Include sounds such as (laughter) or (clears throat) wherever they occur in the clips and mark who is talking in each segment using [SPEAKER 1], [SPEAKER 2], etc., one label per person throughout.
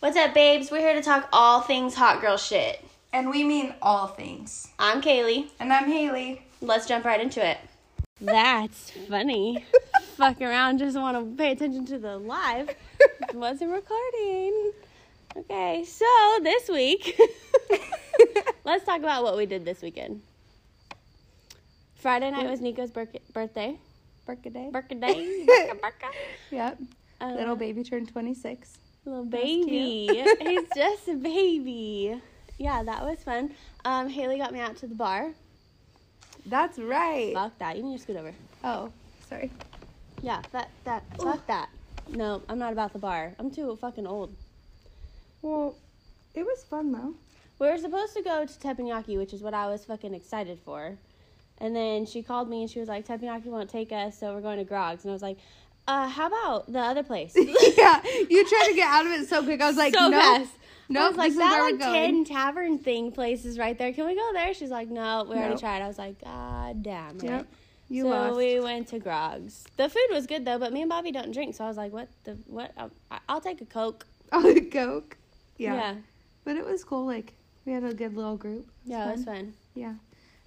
[SPEAKER 1] What's up, babes? We're here to talk all things hot girl shit.
[SPEAKER 2] And we mean all things.
[SPEAKER 1] I'm Kaylee.
[SPEAKER 2] And I'm Haley.
[SPEAKER 1] Let's jump right into it. That's (laughs) funny. Fuck around, just want to pay attention to the live. (laughs) Wasn't recording. Okay, so this (laughs) week, let's talk about what we did this weekend. Friday night was Nico's birk- birthday.
[SPEAKER 2] Birkaday.
[SPEAKER 1] Birthday. Birka, (laughs) birka.
[SPEAKER 2] yep.
[SPEAKER 1] Uh,
[SPEAKER 2] Little baby turned 26.
[SPEAKER 1] Little
[SPEAKER 2] cute.
[SPEAKER 1] baby. (laughs) He's just a baby. Yeah, that was fun. Um, Haley got me out to the bar.
[SPEAKER 2] That's right.
[SPEAKER 1] Fuck that. You need to scoot over.
[SPEAKER 2] Oh, sorry.
[SPEAKER 1] Yeah, that that fuck that. No, I'm not about the bar. I'm too fucking old.
[SPEAKER 2] Well, it was fun though.
[SPEAKER 1] We were supposed to go to teppanyaki, which is what I was fucking excited for. And then she called me and she was like, "Teppanyaki won't take us, so we're going to Grog's." And I was like, "Uh, how about the other place?"
[SPEAKER 2] (laughs) yeah, you tried to get out of it so quick. I was (laughs) like,
[SPEAKER 1] so
[SPEAKER 2] no.
[SPEAKER 1] fast.
[SPEAKER 2] No,
[SPEAKER 1] I was like
[SPEAKER 2] this is
[SPEAKER 1] that
[SPEAKER 2] where
[SPEAKER 1] like
[SPEAKER 2] we're going.
[SPEAKER 1] ten tavern thing places right there. Can we go there? She's like, no, we already
[SPEAKER 2] No.
[SPEAKER 1] tried. I was like, god damn it.
[SPEAKER 2] Yep. You
[SPEAKER 1] so
[SPEAKER 2] lost.
[SPEAKER 1] we went to Grog's. The food was good though, but me and Bobby don't drink, so I was like, what the what? um, I- I'll take a coke.
[SPEAKER 2] (laughs) Oh, the Coke. Yeah.
[SPEAKER 1] yeah,
[SPEAKER 2] But it was cool. Like, we had a good little group.
[SPEAKER 1] Yeah, it was fun.
[SPEAKER 2] Yeah.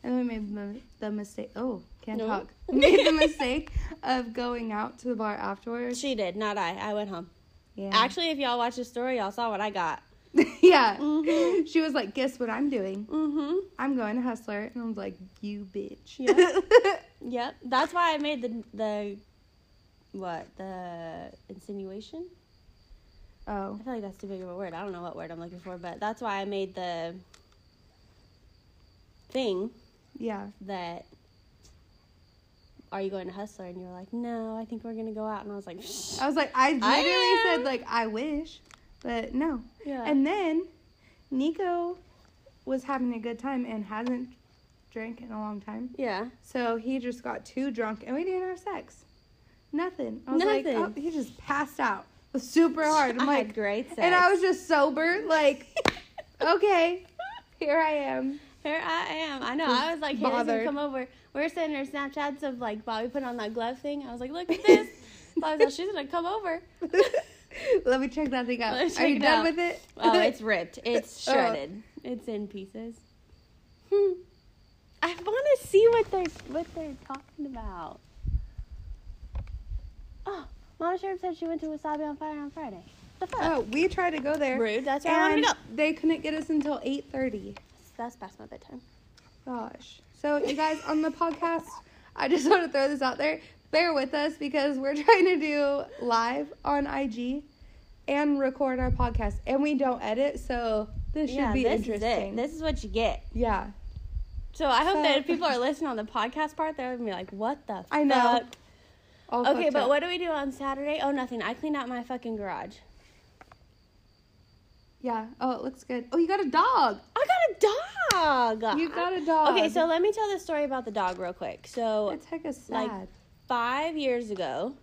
[SPEAKER 2] And then we made the, the mistake. Oh, can't
[SPEAKER 1] No. (laughs)
[SPEAKER 2] talk. We made the mistake of going out to the bar afterwards.
[SPEAKER 1] She did, not I. I went home.
[SPEAKER 2] Yeah.
[SPEAKER 1] Actually, if y'all watched the story, y'all saw what I got.
[SPEAKER 2] (laughs) yeah. She was like, guess what I'm doing?
[SPEAKER 1] Mm-hmm.
[SPEAKER 2] I'm going to Hustler. And I was like, you bitch. (laughs)
[SPEAKER 1] Yeah. Yep. That's why I made the the what the insinuation.
[SPEAKER 2] oh.
[SPEAKER 1] I feel like that's too big of a word. I don't know what word I'm looking for, but that's why I made the thing
[SPEAKER 2] Yeah.
[SPEAKER 1] that are you going to Hustler? And you were like, no, I think we're gonna go out. And I was like,
[SPEAKER 2] I was like, I literally
[SPEAKER 1] I am.
[SPEAKER 2] said, like, I wish, but no.
[SPEAKER 1] yeah,
[SPEAKER 2] And then Nico was having a good time and hasn't drank in a long time.
[SPEAKER 1] yeah,
[SPEAKER 2] So he just got too drunk and we didn't have sex. Nothing. I was like, oh,
[SPEAKER 1] Nothing.
[SPEAKER 2] he just passed out super hard.
[SPEAKER 1] (laughs) I had
[SPEAKER 2] I'm like,
[SPEAKER 1] great sex.
[SPEAKER 2] and I was just sober, like,
[SPEAKER 1] (laughs)
[SPEAKER 2] okay, here I am.
[SPEAKER 1] Here I am. I know. I was like, Haley's gonna
[SPEAKER 2] Bothered.
[SPEAKER 1] come over. We are sending her Snapchats of like Bobby put on that glove thing. I was like, look at this. Bobby's like, she's gonna come over.
[SPEAKER 2] (laughs) Let me check that thing out.
[SPEAKER 1] Let me check
[SPEAKER 2] Are you
[SPEAKER 1] it
[SPEAKER 2] done
[SPEAKER 1] out.
[SPEAKER 2] with it?
[SPEAKER 1] (laughs)
[SPEAKER 2] (laughs)
[SPEAKER 1] Oh, it's ripped. It's (laughs)
[SPEAKER 2] Oh.
[SPEAKER 1] shredded. It's in pieces. Hmm. I want to see what they're what they're talking about. Oh, Mama Sheriff said she went to Wasabi on Fire on Friday. The fuck?
[SPEAKER 2] Oh, we tried to go there.
[SPEAKER 1] Rude. That's where I
[SPEAKER 2] And
[SPEAKER 1] wanted to go.
[SPEAKER 2] they couldn't get us until 8.30.
[SPEAKER 1] That's past my bedtime.
[SPEAKER 2] Gosh. So, you guys, on the podcast, I just (laughs) want to throw this out there. Bear with us because we're (laughs) trying to do live on IG and record our podcast. And we don't edit, so this should
[SPEAKER 1] yeah,
[SPEAKER 2] be
[SPEAKER 1] this is
[SPEAKER 2] interesting.
[SPEAKER 1] it. This is what you get.
[SPEAKER 2] yeah.
[SPEAKER 1] So I hope
[SPEAKER 2] So-
[SPEAKER 1] that if people are listening on the podcast part, they're gonna be like, "What the?"
[SPEAKER 2] I know.
[SPEAKER 1] fuck?"
[SPEAKER 2] All
[SPEAKER 1] Okay,
[SPEAKER 2] fucked
[SPEAKER 1] but
[SPEAKER 2] up.
[SPEAKER 1] what do we do on Saturday? Oh, nothing. I cleaned out my fucking garage.
[SPEAKER 2] Yeah. Oh, it looks good. Oh, you got a dog.
[SPEAKER 1] I got a dog.
[SPEAKER 2] You got a dog.
[SPEAKER 1] Okay, so let me tell the story about the dog real quick. So
[SPEAKER 2] It's hecka sad.
[SPEAKER 1] like- five years ago,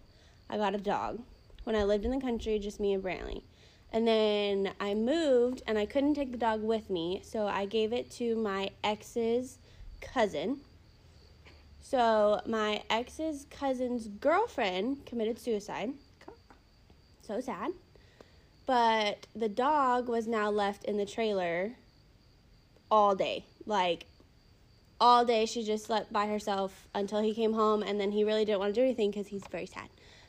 [SPEAKER 1] I got a dog when I lived in the country, just me and Brantley. And then I moved and I couldn't take the dog with me, so I gave it to my ex's cousin. So my ex's cousin's girlfriend committed suicide. So sad. But the dog was now left in the trailer all day. Like all day she just slept by herself until he came home and then he really didn't want to do anything because he's very sad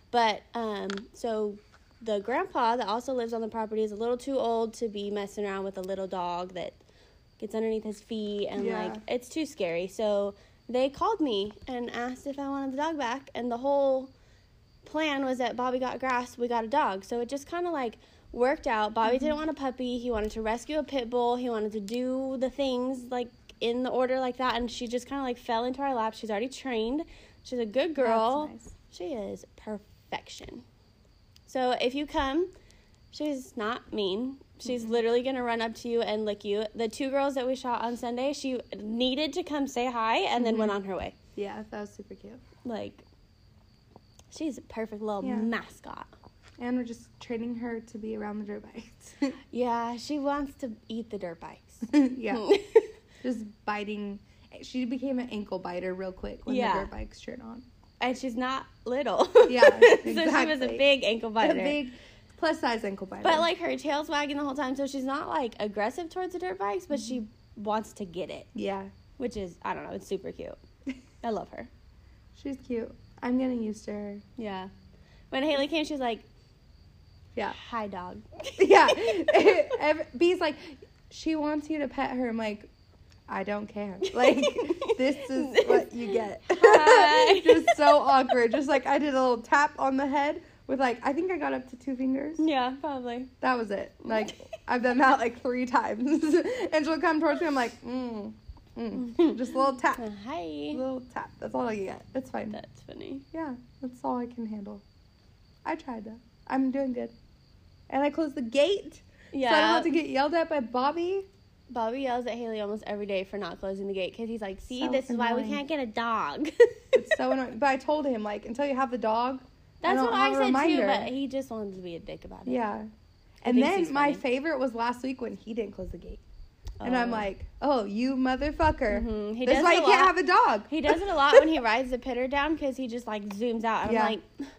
[SPEAKER 1] but um, so the grandpa that also lives on the property is a little too old to be messing around with a little dog that gets underneath his feet and
[SPEAKER 2] Yeah.
[SPEAKER 1] like it's too scary so they called me and asked if i wanted the dog back and the whole plan was that Bobby got grass, we got a dog. So it just kind of like worked out. Bobby
[SPEAKER 2] Mm-hmm.
[SPEAKER 1] didn't want a puppy. He wanted to rescue a pit bull. He wanted to do the things like in the order like that. And she just kind of like fell into our lap. She's already trained. She's a good girl.
[SPEAKER 2] That's nice.
[SPEAKER 1] She is perfection. So if you come, she's not mean. She's
[SPEAKER 2] Mm-hmm.
[SPEAKER 1] literally gonna run up to you and lick you. The two girls that we shot on Sunday, she needed to come say hi and then
[SPEAKER 2] Mm-hmm.
[SPEAKER 1] went on her way.
[SPEAKER 2] Yeah, that was super cute.
[SPEAKER 1] Like, she's a perfect little
[SPEAKER 2] Yeah.
[SPEAKER 1] mascot.
[SPEAKER 2] And we're just training her to be around the dirt bikes. (laughs)
[SPEAKER 1] Yeah, she wants to eat the dirt bikes. (laughs)
[SPEAKER 2] yeah. just biting. She became an ankle biter real quick when
[SPEAKER 1] Yeah.
[SPEAKER 2] the dirt bikes turned on.
[SPEAKER 1] and she's not little.
[SPEAKER 2] Yeah,
[SPEAKER 1] (laughs) so she was a
[SPEAKER 2] exactly.
[SPEAKER 1] big ankle
[SPEAKER 2] A
[SPEAKER 1] biter.
[SPEAKER 2] big plus size ankle biter.
[SPEAKER 1] But like her tail's wagging the whole time, so she's not like aggressive towards the dirt bikes, but she
[SPEAKER 2] Mm-hmm.
[SPEAKER 1] wants to get it,
[SPEAKER 2] yeah,
[SPEAKER 1] which is I don't know, it's super
[SPEAKER 2] (laughs)
[SPEAKER 1] cute. I love her.
[SPEAKER 2] she's cute. I'm getting used
[SPEAKER 1] (laughs)
[SPEAKER 2] to her.
[SPEAKER 1] Yeah. When Haley came, she was like,
[SPEAKER 2] Yeah,
[SPEAKER 1] "Hi, dog."
[SPEAKER 2] (laughs) yeah. Ev- B's like, she wants you to pet her. I'm like, I
[SPEAKER 1] (laughs)
[SPEAKER 2] don't care. Like, this is what you get.
[SPEAKER 1] Hi.
[SPEAKER 2] (laughs) just so awkward. Just like I did a little tap on the head with like I think I got up to two
[SPEAKER 1] (laughs)
[SPEAKER 2] fingers.
[SPEAKER 1] Yeah, probably.
[SPEAKER 2] That was
[SPEAKER 1] (laughs)
[SPEAKER 2] it. Like I've done that like three times, (laughs) and she'll come towards me. I'm like, mm, mm. just a little
[SPEAKER 1] (laughs)
[SPEAKER 2] tap,
[SPEAKER 1] Uh, Hi.
[SPEAKER 2] little tap. That's all I get. That's fine.
[SPEAKER 1] That's funny.
[SPEAKER 2] Yeah, that's all I can handle. I tried though. I'm doing good, and I closed the gate
[SPEAKER 1] Yeah.
[SPEAKER 2] so I don't have to get yelled at by Bobby.
[SPEAKER 1] Bobby yells at Haley almost every day for not closing the gate because he's like, "See,
[SPEAKER 2] So
[SPEAKER 1] this is why we can't
[SPEAKER 2] annoying.
[SPEAKER 1] get a dog." (laughs)
[SPEAKER 2] It's so annoying. But I told him like until you have the dog.
[SPEAKER 1] That's
[SPEAKER 2] don't
[SPEAKER 1] what
[SPEAKER 2] have
[SPEAKER 1] I
[SPEAKER 2] a
[SPEAKER 1] said
[SPEAKER 2] reminder.
[SPEAKER 1] too, but he just wanted to be a dick about it.
[SPEAKER 2] Yeah. And
[SPEAKER 1] thinks he's
[SPEAKER 2] then my
[SPEAKER 1] funny.
[SPEAKER 2] favorite was last week when he didn't close the gate. And I'm
[SPEAKER 1] Oh.
[SPEAKER 2] like, oh, you motherfucker.
[SPEAKER 1] Mhm. He
[SPEAKER 2] That's
[SPEAKER 1] does
[SPEAKER 2] why
[SPEAKER 1] it
[SPEAKER 2] you
[SPEAKER 1] a
[SPEAKER 2] can't
[SPEAKER 1] lot.
[SPEAKER 2] have a dog.
[SPEAKER 1] He does
[SPEAKER 2] (laughs)
[SPEAKER 1] it a lot when he rides the pitter down because he just like zooms out. And
[SPEAKER 2] Yeah.
[SPEAKER 1] I'm like,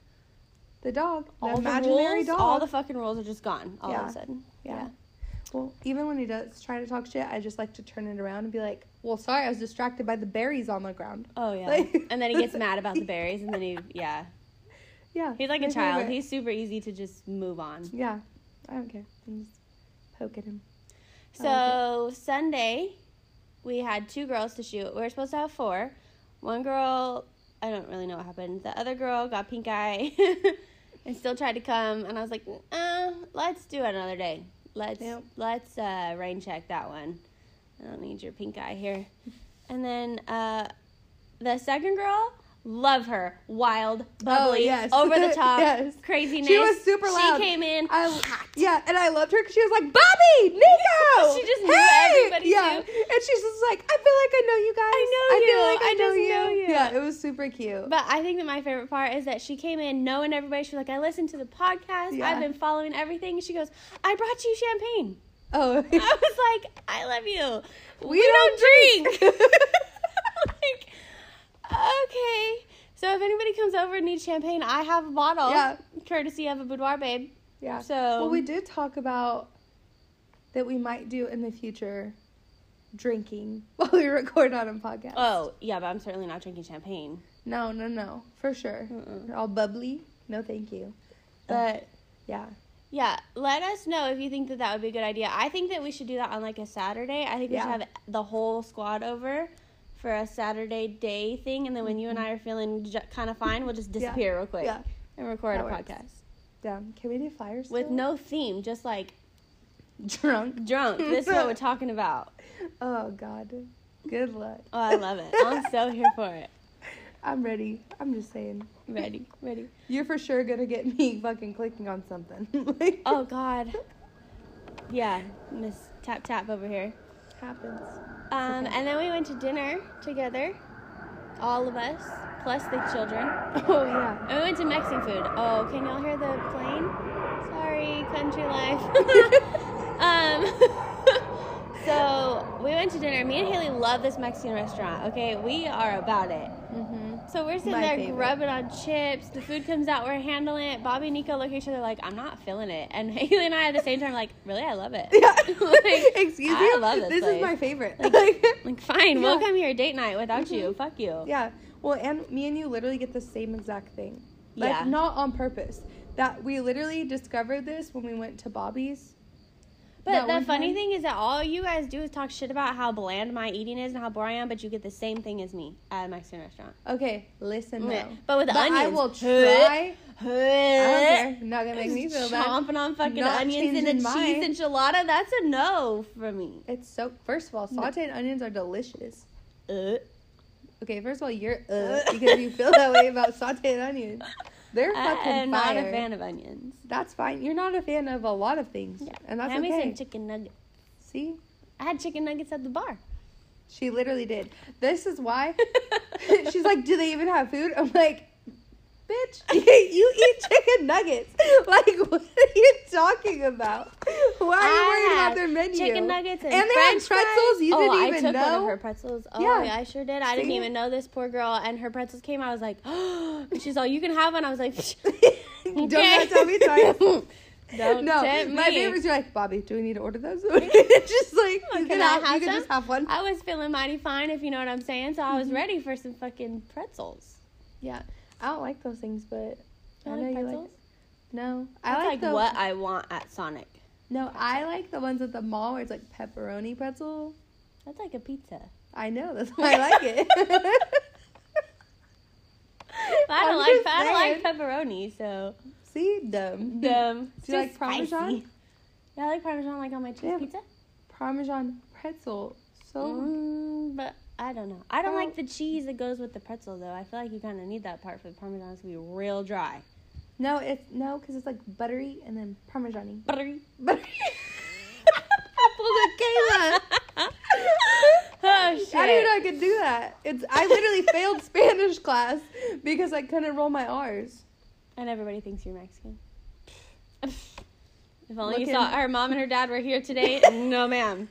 [SPEAKER 2] the dog, the
[SPEAKER 1] all the
[SPEAKER 2] imaginary
[SPEAKER 1] rules,
[SPEAKER 2] dog.
[SPEAKER 1] all the fucking rules are just gone all of
[SPEAKER 2] Yeah.
[SPEAKER 1] a sudden.
[SPEAKER 2] yeah. Well, even when he does try to talk shit, I just like to turn it around and be like, well, sorry, I was distracted by the berries on the ground.
[SPEAKER 1] Oh yeah.
[SPEAKER 2] Like-
[SPEAKER 1] and then
[SPEAKER 2] (laughs)
[SPEAKER 1] he gets mad about the berries, and then he yeah,
[SPEAKER 2] Yeah.
[SPEAKER 1] he's like a
[SPEAKER 2] my
[SPEAKER 1] child.
[SPEAKER 2] favorite.
[SPEAKER 1] He's super easy to just move on.
[SPEAKER 2] Yeah. I don't care. I'm just poking him. I
[SPEAKER 1] So Sunday, we had two girls to shoot. We were supposed to have four. One girl, I don't really know what happened. The other girl got pink eye, (laughs) and still tried to come. And I was like, uh, let's do it another day. Let's
[SPEAKER 2] Yep.
[SPEAKER 1] let's uh, rain check that one. I don't need your pink eye here. And then uh, the second girl, love her, wild, bubbly,
[SPEAKER 2] Oh, yes.
[SPEAKER 1] over
[SPEAKER 2] (laughs)
[SPEAKER 1] the top,
[SPEAKER 2] Yes.
[SPEAKER 1] craziness.
[SPEAKER 2] She was super loud.
[SPEAKER 1] She came in.
[SPEAKER 2] I, yeah, and I loved her because she was like, Bobby,
[SPEAKER 1] (laughs)
[SPEAKER 2] Nico!
[SPEAKER 1] She just knew everybody,
[SPEAKER 2] Yeah.
[SPEAKER 1] too.
[SPEAKER 2] And she's just like, I feel like I know you guys.
[SPEAKER 1] I know
[SPEAKER 2] feel
[SPEAKER 1] you.
[SPEAKER 2] like
[SPEAKER 1] I just know you."
[SPEAKER 2] Yeah, it was super cute.
[SPEAKER 1] But I think that my favorite part is that she came in knowing everybody. She was like, I listened to the podcast.
[SPEAKER 2] Yeah.
[SPEAKER 1] I've been following everything. She goes, I brought you champagne. (laughs)
[SPEAKER 2] oh,
[SPEAKER 1] I was like, I love you.
[SPEAKER 2] We don't
[SPEAKER 1] drink. (laughs)
[SPEAKER 2] (laughs)
[SPEAKER 1] like, okay. So if anybody comes over and needs champagne, I have a bottle.
[SPEAKER 2] Yeah.
[SPEAKER 1] Courtesy of a boudoir babe.
[SPEAKER 2] yeah.
[SPEAKER 1] So
[SPEAKER 2] Well, we did talk about that we might do in the future drinking (laughs) while we record on a podcast.
[SPEAKER 1] Oh, yeah, but I'm certainly not drinking champagne.
[SPEAKER 2] No, no, no. For sure.
[SPEAKER 1] Mm-mm.
[SPEAKER 2] All bubbly. No, thank you. But yeah.
[SPEAKER 1] Yeah, let us know if you think that that would be a good idea. I think that we should do that on like a Saturday. I think we
[SPEAKER 2] Yeah.
[SPEAKER 1] should have the whole squad over for a Saturday day thing, and then when you and I are feeling j- kind of fine, we'll just disappear real quick
[SPEAKER 2] Mm-hmm. Yeah.
[SPEAKER 1] and record a
[SPEAKER 2] That works.
[SPEAKER 1] podcast
[SPEAKER 2] Damn. Can we do flyers?
[SPEAKER 1] with
[SPEAKER 2] still?
[SPEAKER 1] no theme, just like
[SPEAKER 2] (laughs) drunk.
[SPEAKER 1] drunk. this is
[SPEAKER 2] (laughs)
[SPEAKER 1] what we're talking about.
[SPEAKER 2] Oh God. Good luck.
[SPEAKER 1] Oh, I love it. I'm so here for it.
[SPEAKER 2] I'm ready. I'm just saying.
[SPEAKER 1] Ready, ready.
[SPEAKER 2] You're for sure gonna get me fucking clicking on something. (laughs) like
[SPEAKER 1] Oh God. Yeah, Miss Tap Tap over here.
[SPEAKER 2] happens.
[SPEAKER 1] Um, and then we went to dinner together, all of us plus the children.
[SPEAKER 2] Oh yeah. (laughs)
[SPEAKER 1] I went to Mexican food. Oh, can y'all hear the plane? Sorry, country life.
[SPEAKER 2] (laughs)
[SPEAKER 1] um, (laughs) so we went to dinner. Me and Haley love this Mexican restaurant. Okay, we are about it.
[SPEAKER 2] Mm-hmm.
[SPEAKER 1] So we're sitting
[SPEAKER 2] My
[SPEAKER 1] there
[SPEAKER 2] favorite.
[SPEAKER 1] grubbing on chips. The food comes out. We're handling it. Bobby and Nico look at each other like, "I'm not feeling it," and (laughs) Haley and I at the same time like, "Really, I love it."
[SPEAKER 2] (laughs) Yeah.
[SPEAKER 1] (laughs) like,
[SPEAKER 2] Excuse
[SPEAKER 1] I
[SPEAKER 2] me.
[SPEAKER 1] love this
[SPEAKER 2] is
[SPEAKER 1] place.
[SPEAKER 2] my favorite. (laughs)
[SPEAKER 1] Like- like, fine, we'll
[SPEAKER 2] Yeah. Mm-hmm.
[SPEAKER 1] come here date night without you. Fuck you.
[SPEAKER 2] yeah. Well, and me and you literally get the same exact thing. Like
[SPEAKER 1] Yeah.
[SPEAKER 2] not on purpose. That we literally discovered this when we went to Bobby's.
[SPEAKER 1] But
[SPEAKER 2] That
[SPEAKER 1] the
[SPEAKER 2] one
[SPEAKER 1] funny
[SPEAKER 2] time?
[SPEAKER 1] thing is that all you guys do is talk shit about how bland my eating is and how boring I am, but you get the same thing as me at a Mexican restaurant.
[SPEAKER 2] Okay, listen
[SPEAKER 1] Meh.
[SPEAKER 2] though.
[SPEAKER 1] But with
[SPEAKER 2] I
[SPEAKER 1] onions.
[SPEAKER 2] will try. I don't care.
[SPEAKER 1] I
[SPEAKER 2] Not gonna make me feel bad.
[SPEAKER 1] Chomping on fucking
[SPEAKER 2] Not
[SPEAKER 1] onions in a
[SPEAKER 2] changing mine.
[SPEAKER 1] cheese enchilada, that's a no for me.
[SPEAKER 2] It's so. First of all, sautéed onions are delicious.
[SPEAKER 1] Uh,
[SPEAKER 2] Okay, first of all, you're uh, because you feel that way about sauteed onions.
[SPEAKER 1] (laughs)
[SPEAKER 2] They're fucking
[SPEAKER 1] I'm
[SPEAKER 2] fire.
[SPEAKER 1] Uh, not a fan of onions.
[SPEAKER 2] That's fine. You're not a fan of a lot of things,
[SPEAKER 1] Yeah.
[SPEAKER 2] and that's
[SPEAKER 1] Hand me
[SPEAKER 2] okay.
[SPEAKER 1] some chicken nuggets.
[SPEAKER 2] See,
[SPEAKER 1] I had chicken nuggets at the bar. (laughs)
[SPEAKER 2] she literally did. This is why (laughs) (laughs) she's like, "Do they even have food?" I'm like,
[SPEAKER 1] (laughs)
[SPEAKER 2] "Bitch, (laughs) you eat chicken nuggets. (laughs) Like, what are you talking about? Why are you
[SPEAKER 1] I
[SPEAKER 2] worried about
[SPEAKER 1] had
[SPEAKER 2] their menu?
[SPEAKER 1] Chicken nuggets and,
[SPEAKER 2] they
[SPEAKER 1] French
[SPEAKER 2] had pretzels.
[SPEAKER 1] Fries.
[SPEAKER 2] You
[SPEAKER 1] oh,
[SPEAKER 2] didn't
[SPEAKER 1] I
[SPEAKER 2] even
[SPEAKER 1] took
[SPEAKER 2] know.
[SPEAKER 1] one of
[SPEAKER 2] (laughs)
[SPEAKER 1] her pretzels. Oh,
[SPEAKER 2] Yeah.
[SPEAKER 1] yeah, I sure did. I didn't
[SPEAKER 2] See?
[SPEAKER 1] even know this poor girl. And her pretzels came. (gasps)
[SPEAKER 2] (laughs)
[SPEAKER 1] I was like, and she's all, you can have one. I was like,
[SPEAKER 2] Don't not tell me sorry.
[SPEAKER 1] (laughs) Don't
[SPEAKER 2] (laughs) no,
[SPEAKER 1] tempt
[SPEAKER 2] my
[SPEAKER 1] me.
[SPEAKER 2] favorites are like Bobby. Do we need to order those? (laughs) it's just like you can,
[SPEAKER 1] I
[SPEAKER 2] have, you
[SPEAKER 1] have
[SPEAKER 2] can
[SPEAKER 1] some?
[SPEAKER 2] just have one.
[SPEAKER 1] I was feeling mighty fine, if you know what I'm saying. So I was
[SPEAKER 2] Mm-hmm.
[SPEAKER 1] ready for some fucking pretzels.
[SPEAKER 2] Yeah, I don't like those things, but I,
[SPEAKER 1] You
[SPEAKER 2] know
[SPEAKER 1] like
[SPEAKER 2] you
[SPEAKER 1] pretzels?
[SPEAKER 2] like. No,
[SPEAKER 1] That's
[SPEAKER 2] I like,
[SPEAKER 1] like,
[SPEAKER 2] the
[SPEAKER 1] what I want at Sonic.
[SPEAKER 2] no, I like the ones at the mall where it's like pepperoni pretzel.
[SPEAKER 1] That's like a pizza.
[SPEAKER 2] I know that's why I like it.
[SPEAKER 1] (laughs) I don't
[SPEAKER 2] I'm
[SPEAKER 1] like
[SPEAKER 2] just
[SPEAKER 1] I don't like
[SPEAKER 2] saying.
[SPEAKER 1] pepperoni, so
[SPEAKER 2] See, dumb.
[SPEAKER 1] um,
[SPEAKER 2] (laughs) Do you like Parmesan?
[SPEAKER 1] Yeah, I like Parmesan like on my cheese
[SPEAKER 2] Yeah.
[SPEAKER 1] pizza.
[SPEAKER 2] Parmesan pretzel. So
[SPEAKER 1] Mm, but I don't know. I don't
[SPEAKER 2] Oh.
[SPEAKER 1] like the cheese that goes with the pretzel though. I feel like you kind of need that part for the Parmesan to be real dry.
[SPEAKER 2] no, it's no because it's like buttery and then parmesan.
[SPEAKER 1] (laughs) Buttery.
[SPEAKER 2] Buttery.
[SPEAKER 1] (laughs) Kayla. oh shit.
[SPEAKER 2] I didn't even know I could do that. It's
[SPEAKER 1] (laughs)
[SPEAKER 2] I literally failed Spanish class because I couldn't roll my R's.
[SPEAKER 1] And everybody thinks you're Mexican. (laughs) if only
[SPEAKER 2] Look
[SPEAKER 1] you saw
[SPEAKER 2] in-
[SPEAKER 1] her mom and her dad were here (laughs) today. no,
[SPEAKER 2] (laughs)
[SPEAKER 1] ma'am.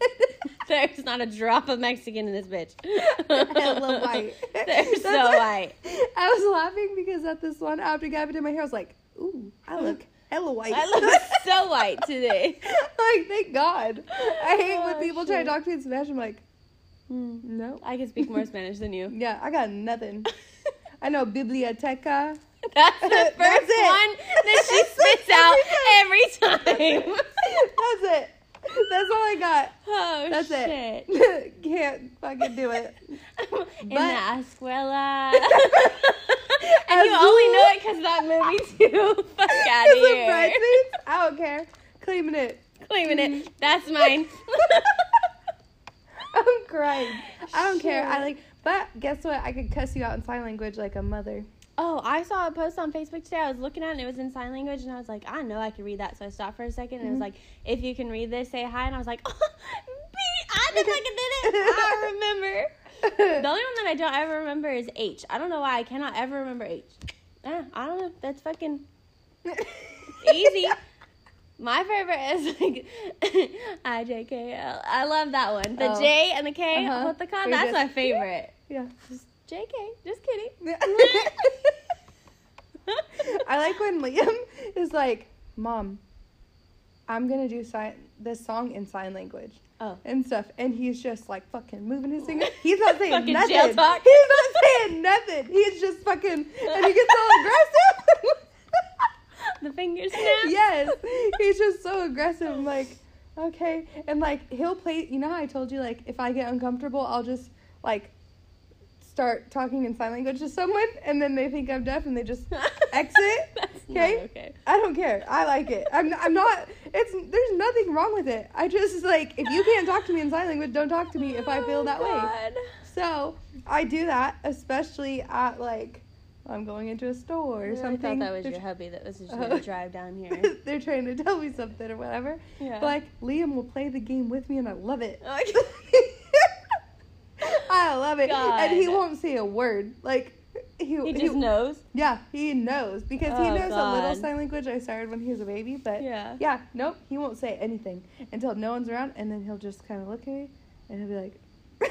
[SPEAKER 1] There's not a drop of Mexican in this bitch.
[SPEAKER 2] (laughs)
[SPEAKER 1] (laughs)
[SPEAKER 2] Hella white.
[SPEAKER 1] They're so
[SPEAKER 2] That's-
[SPEAKER 1] white. (laughs)
[SPEAKER 2] I was laughing because at this one after Gabby did my hair, I was like, ooh, I look hella white.
[SPEAKER 1] I
[SPEAKER 2] (laughs)
[SPEAKER 1] look so white today.
[SPEAKER 2] like, thank God. I hate when
[SPEAKER 1] Oh,
[SPEAKER 2] people try to
[SPEAKER 1] shit.
[SPEAKER 2] talk to me in Spanish. I'm like, no.
[SPEAKER 1] I can speak more Spanish than (laughs) you.
[SPEAKER 2] Yeah, I got nothing. I know biblioteca.
[SPEAKER 1] (laughs) That's the first
[SPEAKER 2] That's it.
[SPEAKER 1] one that she spits out (laughs) every time.
[SPEAKER 2] (laughs) That's it. That's all I got. (laughs)
[SPEAKER 1] Oh
[SPEAKER 2] That's
[SPEAKER 1] shit! (laughs)
[SPEAKER 2] it. Can't fucking do it.
[SPEAKER 1] In
[SPEAKER 2] But-
[SPEAKER 1] the (laughs) escuela. and you only know it because that movie too. (laughs) Fuck out
[SPEAKER 2] Is it
[SPEAKER 1] of here.
[SPEAKER 2] bridesmaids? I don't care. Claiming it.
[SPEAKER 1] Claiming it. That's mine.
[SPEAKER 2] (laughs)
[SPEAKER 1] (laughs)
[SPEAKER 2] I'm crying. I don't care. I
[SPEAKER 1] Shit.
[SPEAKER 2] like, but guess what? I could cuss you out in sign language like a mother.
[SPEAKER 1] oh, I saw a post on Facebook today. I was looking at it and it was in sign language and I was like, I know I can read that. So I stopped for a second and it was like, if you can read this, say hi. And I was like, (laughs) oh, B, I (laughs) the fucking did it. I remember. The
[SPEAKER 2] (laughs)
[SPEAKER 1] only one that I don't ever remember is H. I don't know why I cannot ever remember H. Eh, I don't know. That's fucking easy. My favorite is like (laughs) I J K L. I love that one. The
[SPEAKER 2] Oh.
[SPEAKER 1] J and the K.
[SPEAKER 2] Uh-huh.
[SPEAKER 1] What the con?
[SPEAKER 2] Or
[SPEAKER 1] That's
[SPEAKER 2] just-
[SPEAKER 1] my favorite. (laughs)
[SPEAKER 2] Yeah.
[SPEAKER 1] Just J K. Just kidding.
[SPEAKER 2] (laughs) I like when Liam is like, Mom, I'm gonna do sign this song in sign language
[SPEAKER 1] Oh.
[SPEAKER 2] and stuff, and he's just like fucking moving his finger. He's not saying
[SPEAKER 1] Fucking
[SPEAKER 2] nothing.
[SPEAKER 1] jail talk.
[SPEAKER 2] He's not saying nothing. He's just fucking, and he gets all aggressive.
[SPEAKER 1] (laughs) The finger snap. (laughs)
[SPEAKER 2] yes, he's just so aggressive. I'm like, okay, and like he'll play. You know how I told you like if I get uncomfortable, I'll just like start talking in sign language to someone, and then they think I'm deaf, and
[SPEAKER 1] (laughs)
[SPEAKER 2] they just exit.
[SPEAKER 1] That's not
[SPEAKER 2] Okay?
[SPEAKER 1] okay.
[SPEAKER 2] I don't care. I like it. I'm I'm not. It's there's nothing wrong with it. I just like if you can't talk to me in sign language, don't talk to me if I feel
[SPEAKER 1] Oh,
[SPEAKER 2] that way.
[SPEAKER 1] God.
[SPEAKER 2] So I do that, especially at like I'm going into a store or
[SPEAKER 1] I really
[SPEAKER 2] something.
[SPEAKER 1] thought that was
[SPEAKER 2] They're
[SPEAKER 1] your hubby that (laughs) was just
[SPEAKER 2] Oh.
[SPEAKER 1] gonna drive down here.
[SPEAKER 2] tr- (laughs) They're trying to tell me something or whatever.
[SPEAKER 1] (laughs) Yeah. Oh.
[SPEAKER 2] But like Liam will play the game with me, and I love it.
[SPEAKER 1] (laughs) Okay.
[SPEAKER 2] (laughs) I love it, and he
[SPEAKER 1] God.
[SPEAKER 2] won't say a word. Like he
[SPEAKER 1] he (laughs) just knows.
[SPEAKER 2] yeah, he knows because he
[SPEAKER 1] Oh,
[SPEAKER 2] knows a little
[SPEAKER 1] God.
[SPEAKER 2] sign language I started when he was a baby, but
[SPEAKER 1] Yeah.
[SPEAKER 2] yeah, nope, he won't say anything until no one's around, and then he'll just kind of look at me and he'll be like,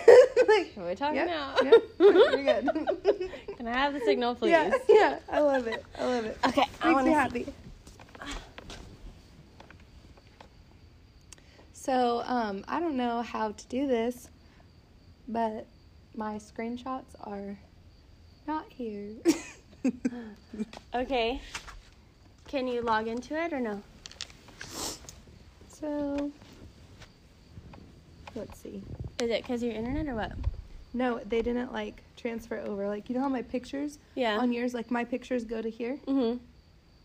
[SPEAKER 2] (laughs) like
[SPEAKER 1] What are we talking
[SPEAKER 2] yep,
[SPEAKER 1] now?
[SPEAKER 2] yep, you're good.
[SPEAKER 1] (laughs)
[SPEAKER 2] (laughs)
[SPEAKER 1] Can I have the signal, please?
[SPEAKER 2] Yeah, (laughs) yeah, I love it. I love it.
[SPEAKER 1] Okay, I
[SPEAKER 2] Makes
[SPEAKER 1] wanna
[SPEAKER 2] me
[SPEAKER 1] see.
[SPEAKER 2] happy. So, um, I don't know how to do this, but my screenshots are not here. (laughs)
[SPEAKER 1] Okay. Can you log into it or no?
[SPEAKER 2] so, let's see.
[SPEAKER 1] Is it because your internet or what?
[SPEAKER 2] No, they didn't like transfer over. Like, you know how my pictures
[SPEAKER 1] Yeah.
[SPEAKER 2] on yours, like my pictures go to here?
[SPEAKER 1] mm-hmm.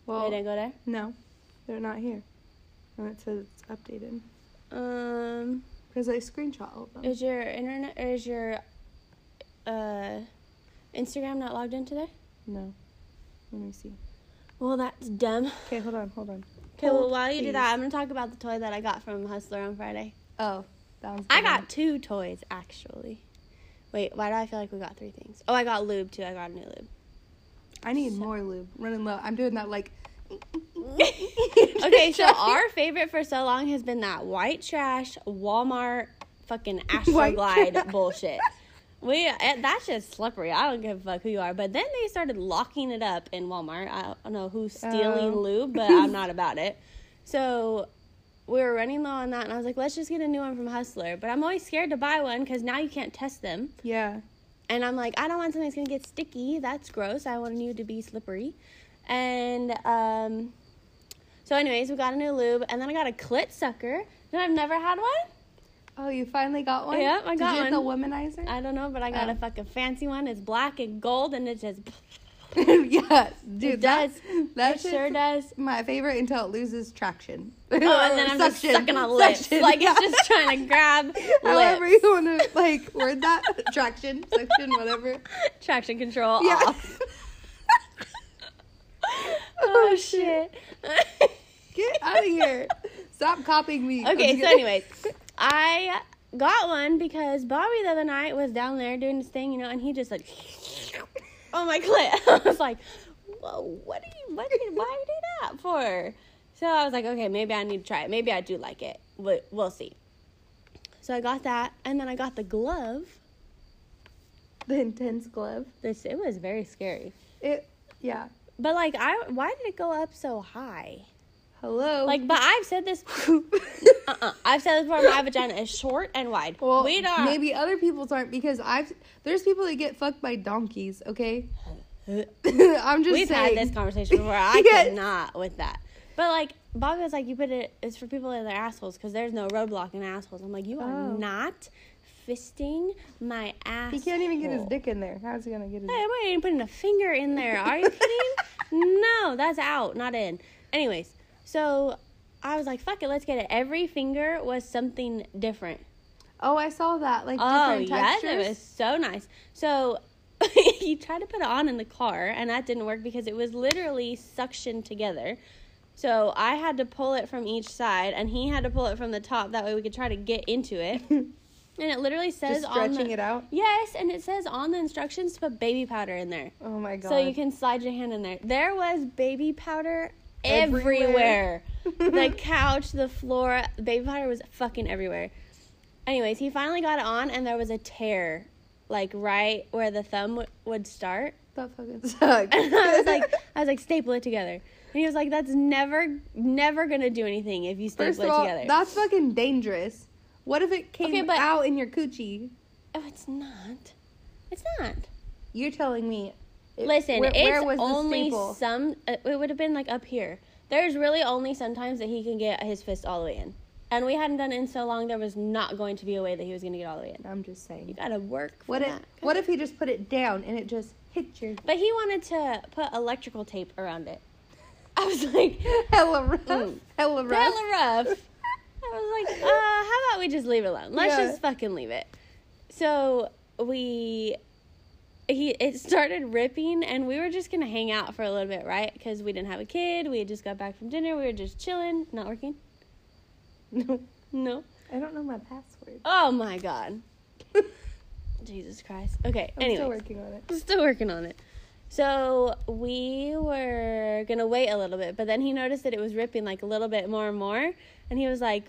[SPEAKER 2] Well,
[SPEAKER 1] didn't go there.
[SPEAKER 2] no, they're not here. And it says it's updated
[SPEAKER 1] Um,
[SPEAKER 2] because I screenshot all of them.
[SPEAKER 1] is your internet or is your uh Instagram not logged in today?
[SPEAKER 2] No. Let me see.
[SPEAKER 1] Well, that's dumb.
[SPEAKER 2] Okay, hold on, hold on.
[SPEAKER 1] Okay, well
[SPEAKER 2] Hold,
[SPEAKER 1] while you
[SPEAKER 2] please.
[SPEAKER 1] do that, I'm gonna talk about the toy that I got from Hustler on Friday.
[SPEAKER 2] Oh, that one's
[SPEAKER 1] I
[SPEAKER 2] good.
[SPEAKER 1] got two toys actually. Wait, why do I feel like we got three things? Oh, I got lube too. I got a new
[SPEAKER 2] (laughs)
[SPEAKER 1] lube.
[SPEAKER 2] I need more lube. Running low. I'm doing that (laughs) like.
[SPEAKER 1] okay,
[SPEAKER 2] (laughs)
[SPEAKER 1] so our favorite for so long has been that white trash Walmart fucking
[SPEAKER 2] (laughs) White trash.
[SPEAKER 1] Astroglide bullshit. We eh, that's just slippery. I don't give a fuck who you are. But then they started locking it up in Walmart. I don't know who's stealing
[SPEAKER 2] Oh.
[SPEAKER 1] lube, but I'm not about it. So we were running low on that, and I was like, let's just get a new one from Hustler. But I'm always scared to buy one because now you can't test them.
[SPEAKER 2] Yeah.
[SPEAKER 1] And I'm like, I don't want something that's going to get sticky. That's gross. I want you to be slippery. And um, so, anyways, we got a new lube, and then I got a clit sucker. And I've never had one.
[SPEAKER 2] Oh, you finally got one?
[SPEAKER 1] Yep, I
[SPEAKER 2] Did
[SPEAKER 1] got
[SPEAKER 2] you get
[SPEAKER 1] one.
[SPEAKER 2] the womanizer? (laughs)
[SPEAKER 1] I don't know, but I got
[SPEAKER 2] Oh.
[SPEAKER 1] a fucking fancy one. It's black and gold, and it just
[SPEAKER 2] yes, dude.
[SPEAKER 1] It
[SPEAKER 2] that-
[SPEAKER 1] does.
[SPEAKER 2] That
[SPEAKER 1] it sure
[SPEAKER 2] shit's
[SPEAKER 1] does.
[SPEAKER 2] my favorite until it loses traction. (laughs)
[SPEAKER 1] Oh,
[SPEAKER 2] Oh,
[SPEAKER 1] and then I'm just sucking on lips, like it's just trying to grab
[SPEAKER 2] (laughs) However
[SPEAKER 1] lips.
[SPEAKER 2] you want to like word that (laughs) traction, suction, whatever.
[SPEAKER 1] (laughs)
[SPEAKER 2] (laughs)
[SPEAKER 1] Traction control
[SPEAKER 2] Yeah. (laughs)
[SPEAKER 1] off. oh shit.
[SPEAKER 2] Get out of here. Stop copying me.
[SPEAKER 1] (laughs)
[SPEAKER 2] I'm
[SPEAKER 1] okay,
[SPEAKER 2] just (laughs)
[SPEAKER 1] so
[SPEAKER 2] kidding.
[SPEAKER 1] anyways, I got one because Bobby the other night was down there doing his thing, you know, and he just like (laughs) on my clit. (laughs) I was like, Whoa, what are you what are you why do that for? So I was like, okay, maybe I need to try it. Maybe I do like it. But we'll see. So I got that and then I got the glove.
[SPEAKER 2] the intense glove.
[SPEAKER 1] This it was very scary.
[SPEAKER 2] It yeah.
[SPEAKER 1] But like I why did it go up so high?
[SPEAKER 2] Hello. (laughs)
[SPEAKER 1] Like but I've said this uh-uh. I've said this before my vagina is short and wide.
[SPEAKER 2] Well,
[SPEAKER 1] we don't
[SPEAKER 2] maybe other people's aren't because I've there's people that get fucked by donkeys. Okay, (laughs) I'm
[SPEAKER 1] (laughs)
[SPEAKER 2] just
[SPEAKER 1] We've
[SPEAKER 2] saying.
[SPEAKER 1] had this conversation before. I
[SPEAKER 2] (laughs) Yes.
[SPEAKER 1] could not with that. But like Bobby was like, you put it. It's for people in their assholes because there's no roadblock in assholes. I'm like, you are
[SPEAKER 2] Oh.
[SPEAKER 1] not fisting my ass.
[SPEAKER 2] He can't even get his dick in there. How's he gonna get his?
[SPEAKER 1] Oh. Hey, why are you putting a finger in there? Are you
[SPEAKER 2] (laughs)
[SPEAKER 1] kidding? no, that's out, not in. Anyways, so I was like, fuck it, let's get it. Every finger was something different.
[SPEAKER 2] Oh, I saw that. Like
[SPEAKER 1] Oh
[SPEAKER 2] different
[SPEAKER 1] yes,
[SPEAKER 2] textures.
[SPEAKER 1] it was so nice. So (laughs) he tried to put it on in the car, and that didn't work because it was literally suctioned together. So I had to pull it from each side, and he had to pull it from the top. That way, we could try to get into
[SPEAKER 2] (laughs)
[SPEAKER 1] it. and it literally says
[SPEAKER 2] Just
[SPEAKER 1] on
[SPEAKER 2] stretching
[SPEAKER 1] the,
[SPEAKER 2] it out.
[SPEAKER 1] Yes, and it says on the instructions to put baby powder in there,
[SPEAKER 2] Oh my god.
[SPEAKER 1] so you can slide your hand in there. There was baby powder
[SPEAKER 2] Everywhere.
[SPEAKER 1] everywhere.
[SPEAKER 2] (laughs)
[SPEAKER 1] the couch, the floor, baby powder was fucking everywhere. Anyways, he finally got it on, and there was a tear, like right where the thumb w- would start. (laughs)
[SPEAKER 2] That fucking sucks.
[SPEAKER 1] And I was like, I was like, staple it together. And he was like, that's never, never gonna do anything if you staple
[SPEAKER 2] first of
[SPEAKER 1] it
[SPEAKER 2] all,
[SPEAKER 1] together.
[SPEAKER 2] that's fucking dangerous. What if it came
[SPEAKER 1] Okay, but-
[SPEAKER 2] out in your coochie?
[SPEAKER 1] oh, it's not. It's not.
[SPEAKER 2] You're telling me. it-
[SPEAKER 1] Listen,
[SPEAKER 2] where,
[SPEAKER 1] it's
[SPEAKER 2] where was the
[SPEAKER 1] only
[SPEAKER 2] staple?
[SPEAKER 1] some. uh, It would have been like up here. There's really only sometimes that he can get his fist all the way in, and we hadn't done it in so long. There was not going to be a way that he was gonna get all the way in.
[SPEAKER 2] I'm just saying.
[SPEAKER 1] You gotta work. For
[SPEAKER 2] What if
[SPEAKER 1] that.
[SPEAKER 2] what if he just put it down and it just hit your
[SPEAKER 1] But he wanted to put electrical tape around it. (laughs) I was like,
[SPEAKER 2] hella rough,
[SPEAKER 1] Mm.
[SPEAKER 2] hella rough?
[SPEAKER 1] hella rough. I was like, uh, how about we just leave it alone? Let's
[SPEAKER 2] Yeah.
[SPEAKER 1] just fucking leave it. So we, he, it started ripping, and we were just gonna hang out for a little bit, right? Because we didn't have a kid. We had just got back from dinner. We were just chilling, not working.
[SPEAKER 2] (laughs) No,
[SPEAKER 1] No.
[SPEAKER 2] I don't know my password.
[SPEAKER 1] Oh my
[SPEAKER 2] (laughs)
[SPEAKER 1] god. Jesus Christ. Okay.
[SPEAKER 2] I'm
[SPEAKER 1] anyway.
[SPEAKER 2] still working on it.
[SPEAKER 1] (laughs) Still working on it. So we were gonna wait a little bit, but then he noticed that it was ripping like a little bit more and more, and he was like,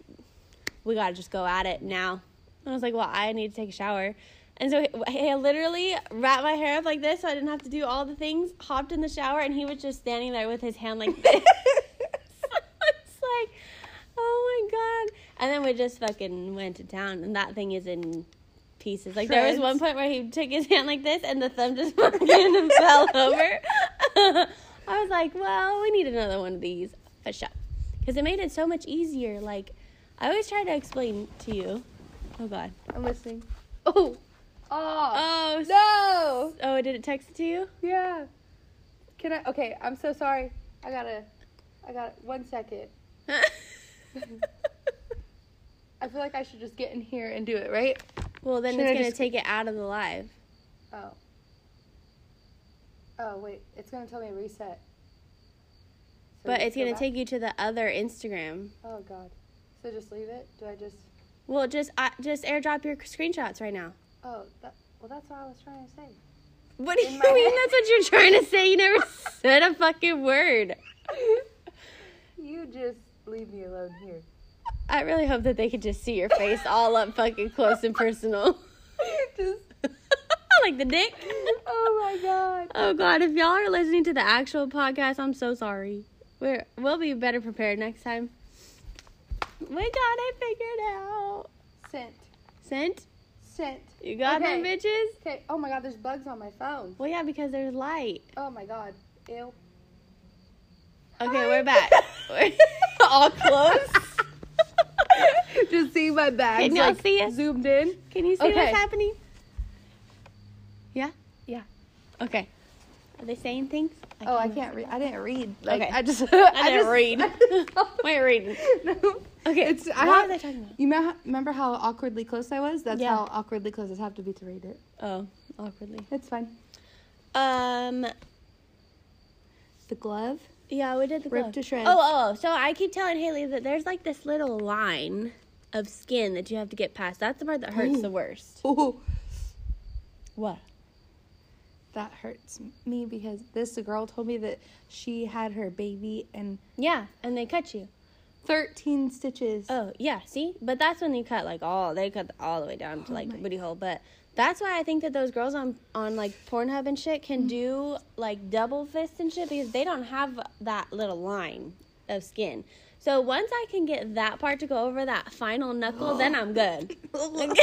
[SPEAKER 1] "We gotta just go at it now." And I was like, "Well, I need to take a shower," and so he, he literally wrapped my hair up like this, so I didn't have to do all the things. Hopped in the shower, and he was just standing there with his hand like this. (laughs) it's like, oh my god! And then we just fucking went to town, and that thing is in pieces. Like there was
[SPEAKER 2] Shreds.
[SPEAKER 1] one point where he took his hand like this, and the thumb just (laughs) fucking fell over. (laughs) I was like, well, we need another one of these for sure, because it made it so much easier. Like, I always try to explain to you. Oh god.
[SPEAKER 2] I'm listening. Oh, oh,
[SPEAKER 1] Oh. s-
[SPEAKER 2] no!
[SPEAKER 1] Oh, did it text it to you? (laughs)
[SPEAKER 2] Yeah. Can I? Okay, I'm so sorry. I gotta. I gotta. One second. I feel like I should just get in here and do it, right?
[SPEAKER 1] well, then
[SPEAKER 2] Should I
[SPEAKER 1] it's gonna
[SPEAKER 2] just-
[SPEAKER 1] take it out of the live.
[SPEAKER 2] Oh. Oh wait, it's gonna tell me reset. So
[SPEAKER 1] But
[SPEAKER 2] just
[SPEAKER 1] it's
[SPEAKER 2] go
[SPEAKER 1] gonna
[SPEAKER 2] back?
[SPEAKER 1] take you to the other Instagram.
[SPEAKER 2] Oh god. So just leave it? Do I just?
[SPEAKER 1] Well, just uh, just airdrop your screenshots right now.
[SPEAKER 2] Oh, that, well that's what I was trying to say.
[SPEAKER 1] What do
[SPEAKER 2] In
[SPEAKER 1] you
[SPEAKER 2] my
[SPEAKER 1] mean?
[SPEAKER 2] head.
[SPEAKER 1] That's what you're trying to say. You never (laughs) said a fucking word.
[SPEAKER 2] You just leave me alone here. (laughs)
[SPEAKER 1] I really hope that they could just see your face all up fucking close and personal.
[SPEAKER 2] (laughs) just.
[SPEAKER 1] (laughs) like the dick.
[SPEAKER 2] Oh my god.
[SPEAKER 1] Oh god, if y'all are listening to the actual podcast, I'm so sorry. We're we'll be better prepared next time. my god, I figured out.
[SPEAKER 2] Scent.
[SPEAKER 1] Scent?
[SPEAKER 2] Scent.
[SPEAKER 1] You got them
[SPEAKER 2] Okay.
[SPEAKER 1] bitches?
[SPEAKER 2] Okay. Oh my god, there's bugs on my phone.
[SPEAKER 1] Well, yeah, because there's light.
[SPEAKER 2] Oh my god. Ew. (laughs)
[SPEAKER 1] Okay,
[SPEAKER 2] Hi.
[SPEAKER 1] we're back. We're (laughs) all close.
[SPEAKER 2] Just see my bags.
[SPEAKER 1] Can y'all see it?
[SPEAKER 2] Zoomed in.
[SPEAKER 1] (laughs) Can you see
[SPEAKER 2] Okay.
[SPEAKER 1] what's happening? Yeah?
[SPEAKER 2] Yeah.
[SPEAKER 1] Okay. Are they saying things?
[SPEAKER 2] oh, I can't read. I didn't read. Like
[SPEAKER 1] Okay.
[SPEAKER 2] I just. (laughs) I,
[SPEAKER 1] didn't (laughs)
[SPEAKER 2] just-
[SPEAKER 1] read.
[SPEAKER 2] I just-
[SPEAKER 1] Wait, reading.
[SPEAKER 2] no.
[SPEAKER 1] Okay,
[SPEAKER 2] It's. I
[SPEAKER 1] what
[SPEAKER 2] have,
[SPEAKER 1] are they talking about?
[SPEAKER 2] You me- remember how awkwardly close I was? That's
[SPEAKER 1] Yeah.
[SPEAKER 2] how awkwardly close I have to be to read it.
[SPEAKER 1] Oh, awkwardly.
[SPEAKER 2] It's fine.
[SPEAKER 1] Um,
[SPEAKER 2] The glove.
[SPEAKER 1] yeah, we did the glove.
[SPEAKER 2] Ripped to shreds.
[SPEAKER 1] Oh, oh, oh, so I keep telling Haley that there's like this little line of skin that you have to get past. That's the part that hurts (gasps) the worst.
[SPEAKER 2] (laughs) Oh,
[SPEAKER 1] What?
[SPEAKER 2] that hurts me because this girl told me that she had her baby and
[SPEAKER 1] Yeah, and they cut you.
[SPEAKER 2] 13 stitches. (laughs)
[SPEAKER 1] Oh, yeah, see? But that's when they cut like all they cut all the way down to like
[SPEAKER 2] my
[SPEAKER 1] the booty hole, but that's why I think that those girls on on like Pornhub and shit can do like double fist and shit because they don't have that little line of skin. So once I can get that part to go over that final knuckle, then I'm good. (laughs)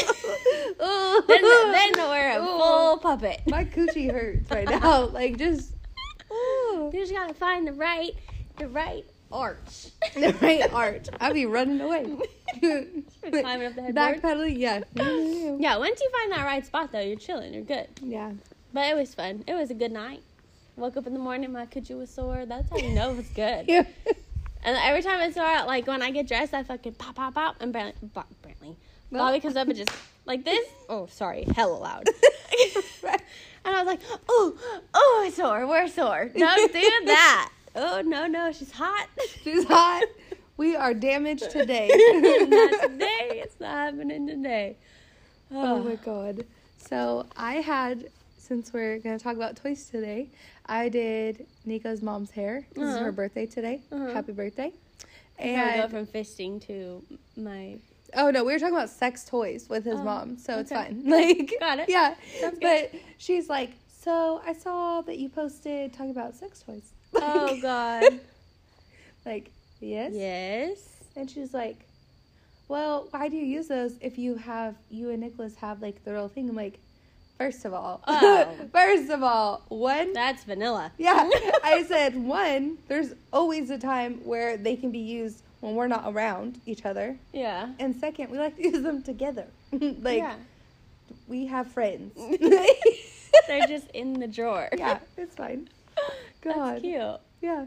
[SPEAKER 1] Then, then we're a full puppet.
[SPEAKER 2] (laughs) My coochie hurts right now. (laughs) Like just
[SPEAKER 1] You just gotta find the right, the right arch.
[SPEAKER 2] the right arch. I'd be running away.
[SPEAKER 1] (laughs)
[SPEAKER 2] (laughs)
[SPEAKER 1] climbing up the headboard. (gasps)
[SPEAKER 2] Backpedaling, yeah.
[SPEAKER 1] Yeah, once you find that right spot though, you're chilling. You're good.
[SPEAKER 2] yeah.
[SPEAKER 1] But it was fun. It was a good night. Woke up in the morning, my coochie was sore. That's how you know it was good.
[SPEAKER 2] (laughs) Yeah.
[SPEAKER 1] And every time it's sore, like when I get dressed, I fucking pop, pop, pop, and Brantley, Bo- Brantley,
[SPEAKER 2] Well-
[SPEAKER 1] Bobby comes up and just like this.
[SPEAKER 2] (laughs)
[SPEAKER 1] Oh, sorry, hella loud. and I was like, oh, oh, it's sore, we're sore.
[SPEAKER 2] (laughs)
[SPEAKER 1] Don't do that. Oh no, no, she's hot. (laughs)
[SPEAKER 2] She's hot. We are damaged today.
[SPEAKER 1] not today. It's not happening today.
[SPEAKER 2] Oh my god. So I had since we're gonna talk about toys today, I did Nico's mom's hair. This is
[SPEAKER 1] Uh-huh.
[SPEAKER 2] her birthday today.
[SPEAKER 1] Uh-huh.
[SPEAKER 2] Happy birthday.
[SPEAKER 1] I go
[SPEAKER 2] And
[SPEAKER 1] from fisting to my
[SPEAKER 2] oh no, we were talking about sex toys with his
[SPEAKER 1] Oh,
[SPEAKER 2] mom, so it's
[SPEAKER 1] okay.
[SPEAKER 2] fine. (laughs) Like
[SPEAKER 1] Got it.
[SPEAKER 2] Yeah.
[SPEAKER 1] Sounds good.
[SPEAKER 2] But she's like, So I saw that you posted talking about sex toys. (laughs)
[SPEAKER 1] Oh, God.
[SPEAKER 2] like, yes.
[SPEAKER 1] yes.
[SPEAKER 2] And she's like, Well, why do you use those if you have you and Nicholas have like the real thing? I'm like, first of all
[SPEAKER 1] Oh.
[SPEAKER 2] (laughs) first of all, one
[SPEAKER 1] That's vanilla.
[SPEAKER 2] Yeah. I said one, there's always a time where they can be used when we're not around each other.
[SPEAKER 1] Yeah.
[SPEAKER 2] And second, we like to (laughs) use them together. like
[SPEAKER 1] yeah.
[SPEAKER 2] we have friends.
[SPEAKER 1] (laughs) They're just in the drawer.
[SPEAKER 2] (laughs) yeah, it's fine. God.
[SPEAKER 1] (laughs) That's cute.
[SPEAKER 2] Yeah.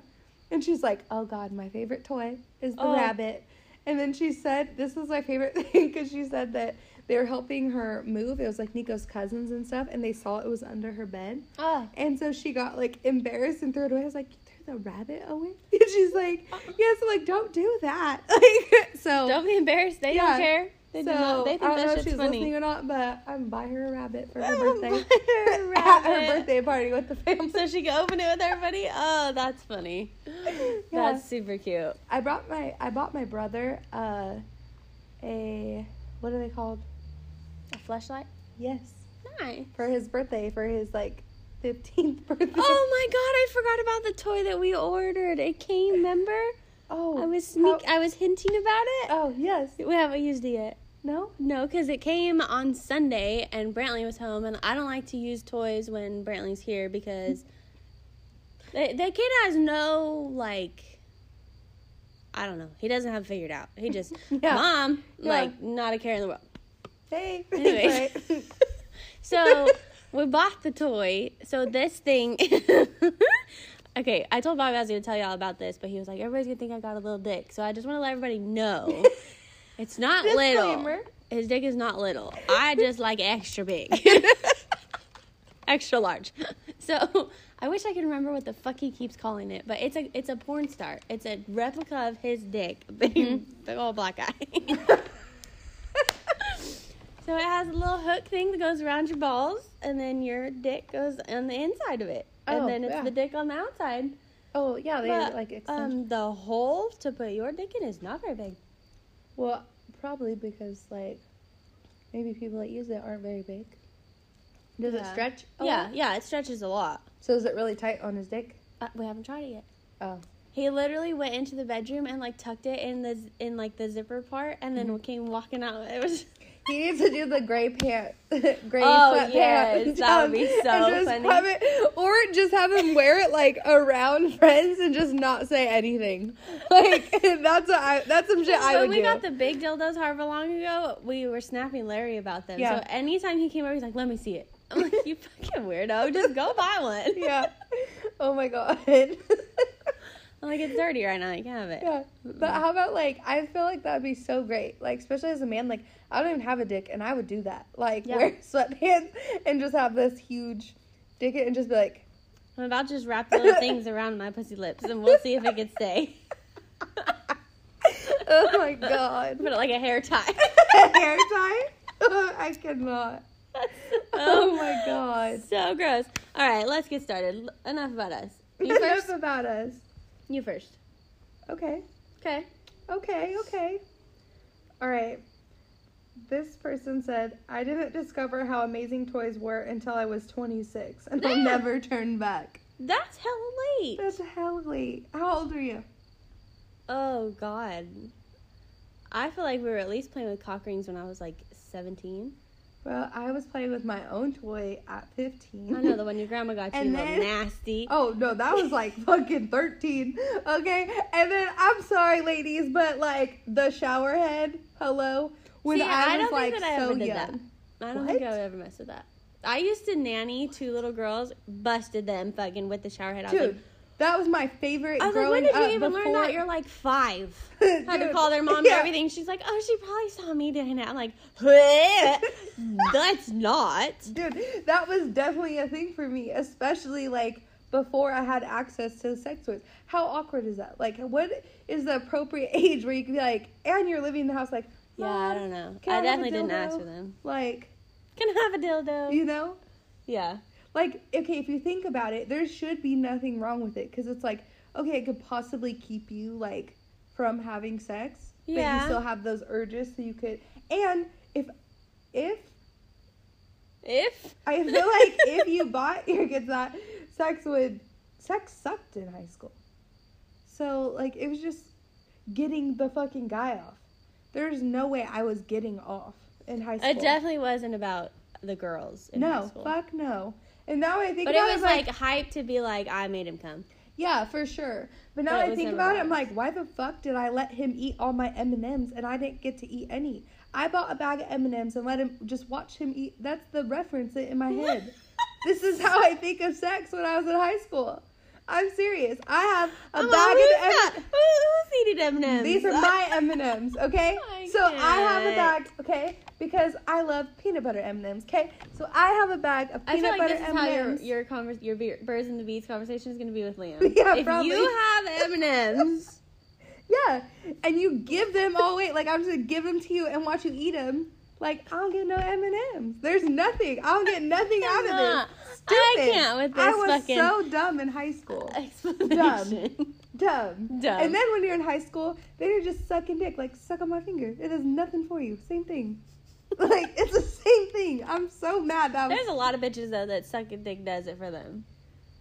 [SPEAKER 2] And she's like, oh God, my favorite toy is the
[SPEAKER 1] Oh.
[SPEAKER 2] rabbit. And then she said, this was my favorite (laughs) thing because she said that they were helping her move. It was like Nico's cousins and stuff. And they saw it was under her bed.
[SPEAKER 1] Oh.
[SPEAKER 2] And so she got like embarrassed and threw it away. I was like, you threw the rabbit away? (laughs) And she's like, yes, I'm like, don't do that. (laughs) Like, so.
[SPEAKER 1] Uh-uh. Don't be embarrassed. They
[SPEAKER 2] Yeah.
[SPEAKER 1] don't care. They,
[SPEAKER 2] so,
[SPEAKER 1] do not, they think
[SPEAKER 2] I don't
[SPEAKER 1] that
[SPEAKER 2] know if
[SPEAKER 1] shit's
[SPEAKER 2] she's listening
[SPEAKER 1] funny.
[SPEAKER 2] or not, but I'm buy her a rabbit for
[SPEAKER 1] (laughs)
[SPEAKER 2] her
[SPEAKER 1] I'm
[SPEAKER 2] birthday.
[SPEAKER 1] buy her a
[SPEAKER 2] (laughs) At her
[SPEAKER 1] rabbit.
[SPEAKER 2] birthday party with the family.
[SPEAKER 1] (laughs) So she can open it with everybody. Oh, that's funny.
[SPEAKER 2] Yeah.
[SPEAKER 1] That's super cute.
[SPEAKER 2] I brought my I bought my brother uh, a what are they called?
[SPEAKER 1] A flashlight.
[SPEAKER 2] Yes,
[SPEAKER 1] Nice.
[SPEAKER 2] for his birthday for his like fifteenth (laughs) birthday.
[SPEAKER 1] (laughs) Oh my god! I forgot about the toy that we ordered. It came. Remember?
[SPEAKER 2] oh,
[SPEAKER 1] I was sneak.
[SPEAKER 2] Oh,
[SPEAKER 1] I was hinting about it.
[SPEAKER 2] oh, yes.
[SPEAKER 1] We haven't used it yet.
[SPEAKER 2] No.
[SPEAKER 1] No, because it came on Sunday and Brantley was home, and I don't like to use toys when Brantley's here because the, the kid has no, like, I don't know. He doesn't have it figured out. He just,
[SPEAKER 2] (laughs) Yeah.
[SPEAKER 1] mom,
[SPEAKER 2] Yeah.
[SPEAKER 1] like, not a care in the world.
[SPEAKER 2] Hey. (laughs)
[SPEAKER 1] Anyway.
[SPEAKER 2] Right. (laughs)
[SPEAKER 1] So we bought the toy. So this thing. (laughs) okay, I told Bobby I was going to tell y'all about this, but he was like, everybody's going to think I got a little dick. So I just want to let everybody know it's not little.
[SPEAKER 2] (laughs) Disclaimer.
[SPEAKER 1] His dick is not little. I just like extra
[SPEAKER 2] (laughs)
[SPEAKER 1] big. extra large. (laughs) So I wish I could remember what the fuck he keeps calling it, but it's a it's a porn star. It's a replica of his dick, (laughs) big,
[SPEAKER 2] Mm-hmm.
[SPEAKER 1] big old black
[SPEAKER 2] (laughs)
[SPEAKER 1] eye. so it has a little hook thing that goes around your balls, and then your dick goes on the inside of it,
[SPEAKER 2] Oh,
[SPEAKER 1] and then it's
[SPEAKER 2] yeah.
[SPEAKER 1] the dick on the outside.
[SPEAKER 2] oh yeah, they
[SPEAKER 1] But,
[SPEAKER 2] like extension.
[SPEAKER 1] um, the hole to put your dick in is not very big.
[SPEAKER 2] well, probably because like maybe people that use it aren't very big. Does it
[SPEAKER 1] Yeah.
[SPEAKER 2] stretch? a
[SPEAKER 1] Yeah,
[SPEAKER 2] lot?
[SPEAKER 1] yeah, it stretches a lot.
[SPEAKER 2] So is it really tight on his dick?
[SPEAKER 1] Uh, we haven't tried it yet.
[SPEAKER 2] Oh.
[SPEAKER 1] He literally went into the bedroom and like tucked it in the in like the zipper part, and
[SPEAKER 2] Mm-hmm.
[SPEAKER 1] then came walking out. It
[SPEAKER 2] (laughs)
[SPEAKER 1] was
[SPEAKER 2] He needs to do the gray pant, (laughs) gray
[SPEAKER 1] Oh,
[SPEAKER 2] sweatpants.
[SPEAKER 1] yes, that would be
[SPEAKER 2] down
[SPEAKER 1] so
[SPEAKER 2] (laughs) and just
[SPEAKER 1] funny.
[SPEAKER 2] Have it, or just have him wear it like around (laughs) friends and just not say anything. (laughs) Like that's what I. That's some shit I
[SPEAKER 1] when
[SPEAKER 2] would
[SPEAKER 1] we
[SPEAKER 2] do.
[SPEAKER 1] got the big dildos however long ago, we were snapping Larry about them.
[SPEAKER 2] Yeah.
[SPEAKER 1] So anytime he came over, he's like, "Let me see it." I'm like,
[SPEAKER 2] (laughs)
[SPEAKER 1] "You fucking weirdo! Just go buy one."
[SPEAKER 2] (laughs) yeah. Oh my god. (laughs) yeah.
[SPEAKER 1] I'm like, "It's dirty right now. You can have it."
[SPEAKER 2] But how about like I feel like that'd be so great. Like especially as a man, like I don't even have a dick, and I would do that. Like
[SPEAKER 1] Yeah.
[SPEAKER 2] wear (laughs) sweatpants and just have this huge dick and just be like.
[SPEAKER 1] I'm about to just wrap the little things around my pussy lips, and we'll see if it can stay.
[SPEAKER 2] (laughs) oh my god.
[SPEAKER 1] (laughs) Put it like a hair tie.
[SPEAKER 2] (laughs) hair
[SPEAKER 1] (laughs)
[SPEAKER 2] tie? I cannot. Oh my god.
[SPEAKER 1] So gross. All right, let's get started. L- Enough about us.
[SPEAKER 2] (laughs)
[SPEAKER 1] You
[SPEAKER 2] Enough
[SPEAKER 1] first.
[SPEAKER 2] about us.
[SPEAKER 1] You first.
[SPEAKER 2] Okay.
[SPEAKER 1] Okay.
[SPEAKER 2] Okay. Okay. All right. This person said, I didn't discover how amazing toys were until I was 26, and I'll
[SPEAKER 1] Yeah.
[SPEAKER 2] never turn back.
[SPEAKER 1] That's hella late.
[SPEAKER 2] That's hell late. How old are you?
[SPEAKER 1] Oh God. I feel like we were at least playing with cock rings when I was like 17.
[SPEAKER 2] Well, I was playing with my own toy at 15.
[SPEAKER 1] I know the one your grandma got you,
[SPEAKER 2] (laughs) And
[SPEAKER 1] little
[SPEAKER 2] then-
[SPEAKER 1] (laughs) nasty.
[SPEAKER 2] Oh no, that was like (laughs) fucking 13. Okay. And then I'm sorry, ladies, but like the shower head, hello. When
[SPEAKER 1] See,
[SPEAKER 2] I,
[SPEAKER 1] I
[SPEAKER 2] was
[SPEAKER 1] don't
[SPEAKER 2] like
[SPEAKER 1] think that I
[SPEAKER 2] so
[SPEAKER 1] ever did
[SPEAKER 2] young.
[SPEAKER 1] that. I don't think I
[SPEAKER 2] What?
[SPEAKER 1] would ever mess with that. I used to nanny two little girls, busted them fucking with the shower head. I was
[SPEAKER 2] Dude,
[SPEAKER 1] like,
[SPEAKER 2] that was my favorite
[SPEAKER 1] I was like,
[SPEAKER 2] growing
[SPEAKER 1] when did you
[SPEAKER 2] up
[SPEAKER 1] even
[SPEAKER 2] before...
[SPEAKER 1] learn that? You're like five.
[SPEAKER 2] (laughs) Dude,
[SPEAKER 1] Had to call their mom and
[SPEAKER 2] yeah.
[SPEAKER 1] everything. She's like, oh, she probably saw me doing it. I'm like, (laughs)
[SPEAKER 2] (laughs)
[SPEAKER 1] that's not.
[SPEAKER 2] Dude, that was definitely a thing for me, especially like before I had access to sex toys. How awkward is that? Like what is the appropriate (laughs) age where you can be like and you're living in the house like
[SPEAKER 1] Yeah, I
[SPEAKER 2] "Mom,
[SPEAKER 1] don't know.
[SPEAKER 2] can
[SPEAKER 1] I
[SPEAKER 2] I have a
[SPEAKER 1] definitely didn't ask
[SPEAKER 2] dildo?"
[SPEAKER 1] for them.
[SPEAKER 2] like
[SPEAKER 1] Can I have a dildo?
[SPEAKER 2] you know?
[SPEAKER 1] Yeah.
[SPEAKER 2] like okay if you think about it there should be nothing wrong with it because it's like okay it could possibly keep you like from having sex but you
[SPEAKER 1] Yeah.
[SPEAKER 2] still have those urges so you could and if if
[SPEAKER 1] If
[SPEAKER 2] i feel (laughs) like if you bought your kids that sex would sex sucked in high school so like it was just getting the fucking guy off there's no way i was getting off in high school
[SPEAKER 1] It definitely wasn't about the girls. In high
[SPEAKER 2] no
[SPEAKER 1] school.
[SPEAKER 2] fuck no and now i think
[SPEAKER 1] But it
[SPEAKER 2] about
[SPEAKER 1] was
[SPEAKER 2] I'm
[SPEAKER 1] like, hype to be like, I made him
[SPEAKER 2] (laughs)
[SPEAKER 1] come.
[SPEAKER 2] Yeah, for sure. But now
[SPEAKER 1] But it
[SPEAKER 2] I
[SPEAKER 1] was
[SPEAKER 2] think
[SPEAKER 1] never
[SPEAKER 2] about it, I'm
[SPEAKER 1] ours.
[SPEAKER 2] like, why the fuck did I let him eat all my M and M's and I didn't get to eat any? I bought a bag of M and M's and let him just watch him eat. That's the reference in my
[SPEAKER 1] (laughs)
[SPEAKER 2] head. this is how I think of sex when I was in high school. I'm serious. I have a
[SPEAKER 1] I'm like,
[SPEAKER 2] bag
[SPEAKER 1] who's
[SPEAKER 2] of M.
[SPEAKER 1] that? Who, who's eating M&Ms?
[SPEAKER 2] These are my M and M's, okay?
[SPEAKER 1] (laughs) I
[SPEAKER 2] so I have a
[SPEAKER 1] can't.
[SPEAKER 2] bag, okay, because I love peanut butter M and M's, okay? So I have a bag of
[SPEAKER 1] I feel
[SPEAKER 2] peanut
[SPEAKER 1] like
[SPEAKER 2] butter
[SPEAKER 1] this is
[SPEAKER 2] M
[SPEAKER 1] how your
[SPEAKER 2] and M's.
[SPEAKER 1] your convers- your beer- birds and the bees conversation is going to be with Liam.
[SPEAKER 2] (laughs) Yeah,
[SPEAKER 1] if
[SPEAKER 2] probably.
[SPEAKER 1] you have M and
[SPEAKER 2] (laughs)
[SPEAKER 1] M's,
[SPEAKER 2] Yeah, and you give them. Oh wait, like I'm just gonna give them to you and watch you eat them. Like I don't get no M and M's. There's nothing. I don't get nothing out of
[SPEAKER 1] I
[SPEAKER 2] this. Stupid.
[SPEAKER 1] can't with this
[SPEAKER 2] I was
[SPEAKER 1] fucking-
[SPEAKER 2] so dumb in high school.
[SPEAKER 1] explanation.
[SPEAKER 2] Dumb.
[SPEAKER 1] Dumb.
[SPEAKER 2] And then when you're in high school, then you're just sucking dick. Like suck on my finger. It is nothing for you. Same thing. (laughs) Like it's the same thing. I'm so mad that.
[SPEAKER 1] (laughs)
[SPEAKER 2] I
[SPEAKER 1] There's
[SPEAKER 2] was...
[SPEAKER 1] a lot of bitches though that sucking dick does it for them.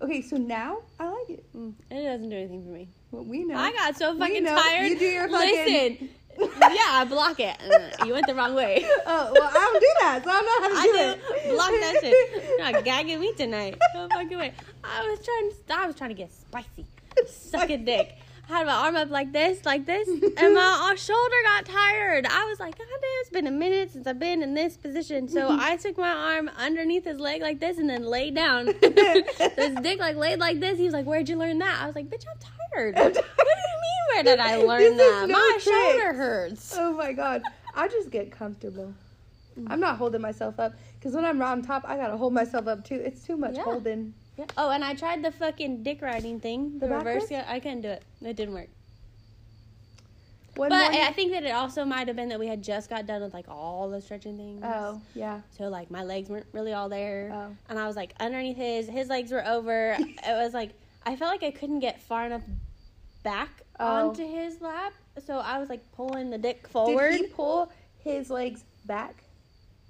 [SPEAKER 2] Okay, so now I like it.
[SPEAKER 1] Mm, It doesn't do anything for me.
[SPEAKER 2] Well, we know. (laughs)
[SPEAKER 1] I got so
[SPEAKER 2] We
[SPEAKER 1] fucking
[SPEAKER 2] know.
[SPEAKER 1] tired.
[SPEAKER 2] You do your fucking- (laughs)
[SPEAKER 1] Listen, yeah, block it. Uh, You went the wrong way.
[SPEAKER 2] Oh well, I don't do that, so I don't know how to do
[SPEAKER 1] I
[SPEAKER 2] it.
[SPEAKER 1] do block that
[SPEAKER 2] (laughs)
[SPEAKER 1] shit. You're not gagging me tonight. (laughs) No fucking way. I was trying. To, I was trying to get spicy. Suck a dick. I had my arm up like this, like this, and
[SPEAKER 2] (laughs)
[SPEAKER 1] my uh, shoulder got tired. I was like, God damn, it's been a minute since I've been in this position.
[SPEAKER 2] (laughs)
[SPEAKER 1] So I took my arm underneath his leg like this and then laid
[SPEAKER 2] (laughs)
[SPEAKER 1] down. this dick like laid like this. He was like, Where'd you learn that? I was like, Bitch, I'm
[SPEAKER 2] (laughs)
[SPEAKER 1] tired.
[SPEAKER 2] I'm
[SPEAKER 1] what
[SPEAKER 2] tired.
[SPEAKER 1] do you mean, where did I
[SPEAKER 2] This
[SPEAKER 1] learn
[SPEAKER 2] is
[SPEAKER 1] that?
[SPEAKER 2] no
[SPEAKER 1] my
[SPEAKER 2] tricks.
[SPEAKER 1] shoulder hurts.
[SPEAKER 2] (laughs) Oh my god. I just get comfortable. I'm not holding myself up because when I'm on top, I gotta hold myself up too. It's too much
[SPEAKER 1] Yeah.
[SPEAKER 2] holding.
[SPEAKER 1] Yeah. Oh, and I tried the fucking dick riding thing, the,
[SPEAKER 2] The
[SPEAKER 1] reverse.
[SPEAKER 2] backwards?
[SPEAKER 1] Yeah, I couldn't do it. It didn't work.
[SPEAKER 2] One
[SPEAKER 1] But
[SPEAKER 2] morning-
[SPEAKER 1] I think that it also might have been that we had just got done with like all the stretching things.
[SPEAKER 2] oh yeah,
[SPEAKER 1] So like my legs weren't really all there,
[SPEAKER 2] Oh.
[SPEAKER 1] and I was like underneath his. His legs were
[SPEAKER 2] (laughs)
[SPEAKER 1] over. it was like I felt like I couldn't get far enough back
[SPEAKER 2] Oh.
[SPEAKER 1] onto his lap, so I was like pulling the dick
[SPEAKER 2] did
[SPEAKER 1] forward.
[SPEAKER 2] he pull his legs back?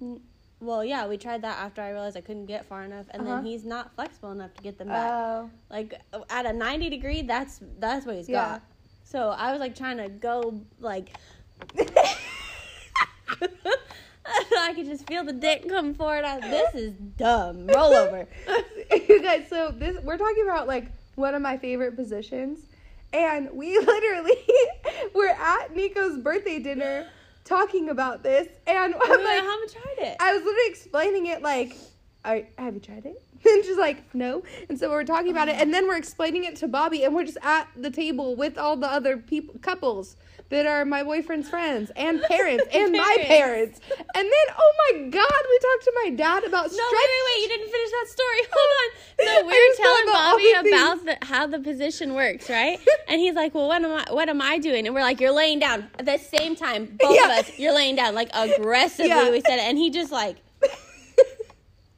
[SPEAKER 1] N- Well, yeah, we tried that after I realized I couldn't get far enough, and
[SPEAKER 2] Uh-huh.
[SPEAKER 1] then he's not flexible enough to get them back.
[SPEAKER 2] Oh.
[SPEAKER 1] like at a 90 degree that's that's what he's
[SPEAKER 2] Yeah.
[SPEAKER 1] got so i was like trying to go like (laughs)
[SPEAKER 2] Oh. (laughs)
[SPEAKER 1] i could just feel the dick come forward I, this is dumb roll
[SPEAKER 2] (laughs)
[SPEAKER 1] over
[SPEAKER 2] you guys, so this we're talking about like one of my favorite positions, and we (laughs) literally were at Nico's birthday dinner talking about this, and
[SPEAKER 1] i
[SPEAKER 2] I'm like,
[SPEAKER 1] haven't tried it
[SPEAKER 2] I was literally explaining it like, I have you tried it? (laughs) And she's like, no. And so we're talking about it, and then we're explaining it to Bobby, and we're just at the table with all the other people, couples that are my boyfriend's friends and parents and my
[SPEAKER 1] Parents.
[SPEAKER 2] parents. And then, oh my God, we talked to my dad about
[SPEAKER 1] no
[SPEAKER 2] stretch.
[SPEAKER 1] wait, wait wait you didn't finish that
[SPEAKER 2] (laughs)
[SPEAKER 1] story hold on
[SPEAKER 2] I
[SPEAKER 1] so we were
[SPEAKER 2] just thought
[SPEAKER 1] telling
[SPEAKER 2] about all these
[SPEAKER 1] bobby about the, how the position works right
[SPEAKER 2] (laughs)
[SPEAKER 1] and he's like well what am i what am i doing and we're like you're laying down at the same time both
[SPEAKER 2] (laughs) Yeah.
[SPEAKER 1] of us you're laying down like aggressively
[SPEAKER 2] Yeah.
[SPEAKER 1] we said it and he just like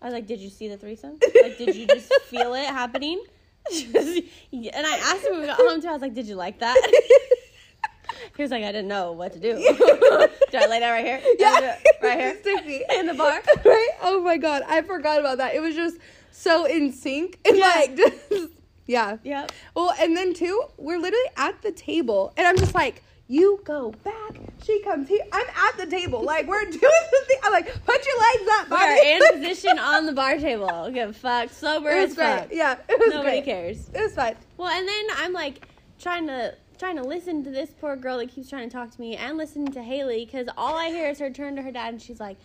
[SPEAKER 1] I was like, did you see the threesome? Like, did you
[SPEAKER 2] (laughs)
[SPEAKER 1] just feel it happening? (laughs) and I asked him when we got home too. I was like, did you like that? (laughs)
[SPEAKER 2] (laughs)
[SPEAKER 1] He was like, I didn't know what to do. do I lay down right here?
[SPEAKER 2] Yeah.
[SPEAKER 1] Right
[SPEAKER 2] (laughs)
[SPEAKER 1] here?
[SPEAKER 2] Stick me.
[SPEAKER 1] In the bar?
[SPEAKER 2] (laughs) right? Oh my god, I forgot about that. It was just so in sync (laughs) and
[SPEAKER 1] Yeah.
[SPEAKER 2] like just yeah.
[SPEAKER 1] Yep.
[SPEAKER 2] Well, and then too, we're literally at the table and I'm just like, you go back, she comes here. I'm at the table. Like we're (laughs) doing the thing. I'm like, put your legs up,
[SPEAKER 1] We
[SPEAKER 2] Bobby.
[SPEAKER 1] are in
[SPEAKER 2] (laughs)
[SPEAKER 1] position on the bar table. Get fucked. Sober
[SPEAKER 2] it
[SPEAKER 1] as
[SPEAKER 2] was
[SPEAKER 1] fuck.
[SPEAKER 2] great. Yeah, it was
[SPEAKER 1] Nobody
[SPEAKER 2] great.
[SPEAKER 1] cares.
[SPEAKER 2] It was
[SPEAKER 1] (laughs)
[SPEAKER 2] fun.
[SPEAKER 1] Well, and then I'm like trying to trying to listen to this poor girl that keeps trying to talk to me and listen to Haley because all I hear is her turn to her dad and she's like,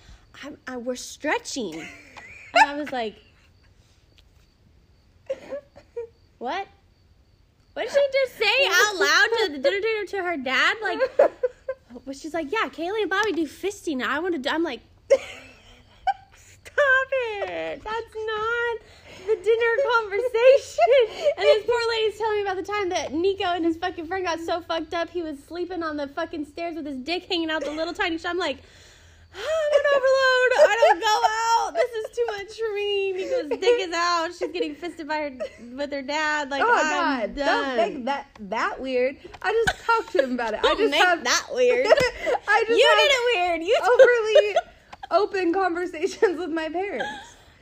[SPEAKER 1] I'm, I, "We're stretching," and I was like, "What? What did she just say out loud to (laughs) the dinner table to her dad?" Like, but she's like, "Yeah, Kaylee and Bobby do fisting. I want to." Do, I'm like, Um,
[SPEAKER 2] (laughs)
[SPEAKER 1] (laughs) "Stop it! That's not the dinner
[SPEAKER 2] (laughs)
[SPEAKER 1] conversation." And this poor lady's telling me about the time that Nico and his fucking friend got so fucked up he was sleeping on the fucking stairs with his dick hanging out the little tiny. I'm like. "Ah, I'm an overload. I don't go out. This is too much for me. Nico's dick is out. She's getting fisted by her with her dad. Like,
[SPEAKER 2] Oh
[SPEAKER 1] I'm
[SPEAKER 2] god,
[SPEAKER 1] done.
[SPEAKER 2] don't make that that weird. I just talked to him about it. I
[SPEAKER 1] Don't
[SPEAKER 2] just
[SPEAKER 1] make
[SPEAKER 2] have
[SPEAKER 1] that weird.
[SPEAKER 2] (laughs) I just
[SPEAKER 1] you
[SPEAKER 2] have-
[SPEAKER 1] did it weird. You (laughs)
[SPEAKER 2] overly open conversations with my parents.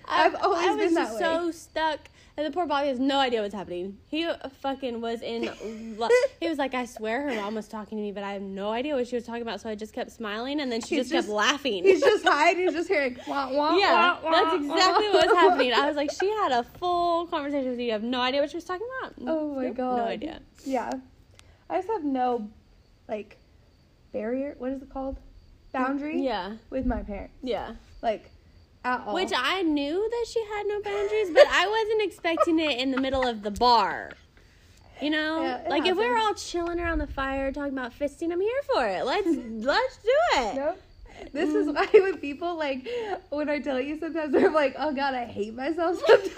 [SPEAKER 2] I've always
[SPEAKER 1] I was
[SPEAKER 2] been that
[SPEAKER 1] just
[SPEAKER 2] way.
[SPEAKER 1] so stuck. And the poor Bobby has no idea what's happening. He fucking was
[SPEAKER 2] (laughs)
[SPEAKER 1] in. Lo- he was like, I swear her mom was talking to me, but I have no idea what she was talking about. So I just kept smiling, and then she
[SPEAKER 2] He's
[SPEAKER 1] just, kept
[SPEAKER 2] just-
[SPEAKER 1] laughing.
[SPEAKER 2] He's just high and he's just hearing wah wah.
[SPEAKER 1] (laughs) yeah,
[SPEAKER 2] wah, wah,
[SPEAKER 1] that's exactly
[SPEAKER 2] wah. (laughs)
[SPEAKER 1] what was happening. I was like, she had a full conversation with you. You have no idea what she was talking about.
[SPEAKER 2] Oh my
[SPEAKER 1] Nope,
[SPEAKER 2] god.
[SPEAKER 1] no idea.
[SPEAKER 2] Yeah, I just have no, like, barrier. What is it called? Boundary.
[SPEAKER 1] Yeah,
[SPEAKER 2] With my parents,
[SPEAKER 1] yeah.
[SPEAKER 2] like, at all.
[SPEAKER 1] Which I knew that she had no boundaries, but I wasn't expecting it in the middle of the bar. You know,
[SPEAKER 2] Yeah, it
[SPEAKER 1] like if we were
[SPEAKER 2] happens.
[SPEAKER 1] all chilling around the fire talking about fisting, I'm here for it.
[SPEAKER 2] (laughs)
[SPEAKER 1] Let's let's do it.
[SPEAKER 2] Nope. This
[SPEAKER 1] Mm.
[SPEAKER 2] is why when people like when I tell you sometimes they're like, oh god, I hate myself (laughs) sometimes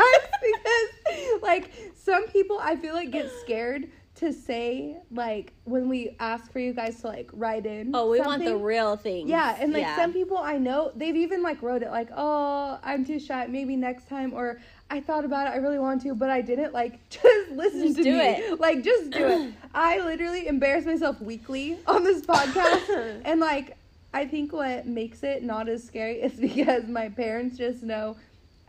[SPEAKER 2] because like some people I feel like get scared to say like when we ask for you guys to like write in.
[SPEAKER 1] Oh, we want the
[SPEAKER 2] something.
[SPEAKER 1] real thing.
[SPEAKER 2] Yeah, and like some people I know, they've even like wrote it like, "Oh, I'm too shy. Maybe next time." Or I thought about it. I really want to, but I didn't. Like, (laughs) just listen
[SPEAKER 1] Just
[SPEAKER 2] to
[SPEAKER 1] do
[SPEAKER 2] me.
[SPEAKER 1] it.
[SPEAKER 2] (laughs) Like, just do
[SPEAKER 1] (clears throat)
[SPEAKER 2] it. I literally embarrass myself weekly on this
[SPEAKER 1] (laughs)
[SPEAKER 2] podcast, and like, I think what makes it not as scary is (laughs) because my parents just know.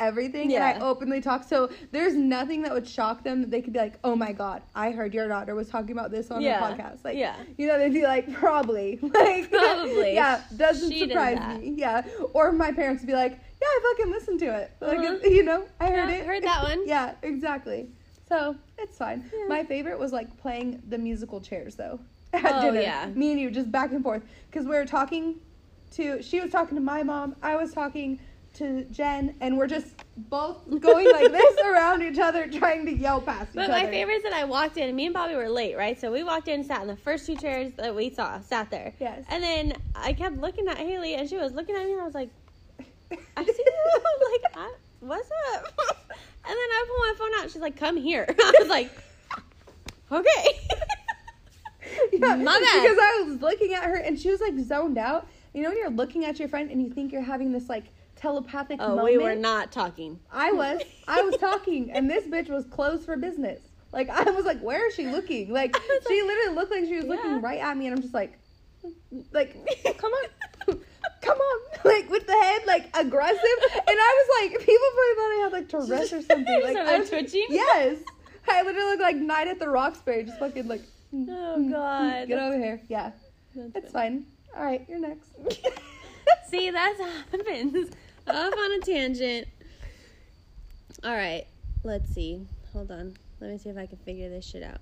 [SPEAKER 2] Everything and
[SPEAKER 1] Yeah.
[SPEAKER 2] I openly talk, so there's nothing that would shock them that they could be like, "Oh my god, I heard your daughter was talking about this on
[SPEAKER 1] Yeah.
[SPEAKER 2] her podcast." Like,
[SPEAKER 1] Yeah.
[SPEAKER 2] you know, they'd be like, "Probably, (laughs) like,
[SPEAKER 1] Probably.
[SPEAKER 2] (laughs) yeah, doesn't
[SPEAKER 1] She did
[SPEAKER 2] surprise
[SPEAKER 1] that.
[SPEAKER 2] me. Yeah. Or my parents would be like, yeah, I fucking listened to it. Like,
[SPEAKER 1] Uh-huh.
[SPEAKER 2] it- (laughs) you know, I heard
[SPEAKER 1] Yeah,
[SPEAKER 2] it.
[SPEAKER 1] heard that one.
[SPEAKER 2] (laughs) yeah, exactly. So it's fine.
[SPEAKER 1] Yeah.
[SPEAKER 2] My favorite was like playing the musical chairs though (laughs) at
[SPEAKER 1] Oh,
[SPEAKER 2] dinner.
[SPEAKER 1] yeah.
[SPEAKER 2] Me and you just back and forth because we were talking to, she was talking to my mom, I was talking to Jen, and we're just both going
[SPEAKER 1] (laughs)
[SPEAKER 2] like this around each other trying to yell past each
[SPEAKER 1] But
[SPEAKER 2] other.
[SPEAKER 1] my
[SPEAKER 2] (laughs)
[SPEAKER 1] favorite is that I walked in, and me and Bobby were late, right? So we walked in and sat in the first two chairs that we saw, sat there.
[SPEAKER 2] Yes.
[SPEAKER 1] And then I kept looking at Haley, and she was looking at me, and I was like, (laughs) I see you. like, I, what's up? (laughs) and then I pull my phone out. She's like, come here. (laughs) I was like, okay.
[SPEAKER 2] (laughs) Yeah,
[SPEAKER 1] My bad.
[SPEAKER 2] because I was looking at her and she was like zoned out. You know when you're looking at your friend and you think you're having this like telepathic
[SPEAKER 1] oh,
[SPEAKER 2] moment.
[SPEAKER 1] we were not talking.
[SPEAKER 2] I was, I was talking, and this bitch was closed for business. Like I was like, where is she looking? Like
[SPEAKER 1] I was
[SPEAKER 2] she literally looked like she was
[SPEAKER 1] yeah.
[SPEAKER 2] looking right at me, and I'm
[SPEAKER 1] (laughs)
[SPEAKER 2] just (laughs) like, like, come on, come on, like with the head like aggressive, like
[SPEAKER 1] (laughs)
[SPEAKER 2] Tourette's or something. Like
[SPEAKER 1] Start,
[SPEAKER 2] I
[SPEAKER 1] like,
[SPEAKER 2] was-
[SPEAKER 1] twitching?
[SPEAKER 2] Yes, I literally look like Night at the Roxbury, just fucking like
[SPEAKER 1] Oh (laughs) god.
[SPEAKER 2] get over here. Yeah,
[SPEAKER 1] That's
[SPEAKER 2] it's fine. All right, you're (laughs) next.
[SPEAKER 1] See, that's what happens. Off on a tangent. All right, let's see. Hold on. Let me see if I can figure this shit out.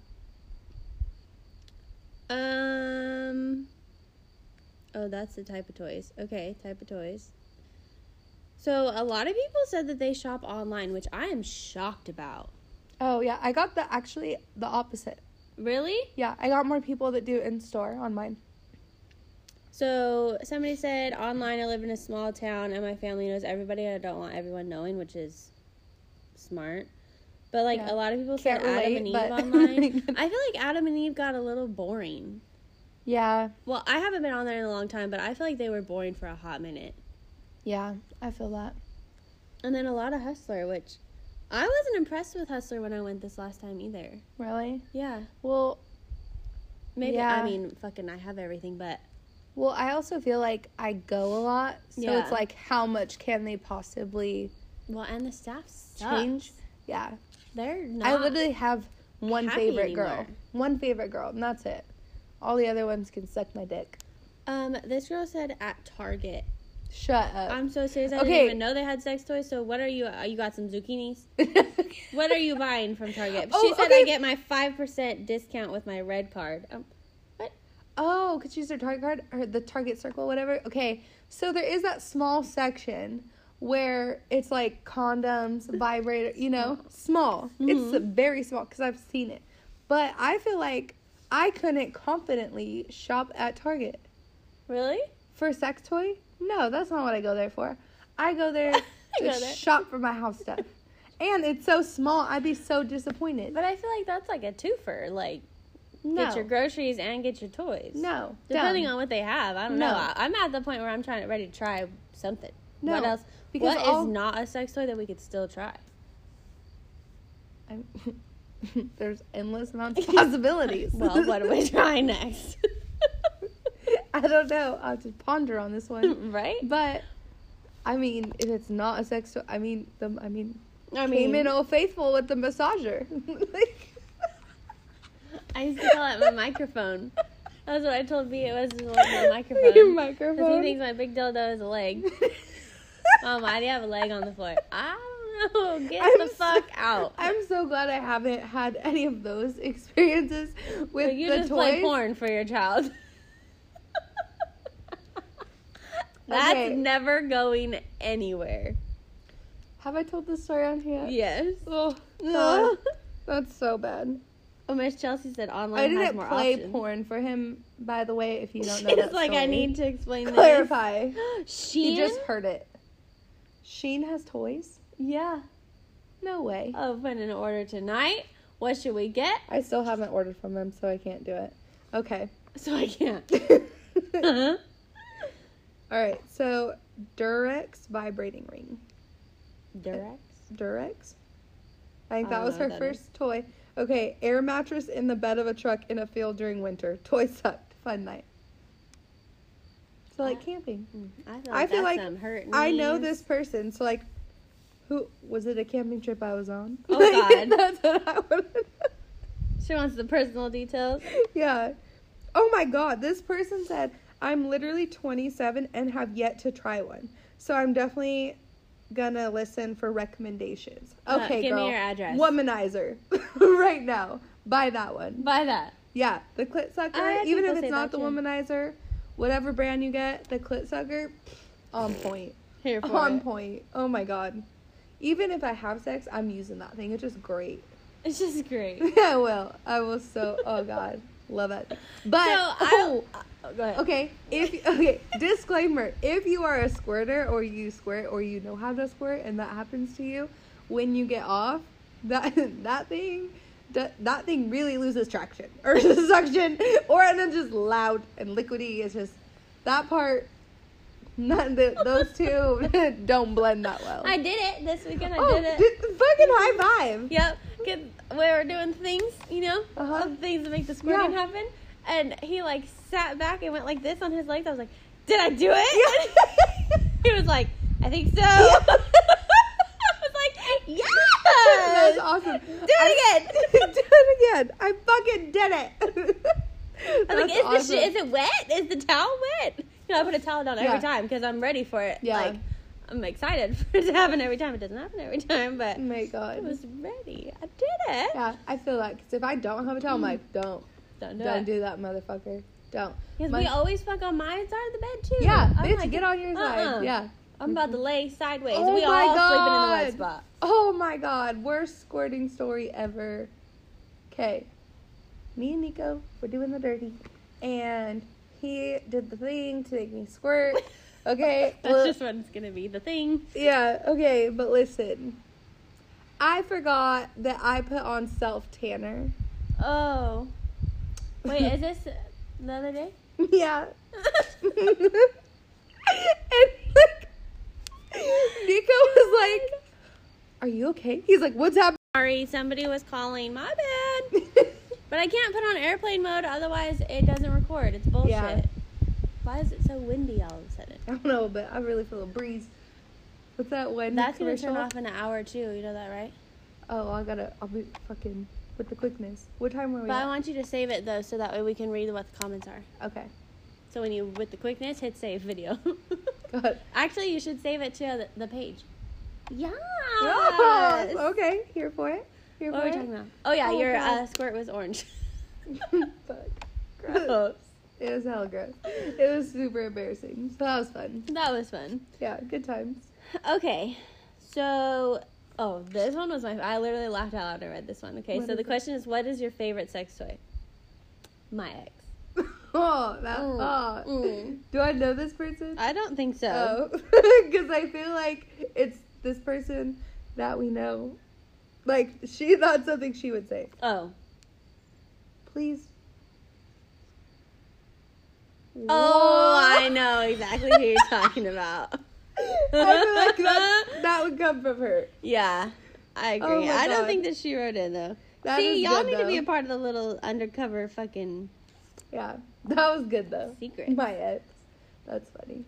[SPEAKER 1] Um. Oh, that's the type of toys. Okay, type of toys. So, a lot of people said that they shop online, which I am shocked about.
[SPEAKER 2] Oh yeah, I got the actually the opposite.
[SPEAKER 1] Really?
[SPEAKER 2] Yeah, I got more people that do in store on mine.
[SPEAKER 1] So somebody said online, I live in a small town and my family knows everybody. and I don't want everyone knowing, which is smart. But like
[SPEAKER 2] Yeah.
[SPEAKER 1] a lot of people
[SPEAKER 2] Can't
[SPEAKER 1] said Adam and Eve
[SPEAKER 2] relate, but- (laughs)
[SPEAKER 1] online. I feel like Adam and Eve got a little boring.
[SPEAKER 2] Yeah,
[SPEAKER 1] Well, I haven't been on there in a long time, but I feel like they were boring for a hot minute.
[SPEAKER 2] yeah, I feel that.
[SPEAKER 1] And then a lot of Hustler, which I wasn't impressed with Hustler when I went this last time either.
[SPEAKER 2] Really?
[SPEAKER 1] Yeah.
[SPEAKER 2] Well,
[SPEAKER 1] Maybe I
[SPEAKER 2] Yeah.
[SPEAKER 1] mean fucking I have everything, but
[SPEAKER 2] well, I also feel like I go a lot, so
[SPEAKER 1] Yeah.
[SPEAKER 2] it's like how much can they possibly
[SPEAKER 1] well and the staff sucks.
[SPEAKER 2] change? Yeah,
[SPEAKER 1] They're not
[SPEAKER 2] I literally have one
[SPEAKER 1] happy
[SPEAKER 2] favorite girl,
[SPEAKER 1] anymore.
[SPEAKER 2] one favorite girl, and that's it. All the other ones can suck my dick.
[SPEAKER 1] um this girl said at Target
[SPEAKER 2] Shut (laughs) up.
[SPEAKER 1] I'm so serious. I
[SPEAKER 2] Okay.
[SPEAKER 1] didn't even know they had sex toys. So what are you? Uh, you got some zucchinis? What are you buying from (laughs) Target?
[SPEAKER 2] Oh,
[SPEAKER 1] she said
[SPEAKER 2] okay.
[SPEAKER 1] I get my five percent discount with my red card. Um, what?
[SPEAKER 2] Oh, could she use their target card or the target circle, whatever. Okay, so there is that small section where it's
[SPEAKER 1] (laughs)
[SPEAKER 2] like condoms, vibrator, you know, small. It's
[SPEAKER 1] Mm-hmm.
[SPEAKER 2] very small because I've seen it. But I feel like I couldn't confidently shop at Target
[SPEAKER 1] Really?
[SPEAKER 2] for a sex toy. No, that's not what I go there for. I
[SPEAKER 1] (laughs)
[SPEAKER 2] go there
[SPEAKER 1] I
[SPEAKER 2] to
[SPEAKER 1] go there.
[SPEAKER 2] shop for my house stuff. and it's so small, I'd be so disappointed.
[SPEAKER 1] But I feel like that's like a twofer. Like
[SPEAKER 2] no,
[SPEAKER 1] get your groceries and get your toys.
[SPEAKER 2] no,
[SPEAKER 1] Depending
[SPEAKER 2] dumb.
[SPEAKER 1] on what they have, I don't
[SPEAKER 2] No.
[SPEAKER 1] know. I, I'm at the point where I'm trying ready to try something.
[SPEAKER 2] No,
[SPEAKER 1] What else?
[SPEAKER 2] because
[SPEAKER 1] Because what is
[SPEAKER 2] all-
[SPEAKER 1] not a sex toy that we could still (laughs) try?
[SPEAKER 2] I'm, (laughs) there's endless
[SPEAKER 1] (laughs)
[SPEAKER 2] amounts of possibilities.
[SPEAKER 1] Well, what
[SPEAKER 2] (laughs)
[SPEAKER 1] do we try (laughs) next?
[SPEAKER 2] I don't know. I'll have to ponder on
[SPEAKER 1] (laughs)
[SPEAKER 2] this one.
[SPEAKER 1] right?
[SPEAKER 2] But I mean, if it's not a sex toy, I mean, the I mean,
[SPEAKER 1] I
[SPEAKER 2] came in all faithful with the massager. (laughs) like,
[SPEAKER 1] I used to call it my microphone. That's what I told B. It was just like my microphone.
[SPEAKER 2] (laughs)
[SPEAKER 1] 'Cause
[SPEAKER 2] Your
[SPEAKER 1] He
[SPEAKER 2] microphone.
[SPEAKER 1] thinks my big dildo is a leg.
[SPEAKER 2] (laughs)
[SPEAKER 1] Mom, why do you have a leg on the floor? I don't know. (laughs) Get
[SPEAKER 2] I'm
[SPEAKER 1] the
[SPEAKER 2] so-
[SPEAKER 1] fuck out.
[SPEAKER 2] I'm so glad I haven't had any of those (laughs) experiences with
[SPEAKER 1] But you
[SPEAKER 2] the
[SPEAKER 1] just
[SPEAKER 2] toys.
[SPEAKER 1] play porn for your child. (laughs) That's
[SPEAKER 2] Okay.
[SPEAKER 1] never going anywhere.
[SPEAKER 2] Have I told this story on here?
[SPEAKER 1] Yes.
[SPEAKER 2] Oh, God.
[SPEAKER 1] No.
[SPEAKER 2] that's so bad.
[SPEAKER 1] (laughs) Oh, Miss Chelsea said online
[SPEAKER 2] I
[SPEAKER 1] has
[SPEAKER 2] didn't
[SPEAKER 1] more
[SPEAKER 2] play
[SPEAKER 1] options.
[SPEAKER 2] porn for him, by the way. If you don't know,
[SPEAKER 1] She's
[SPEAKER 2] that
[SPEAKER 1] like, I
[SPEAKER 2] story. (laughs)
[SPEAKER 1] need to explain this.
[SPEAKER 2] (gasps) clarify.
[SPEAKER 1] She
[SPEAKER 2] He just heard it. Sheen has toys?
[SPEAKER 1] yeah.
[SPEAKER 2] No way.
[SPEAKER 1] Open an order tonight. What should we get? (laughs)
[SPEAKER 2] I still haven't ordered from him, so I can't do it. Okay. (laughs)
[SPEAKER 1] So I can't.
[SPEAKER 2] All
[SPEAKER 1] Uh-huh.
[SPEAKER 2] right. So Durex vibrating ring.
[SPEAKER 1] Durex.
[SPEAKER 2] Durex. I think
[SPEAKER 1] I
[SPEAKER 2] that
[SPEAKER 1] don't
[SPEAKER 2] was
[SPEAKER 1] know
[SPEAKER 2] her
[SPEAKER 1] what that
[SPEAKER 2] first toy. Okay, air mattress in the bed of a truck in a field during winter. (laughs) Toy sucked. Fun night. So like
[SPEAKER 1] I-
[SPEAKER 2] camping.
[SPEAKER 1] Mm-hmm. I feel
[SPEAKER 2] I feel like
[SPEAKER 1] some hurt
[SPEAKER 2] I know
[SPEAKER 1] knees.
[SPEAKER 2] this person. So like, who was it? A camping trip I was on?
[SPEAKER 1] Oh,
[SPEAKER 2] Like,
[SPEAKER 1] God.
[SPEAKER 2] (laughs) that's what I wanna know.
[SPEAKER 1] She wants the personal details.
[SPEAKER 2] (laughs) yeah. Oh my god, this person said, I'm literally 27 and have yet to try one. So I'm definitely gonna listen for recommendations.
[SPEAKER 1] Uh,
[SPEAKER 2] Okay,
[SPEAKER 1] give me
[SPEAKER 2] girl.
[SPEAKER 1] your address.
[SPEAKER 2] Womanizer. (laughs) right now. Buy that one.
[SPEAKER 1] Buy that.
[SPEAKER 2] Yeah, the clit sucker.
[SPEAKER 1] I had
[SPEAKER 2] even
[SPEAKER 1] people
[SPEAKER 2] if
[SPEAKER 1] say
[SPEAKER 2] it's not
[SPEAKER 1] that
[SPEAKER 2] the
[SPEAKER 1] too.
[SPEAKER 2] womanizer, whatever brand you get, the clit sucker, on point.
[SPEAKER 1] Here for
[SPEAKER 2] On
[SPEAKER 1] it.
[SPEAKER 2] point. Oh my god. Even if I have sex, I'm using that thing. It's just great.
[SPEAKER 1] It's just
[SPEAKER 2] (laughs)
[SPEAKER 1] great.
[SPEAKER 2] I will. I will so. Oh God, love it. But
[SPEAKER 1] so I.
[SPEAKER 2] oh,
[SPEAKER 1] Oh, go ahead.
[SPEAKER 2] (laughs) okay. If okay, disclaimer: If you are a squirter or you squirt or you know how to squirt and that happens to you, when you get off, that (laughs) that thing. That, that thing really loses traction (laughs) or suction or and then just loud and liquidy it's just that part not the, those two (laughs) don't blend that well
[SPEAKER 1] I did it this weekend. I
[SPEAKER 2] oh,
[SPEAKER 1] did it.
[SPEAKER 2] di- fucking high five
[SPEAKER 1] Yep. 'cause we were doing things, you know,
[SPEAKER 2] Uh-huh.
[SPEAKER 1] of things that make the squirting
[SPEAKER 2] Yeah.
[SPEAKER 1] happen. And he like sat back and went like this on his legs. I was like, "Did I do it?" (laughs)
[SPEAKER 2] Yeah. (laughs)
[SPEAKER 1] he was like, (laughs) "I think so." I was like, Yes!
[SPEAKER 2] that was awesome.
[SPEAKER 1] Do it again.
[SPEAKER 2] (laughs) Do it again. I fucking did it. (laughs)
[SPEAKER 1] I was
[SPEAKER 2] That's
[SPEAKER 1] like, is, the
[SPEAKER 2] awesome.
[SPEAKER 1] shit, is it wet? Is the towel wet? You know, I put a towel down
[SPEAKER 2] Yeah.
[SPEAKER 1] every time because I'm ready for it.
[SPEAKER 2] Yeah.
[SPEAKER 1] Like, I'm excited (laughs) for it to happen every time. It doesn't happen every time, but
[SPEAKER 2] Oh my
[SPEAKER 1] I
[SPEAKER 2] god.
[SPEAKER 1] was ready. I did it.
[SPEAKER 2] yeah, I feel like 'cause if I don't have a towel, I'm like,
[SPEAKER 1] Mm.
[SPEAKER 2] don't,
[SPEAKER 1] Don't do
[SPEAKER 2] don't
[SPEAKER 1] it.
[SPEAKER 2] do that, motherfucker. Don't.
[SPEAKER 1] Because
[SPEAKER 2] My-
[SPEAKER 1] we always fuck on Oh my side of the bed, too.
[SPEAKER 2] yeah,
[SPEAKER 1] I'm
[SPEAKER 2] bitch,
[SPEAKER 1] like,
[SPEAKER 2] get on your
[SPEAKER 1] uh-uh.
[SPEAKER 2] side. Yeah.
[SPEAKER 1] I'm about to lay sideways.
[SPEAKER 2] Oh
[SPEAKER 1] we
[SPEAKER 2] my
[SPEAKER 1] all sleeping in the right
[SPEAKER 2] God.
[SPEAKER 1] spot.
[SPEAKER 2] Oh my god, worst squirting story ever. Okay. Me and Nico were doing the dirty. And he did the thing to make me
[SPEAKER 1] (laughs)
[SPEAKER 2] squirt. Okay.
[SPEAKER 1] That's
[SPEAKER 2] well-
[SPEAKER 1] just what's going to be the thing.
[SPEAKER 2] yeah, okay, but listen. I forgot that I put on self tanner.
[SPEAKER 1] Oh. Wait, is this the other
[SPEAKER 2] (laughs)
[SPEAKER 1] day?
[SPEAKER 2] (laughs) yeah. and like Nico was like, Are you okay? He's like, What's happening? (laughs)
[SPEAKER 1] Sorry, somebody was calling. My bad. But I can't put on airplane mode, otherwise it doesn't record. It's bullshit.
[SPEAKER 2] Yeah.
[SPEAKER 1] Why is it so windy all of a sudden?
[SPEAKER 2] I don't know, but I really feel a breeze. What's that one?
[SPEAKER 1] That's gonna
[SPEAKER 2] commercial?
[SPEAKER 1] turn off in an hour too. You know that, right?
[SPEAKER 2] Oh, I gotta. I'll be fucking with the quickness. What time were we?
[SPEAKER 1] But I
[SPEAKER 2] At?
[SPEAKER 1] want you to save it though, so that way we can read what the comments are.
[SPEAKER 2] okay.
[SPEAKER 1] So when you, with the quickness, hit save video. (laughs)
[SPEAKER 2] Good.
[SPEAKER 1] Actually, you should save it to the, the page. Yeah.
[SPEAKER 2] Yes. (laughs) Okay. Here for it. Here
[SPEAKER 1] What
[SPEAKER 2] for
[SPEAKER 1] were we
[SPEAKER 2] it.
[SPEAKER 1] talking about? Oh yeah,
[SPEAKER 2] Oh,
[SPEAKER 1] your
[SPEAKER 2] God.
[SPEAKER 1] uh, squirt was
[SPEAKER 2] (laughs)
[SPEAKER 1] orange.
[SPEAKER 2] Fuck.
[SPEAKER 1] (laughs) Oh,
[SPEAKER 2] Gross. It was hella gross. It was super embarrassing. But that was fun.
[SPEAKER 1] that was fun.
[SPEAKER 2] Yeah. Good times. (laughs)
[SPEAKER 1] Okay, so oh, this one was my. I literally laughed out loud when I read this one. Okay,
[SPEAKER 2] What
[SPEAKER 1] so
[SPEAKER 2] is
[SPEAKER 1] the
[SPEAKER 2] it?
[SPEAKER 1] question is, what is your favorite sex toy? My ex.
[SPEAKER 2] oh, that.
[SPEAKER 1] Mm.
[SPEAKER 2] Oh.
[SPEAKER 1] Mm.
[SPEAKER 2] Do I know this person?
[SPEAKER 1] I don't think so.
[SPEAKER 2] Oh. (laughs) Because I feel like it's this person that we know. Like she thought something she would say.
[SPEAKER 1] Oh.
[SPEAKER 2] Please.
[SPEAKER 1] Oh,
[SPEAKER 2] Whoa.
[SPEAKER 1] I know exactly who you're talking about. (laughs)
[SPEAKER 2] (laughs) I feel like that, that would come from her.
[SPEAKER 1] Yeah, I agree.
[SPEAKER 2] Oh my
[SPEAKER 1] I don't
[SPEAKER 2] God.
[SPEAKER 1] think that she wrote in though.
[SPEAKER 2] That
[SPEAKER 1] See,
[SPEAKER 2] is
[SPEAKER 1] y'all
[SPEAKER 2] good,
[SPEAKER 1] need to be
[SPEAKER 2] though.
[SPEAKER 1] a part of the little undercover fucking
[SPEAKER 2] Yeah, that was good though.
[SPEAKER 1] secret.
[SPEAKER 2] My ex. That's funny.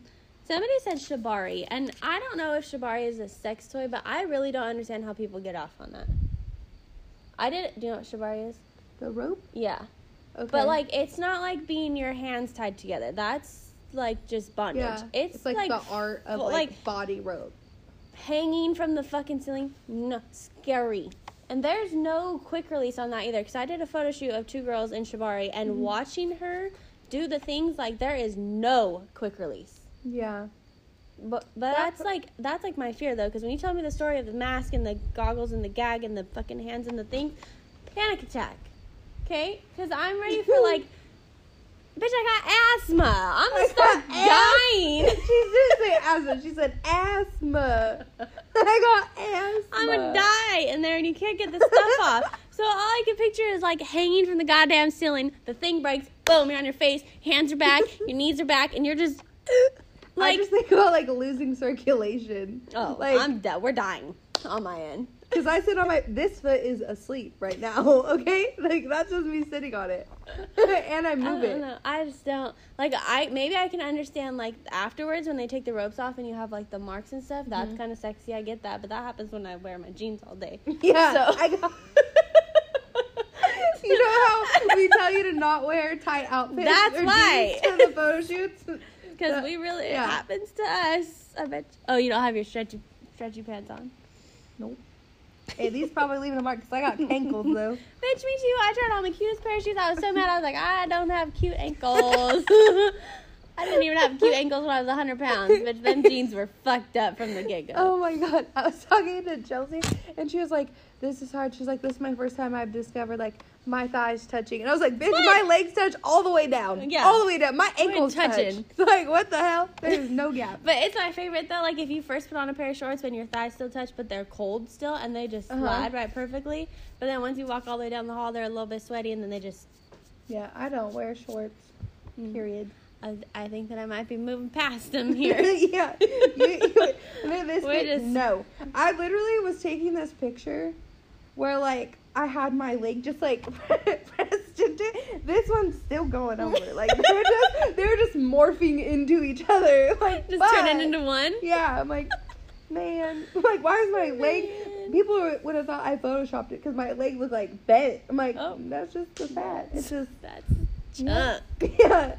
[SPEAKER 1] Somebody said Shibari, and I don't know if Shibari is a sex toy, but I really don't understand how people get off on that. I did. Do you know what Shibari is?
[SPEAKER 2] The rope.
[SPEAKER 1] Yeah,
[SPEAKER 2] Okay.
[SPEAKER 1] but like it's not like being your hands tied together. That's like just bondage.
[SPEAKER 2] yeah,
[SPEAKER 1] It's,
[SPEAKER 2] like,
[SPEAKER 1] like,
[SPEAKER 2] the art of
[SPEAKER 1] well,
[SPEAKER 2] like,
[SPEAKER 1] like-
[SPEAKER 2] body rope.
[SPEAKER 1] hanging from the fucking ceiling. No, scary. And there's no quick release on that either, because I did a photo shoot of two girls in Shibari, and watching her do the things like there is no quick release.
[SPEAKER 2] Yeah.
[SPEAKER 1] But, but
[SPEAKER 2] That-
[SPEAKER 1] that's like that's like my fear though, because when you tell me the story of the mask and the goggles and the gag and the fucking hands and the thing, panic attack. Okay, because I'm ready for
[SPEAKER 2] (laughs)
[SPEAKER 1] like, bitch, I got asthma. I'm gonna start
[SPEAKER 2] (laughs) She
[SPEAKER 1] dying.
[SPEAKER 2] didn't say asthma. She said asthma. (laughs) I got asthma.
[SPEAKER 1] I'm gonna die in there, and you can't get the stuff
[SPEAKER 2] (laughs)
[SPEAKER 1] off. So all I can picture is like hanging from the goddamn ceiling. The thing breaks. Boom, you're on your face. Hands are back. Your knees are back, and you're just
[SPEAKER 2] (laughs) I
[SPEAKER 1] like,
[SPEAKER 2] just think about like losing circulation.
[SPEAKER 1] oh,
[SPEAKER 2] like,
[SPEAKER 1] I'm dead. We're dying on my end.
[SPEAKER 2] Because I sit on my this foot is asleep right now. (laughs) Okay, like that's just me sitting on it, (laughs) and I
[SPEAKER 1] I
[SPEAKER 2] move
[SPEAKER 1] don't
[SPEAKER 2] it.
[SPEAKER 1] know. I just don't like. I maybe I can understand like afterwards when they take the ropes off and you have like the marks and stuff.
[SPEAKER 2] Mm-hmm.
[SPEAKER 1] That's kind of sexy. I get that, but that happens when I wear my jeans all day.
[SPEAKER 2] (laughs) Yeah,
[SPEAKER 1] (laughs) So-
[SPEAKER 2] I got. (laughs) You know how we
[SPEAKER 1] (laughs)
[SPEAKER 2] tell you to not wear tight outfits.
[SPEAKER 1] That's
[SPEAKER 2] or
[SPEAKER 1] why.
[SPEAKER 2] jeans to the
[SPEAKER 1] (laughs)
[SPEAKER 2] photo shoots.
[SPEAKER 1] because we really
[SPEAKER 2] yeah.
[SPEAKER 1] it happens to us. I bet. You. Oh, you don't have your stretchy stretchy pants on.
[SPEAKER 2] Nope. Hey, these probably leaving a mark because I got ankles though.
[SPEAKER 1] Bitch, me too. I tried on the cutest pair of shoes. I was so mad. I was like, I don't have cute ankles. (laughs) I didn't even have
[SPEAKER 2] (laughs)
[SPEAKER 1] cute ankles when I was 100 pounds. Bitch, them jeans were fucked up from the get go.
[SPEAKER 2] Oh my god. I was talking to Chelsea and she was like, This is hard. She's like, This is my first time I've discovered like my thighs touching. And I was like, Bitch, my legs touch all the way down.
[SPEAKER 1] Yeah.
[SPEAKER 2] All the way down. My
[SPEAKER 1] We're
[SPEAKER 2] ankles
[SPEAKER 1] touching.
[SPEAKER 2] touching. Touch. (laughs) Like, what the hell? There's no gap.
[SPEAKER 1] But it's my favorite though. Like if you first put on a pair of shorts when your thighs still touch, but they're cold still, and they just
[SPEAKER 2] Uh-huh.
[SPEAKER 1] slide right perfectly. But then once you walk all the way down the hall, they're a little bit sweaty, and then they just.
[SPEAKER 2] Yeah, I don't wear shorts.
[SPEAKER 1] Mm.
[SPEAKER 2] Period.
[SPEAKER 1] I, I think that I might be moving past
[SPEAKER 2] (laughs)
[SPEAKER 1] them here.
[SPEAKER 2] yeah. You, you, no, this
[SPEAKER 1] We're
[SPEAKER 2] pic-
[SPEAKER 1] just-
[SPEAKER 2] no. I literally was taking this picture where like I had my leg just like (laughs) pressed into it. This one's still
[SPEAKER 1] (laughs)
[SPEAKER 2] going over. Like they were just they were just morphing into each other. (laughs)
[SPEAKER 1] (laughs)
[SPEAKER 2] Like
[SPEAKER 1] just
[SPEAKER 2] fuck.
[SPEAKER 1] turning into one.
[SPEAKER 2] (laughs) Yeah, I'm like, man. Like why is my leg
[SPEAKER 1] one?
[SPEAKER 2] People would have thought I photoshopped it because my leg was like bent. I'm like,
[SPEAKER 1] Oh. Uh.
[SPEAKER 2] that's just the fat. It's just
[SPEAKER 1] That's
[SPEAKER 2] Yeah.
[SPEAKER 1] chunk.
[SPEAKER 2] (laughs) yeah,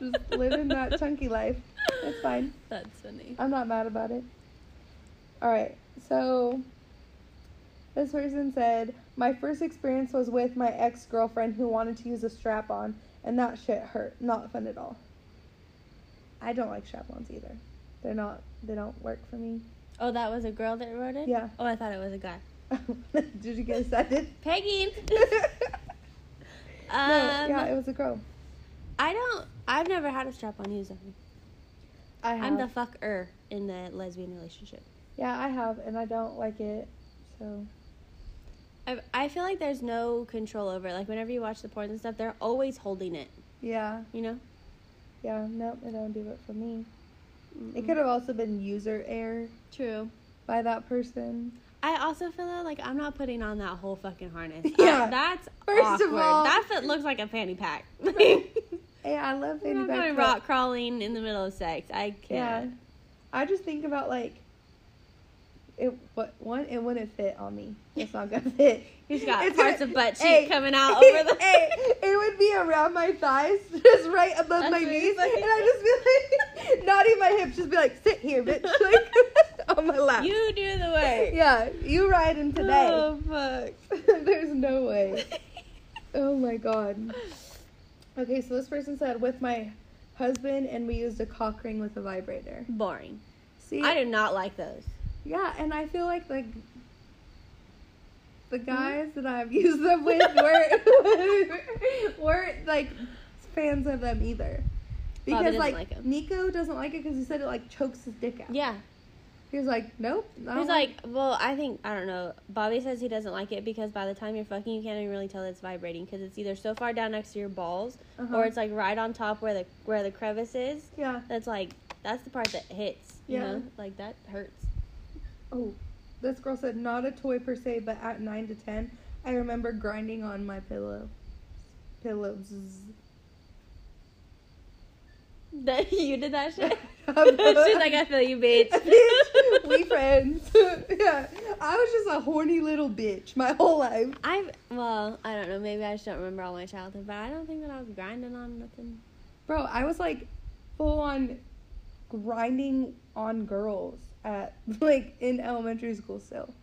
[SPEAKER 2] just living that chunky life. It's fine.
[SPEAKER 1] (laughs) That's funny.
[SPEAKER 2] I'm not mad about it. All right, so this person said, My first experience was with my ex girlfriend who wanted to use a strap on, and that shit hurt. Not fun at all. I don't like strap ons either. They're not, they don't work for me. (laughs)
[SPEAKER 1] Oh, that was a girl that wrote it?
[SPEAKER 2] Yeah.
[SPEAKER 1] Oh, I thought it was a guy.
[SPEAKER 2] Did you guess that? (laughs) Did?
[SPEAKER 1] Peggy. (laughs)
[SPEAKER 2] no,
[SPEAKER 1] Um,
[SPEAKER 2] yeah, it was a girl.
[SPEAKER 1] I don't. I've never had a strap on either.
[SPEAKER 2] I have.
[SPEAKER 1] I'm the fucker in the lesbian relationship.
[SPEAKER 2] yeah, I have, and I don't like it. So,
[SPEAKER 1] I I feel like there's no control over it. Like whenever you watch the porn and stuff, they're always holding it.
[SPEAKER 2] yeah,
[SPEAKER 1] You know.
[SPEAKER 2] yeah, nope, it don't do it for me. It
[SPEAKER 1] Mm-mm.
[SPEAKER 2] could have also been user error.
[SPEAKER 1] Mm-hmm. True.
[SPEAKER 2] by that person.
[SPEAKER 1] I also feel though, like I'm not putting on that whole fucking harness.
[SPEAKER 2] (laughs) Yeah.
[SPEAKER 1] I- that's
[SPEAKER 2] First of
[SPEAKER 1] awkward.
[SPEAKER 2] all-
[SPEAKER 1] that fit looks like a panty pack. (laughs) I'm
[SPEAKER 2] Hey, I love Fanny
[SPEAKER 1] not going
[SPEAKER 2] Backpack.
[SPEAKER 1] rock crawling in the middle of sex. I
[SPEAKER 2] Yeah.
[SPEAKER 1] can't.
[SPEAKER 2] I just think about like it what one it wouldn't fit on me. It's not gonna fit.
[SPEAKER 1] He's got
[SPEAKER 2] It's
[SPEAKER 1] parts
[SPEAKER 2] gonna-
[SPEAKER 1] of butt cheek
[SPEAKER 2] Hey, (laughs)
[SPEAKER 1] coming out over the.
[SPEAKER 2] hey, it would be around my thighs, (laughs) just right above
[SPEAKER 1] That's what
[SPEAKER 2] my
[SPEAKER 1] he's
[SPEAKER 2] knees,
[SPEAKER 1] like.
[SPEAKER 2] and I just be like (laughs) nodding my hips, just be like, sit here, bitch, (laughs) like (laughs) on my lap.
[SPEAKER 1] You do the work.
[SPEAKER 2] yeah, you ride him today.
[SPEAKER 1] Oh
[SPEAKER 2] (laughs) There's no way.
[SPEAKER 1] fuck.
[SPEAKER 2] Oh my god. Okay, so this person said with my husband and we used a cock ring with a vibrator.
[SPEAKER 1] (laughs) Boring.
[SPEAKER 2] See,
[SPEAKER 1] I do not like those.
[SPEAKER 2] yeah, and I feel like the the
[SPEAKER 1] Hmm?
[SPEAKER 2] guys that I've used them with
[SPEAKER 1] (laughs)
[SPEAKER 2] weren't (laughs) weren't like fans of them either. Because
[SPEAKER 1] doesn't
[SPEAKER 2] like,
[SPEAKER 1] like 'em.
[SPEAKER 2] Nico doesn't like it because he said it like chokes his dick out.
[SPEAKER 1] Yeah.
[SPEAKER 2] he was like, nope. I
[SPEAKER 1] He's
[SPEAKER 2] don't
[SPEAKER 1] like, well, I think, I don't know. Bobby says he doesn't like it because by the time you're fucking, you can't even really tell it's vibrating because it's either so far down next to your balls
[SPEAKER 2] Uh-huh.
[SPEAKER 1] or it's like right on top where the where the crevice is.
[SPEAKER 2] yeah.
[SPEAKER 1] That's like, that's the part that hits. You
[SPEAKER 2] Yeah.
[SPEAKER 1] know? Like, that hurts. (laughs)
[SPEAKER 2] Oh, this girl said not a toy per se, but at nine to ten, I remember grinding on my pillow. Pillows.
[SPEAKER 1] That You did that
[SPEAKER 2] (laughs)
[SPEAKER 1] shit? (laughs) She's
[SPEAKER 2] I'm- (laughs)
[SPEAKER 1] like, I feel you, bitch.
[SPEAKER 2] Bitch, we friends. (laughs) yeah, I was just a horny little bitch my whole life.
[SPEAKER 1] I've, well, (laughs) I don't know. Maybe I just don't remember all my childhood, but I don't think that I was grinding on nothing.
[SPEAKER 2] Bro, I was like full on grinding on girls at (laughs) like in elementary school still.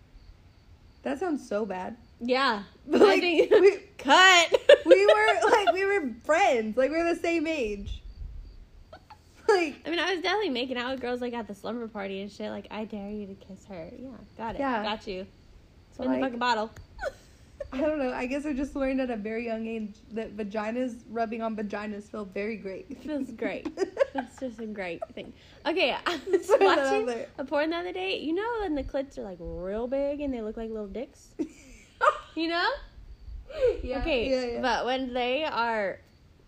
[SPEAKER 2] That sounds so bad.
[SPEAKER 1] Yeah.
[SPEAKER 2] But
[SPEAKER 1] I
[SPEAKER 2] like
[SPEAKER 1] think-
[SPEAKER 2] we,
[SPEAKER 1] (laughs) Cut.
[SPEAKER 2] (laughs) we were like we were friends. Like we were the same age. (laughs) Like
[SPEAKER 1] I mean, I was definitely making out with girls like at the slumber party and shit. Like, I dare you to kiss her. Yeah, got it.
[SPEAKER 2] Yeah.
[SPEAKER 1] Got you.
[SPEAKER 2] So,
[SPEAKER 1] Spin
[SPEAKER 2] like-
[SPEAKER 1] the fucking
[SPEAKER 2] (laughs)
[SPEAKER 1] bottle. (laughs)
[SPEAKER 2] I don't know. I guess I just learned at a very young age that vaginas rubbing on vaginas feel very great.
[SPEAKER 1] Feels
[SPEAKER 2] (laughs)
[SPEAKER 1] great. That's just a great thing. Okay, (laughs) I was
[SPEAKER 2] Sorry, that was
[SPEAKER 1] watching
[SPEAKER 2] it.
[SPEAKER 1] a porn the other day. You know when the clits are like real big and they look (laughs) like little dicks? You know?
[SPEAKER 2] (gasps) yeah.
[SPEAKER 1] Okay,
[SPEAKER 2] Yeah, yeah.
[SPEAKER 1] but when they are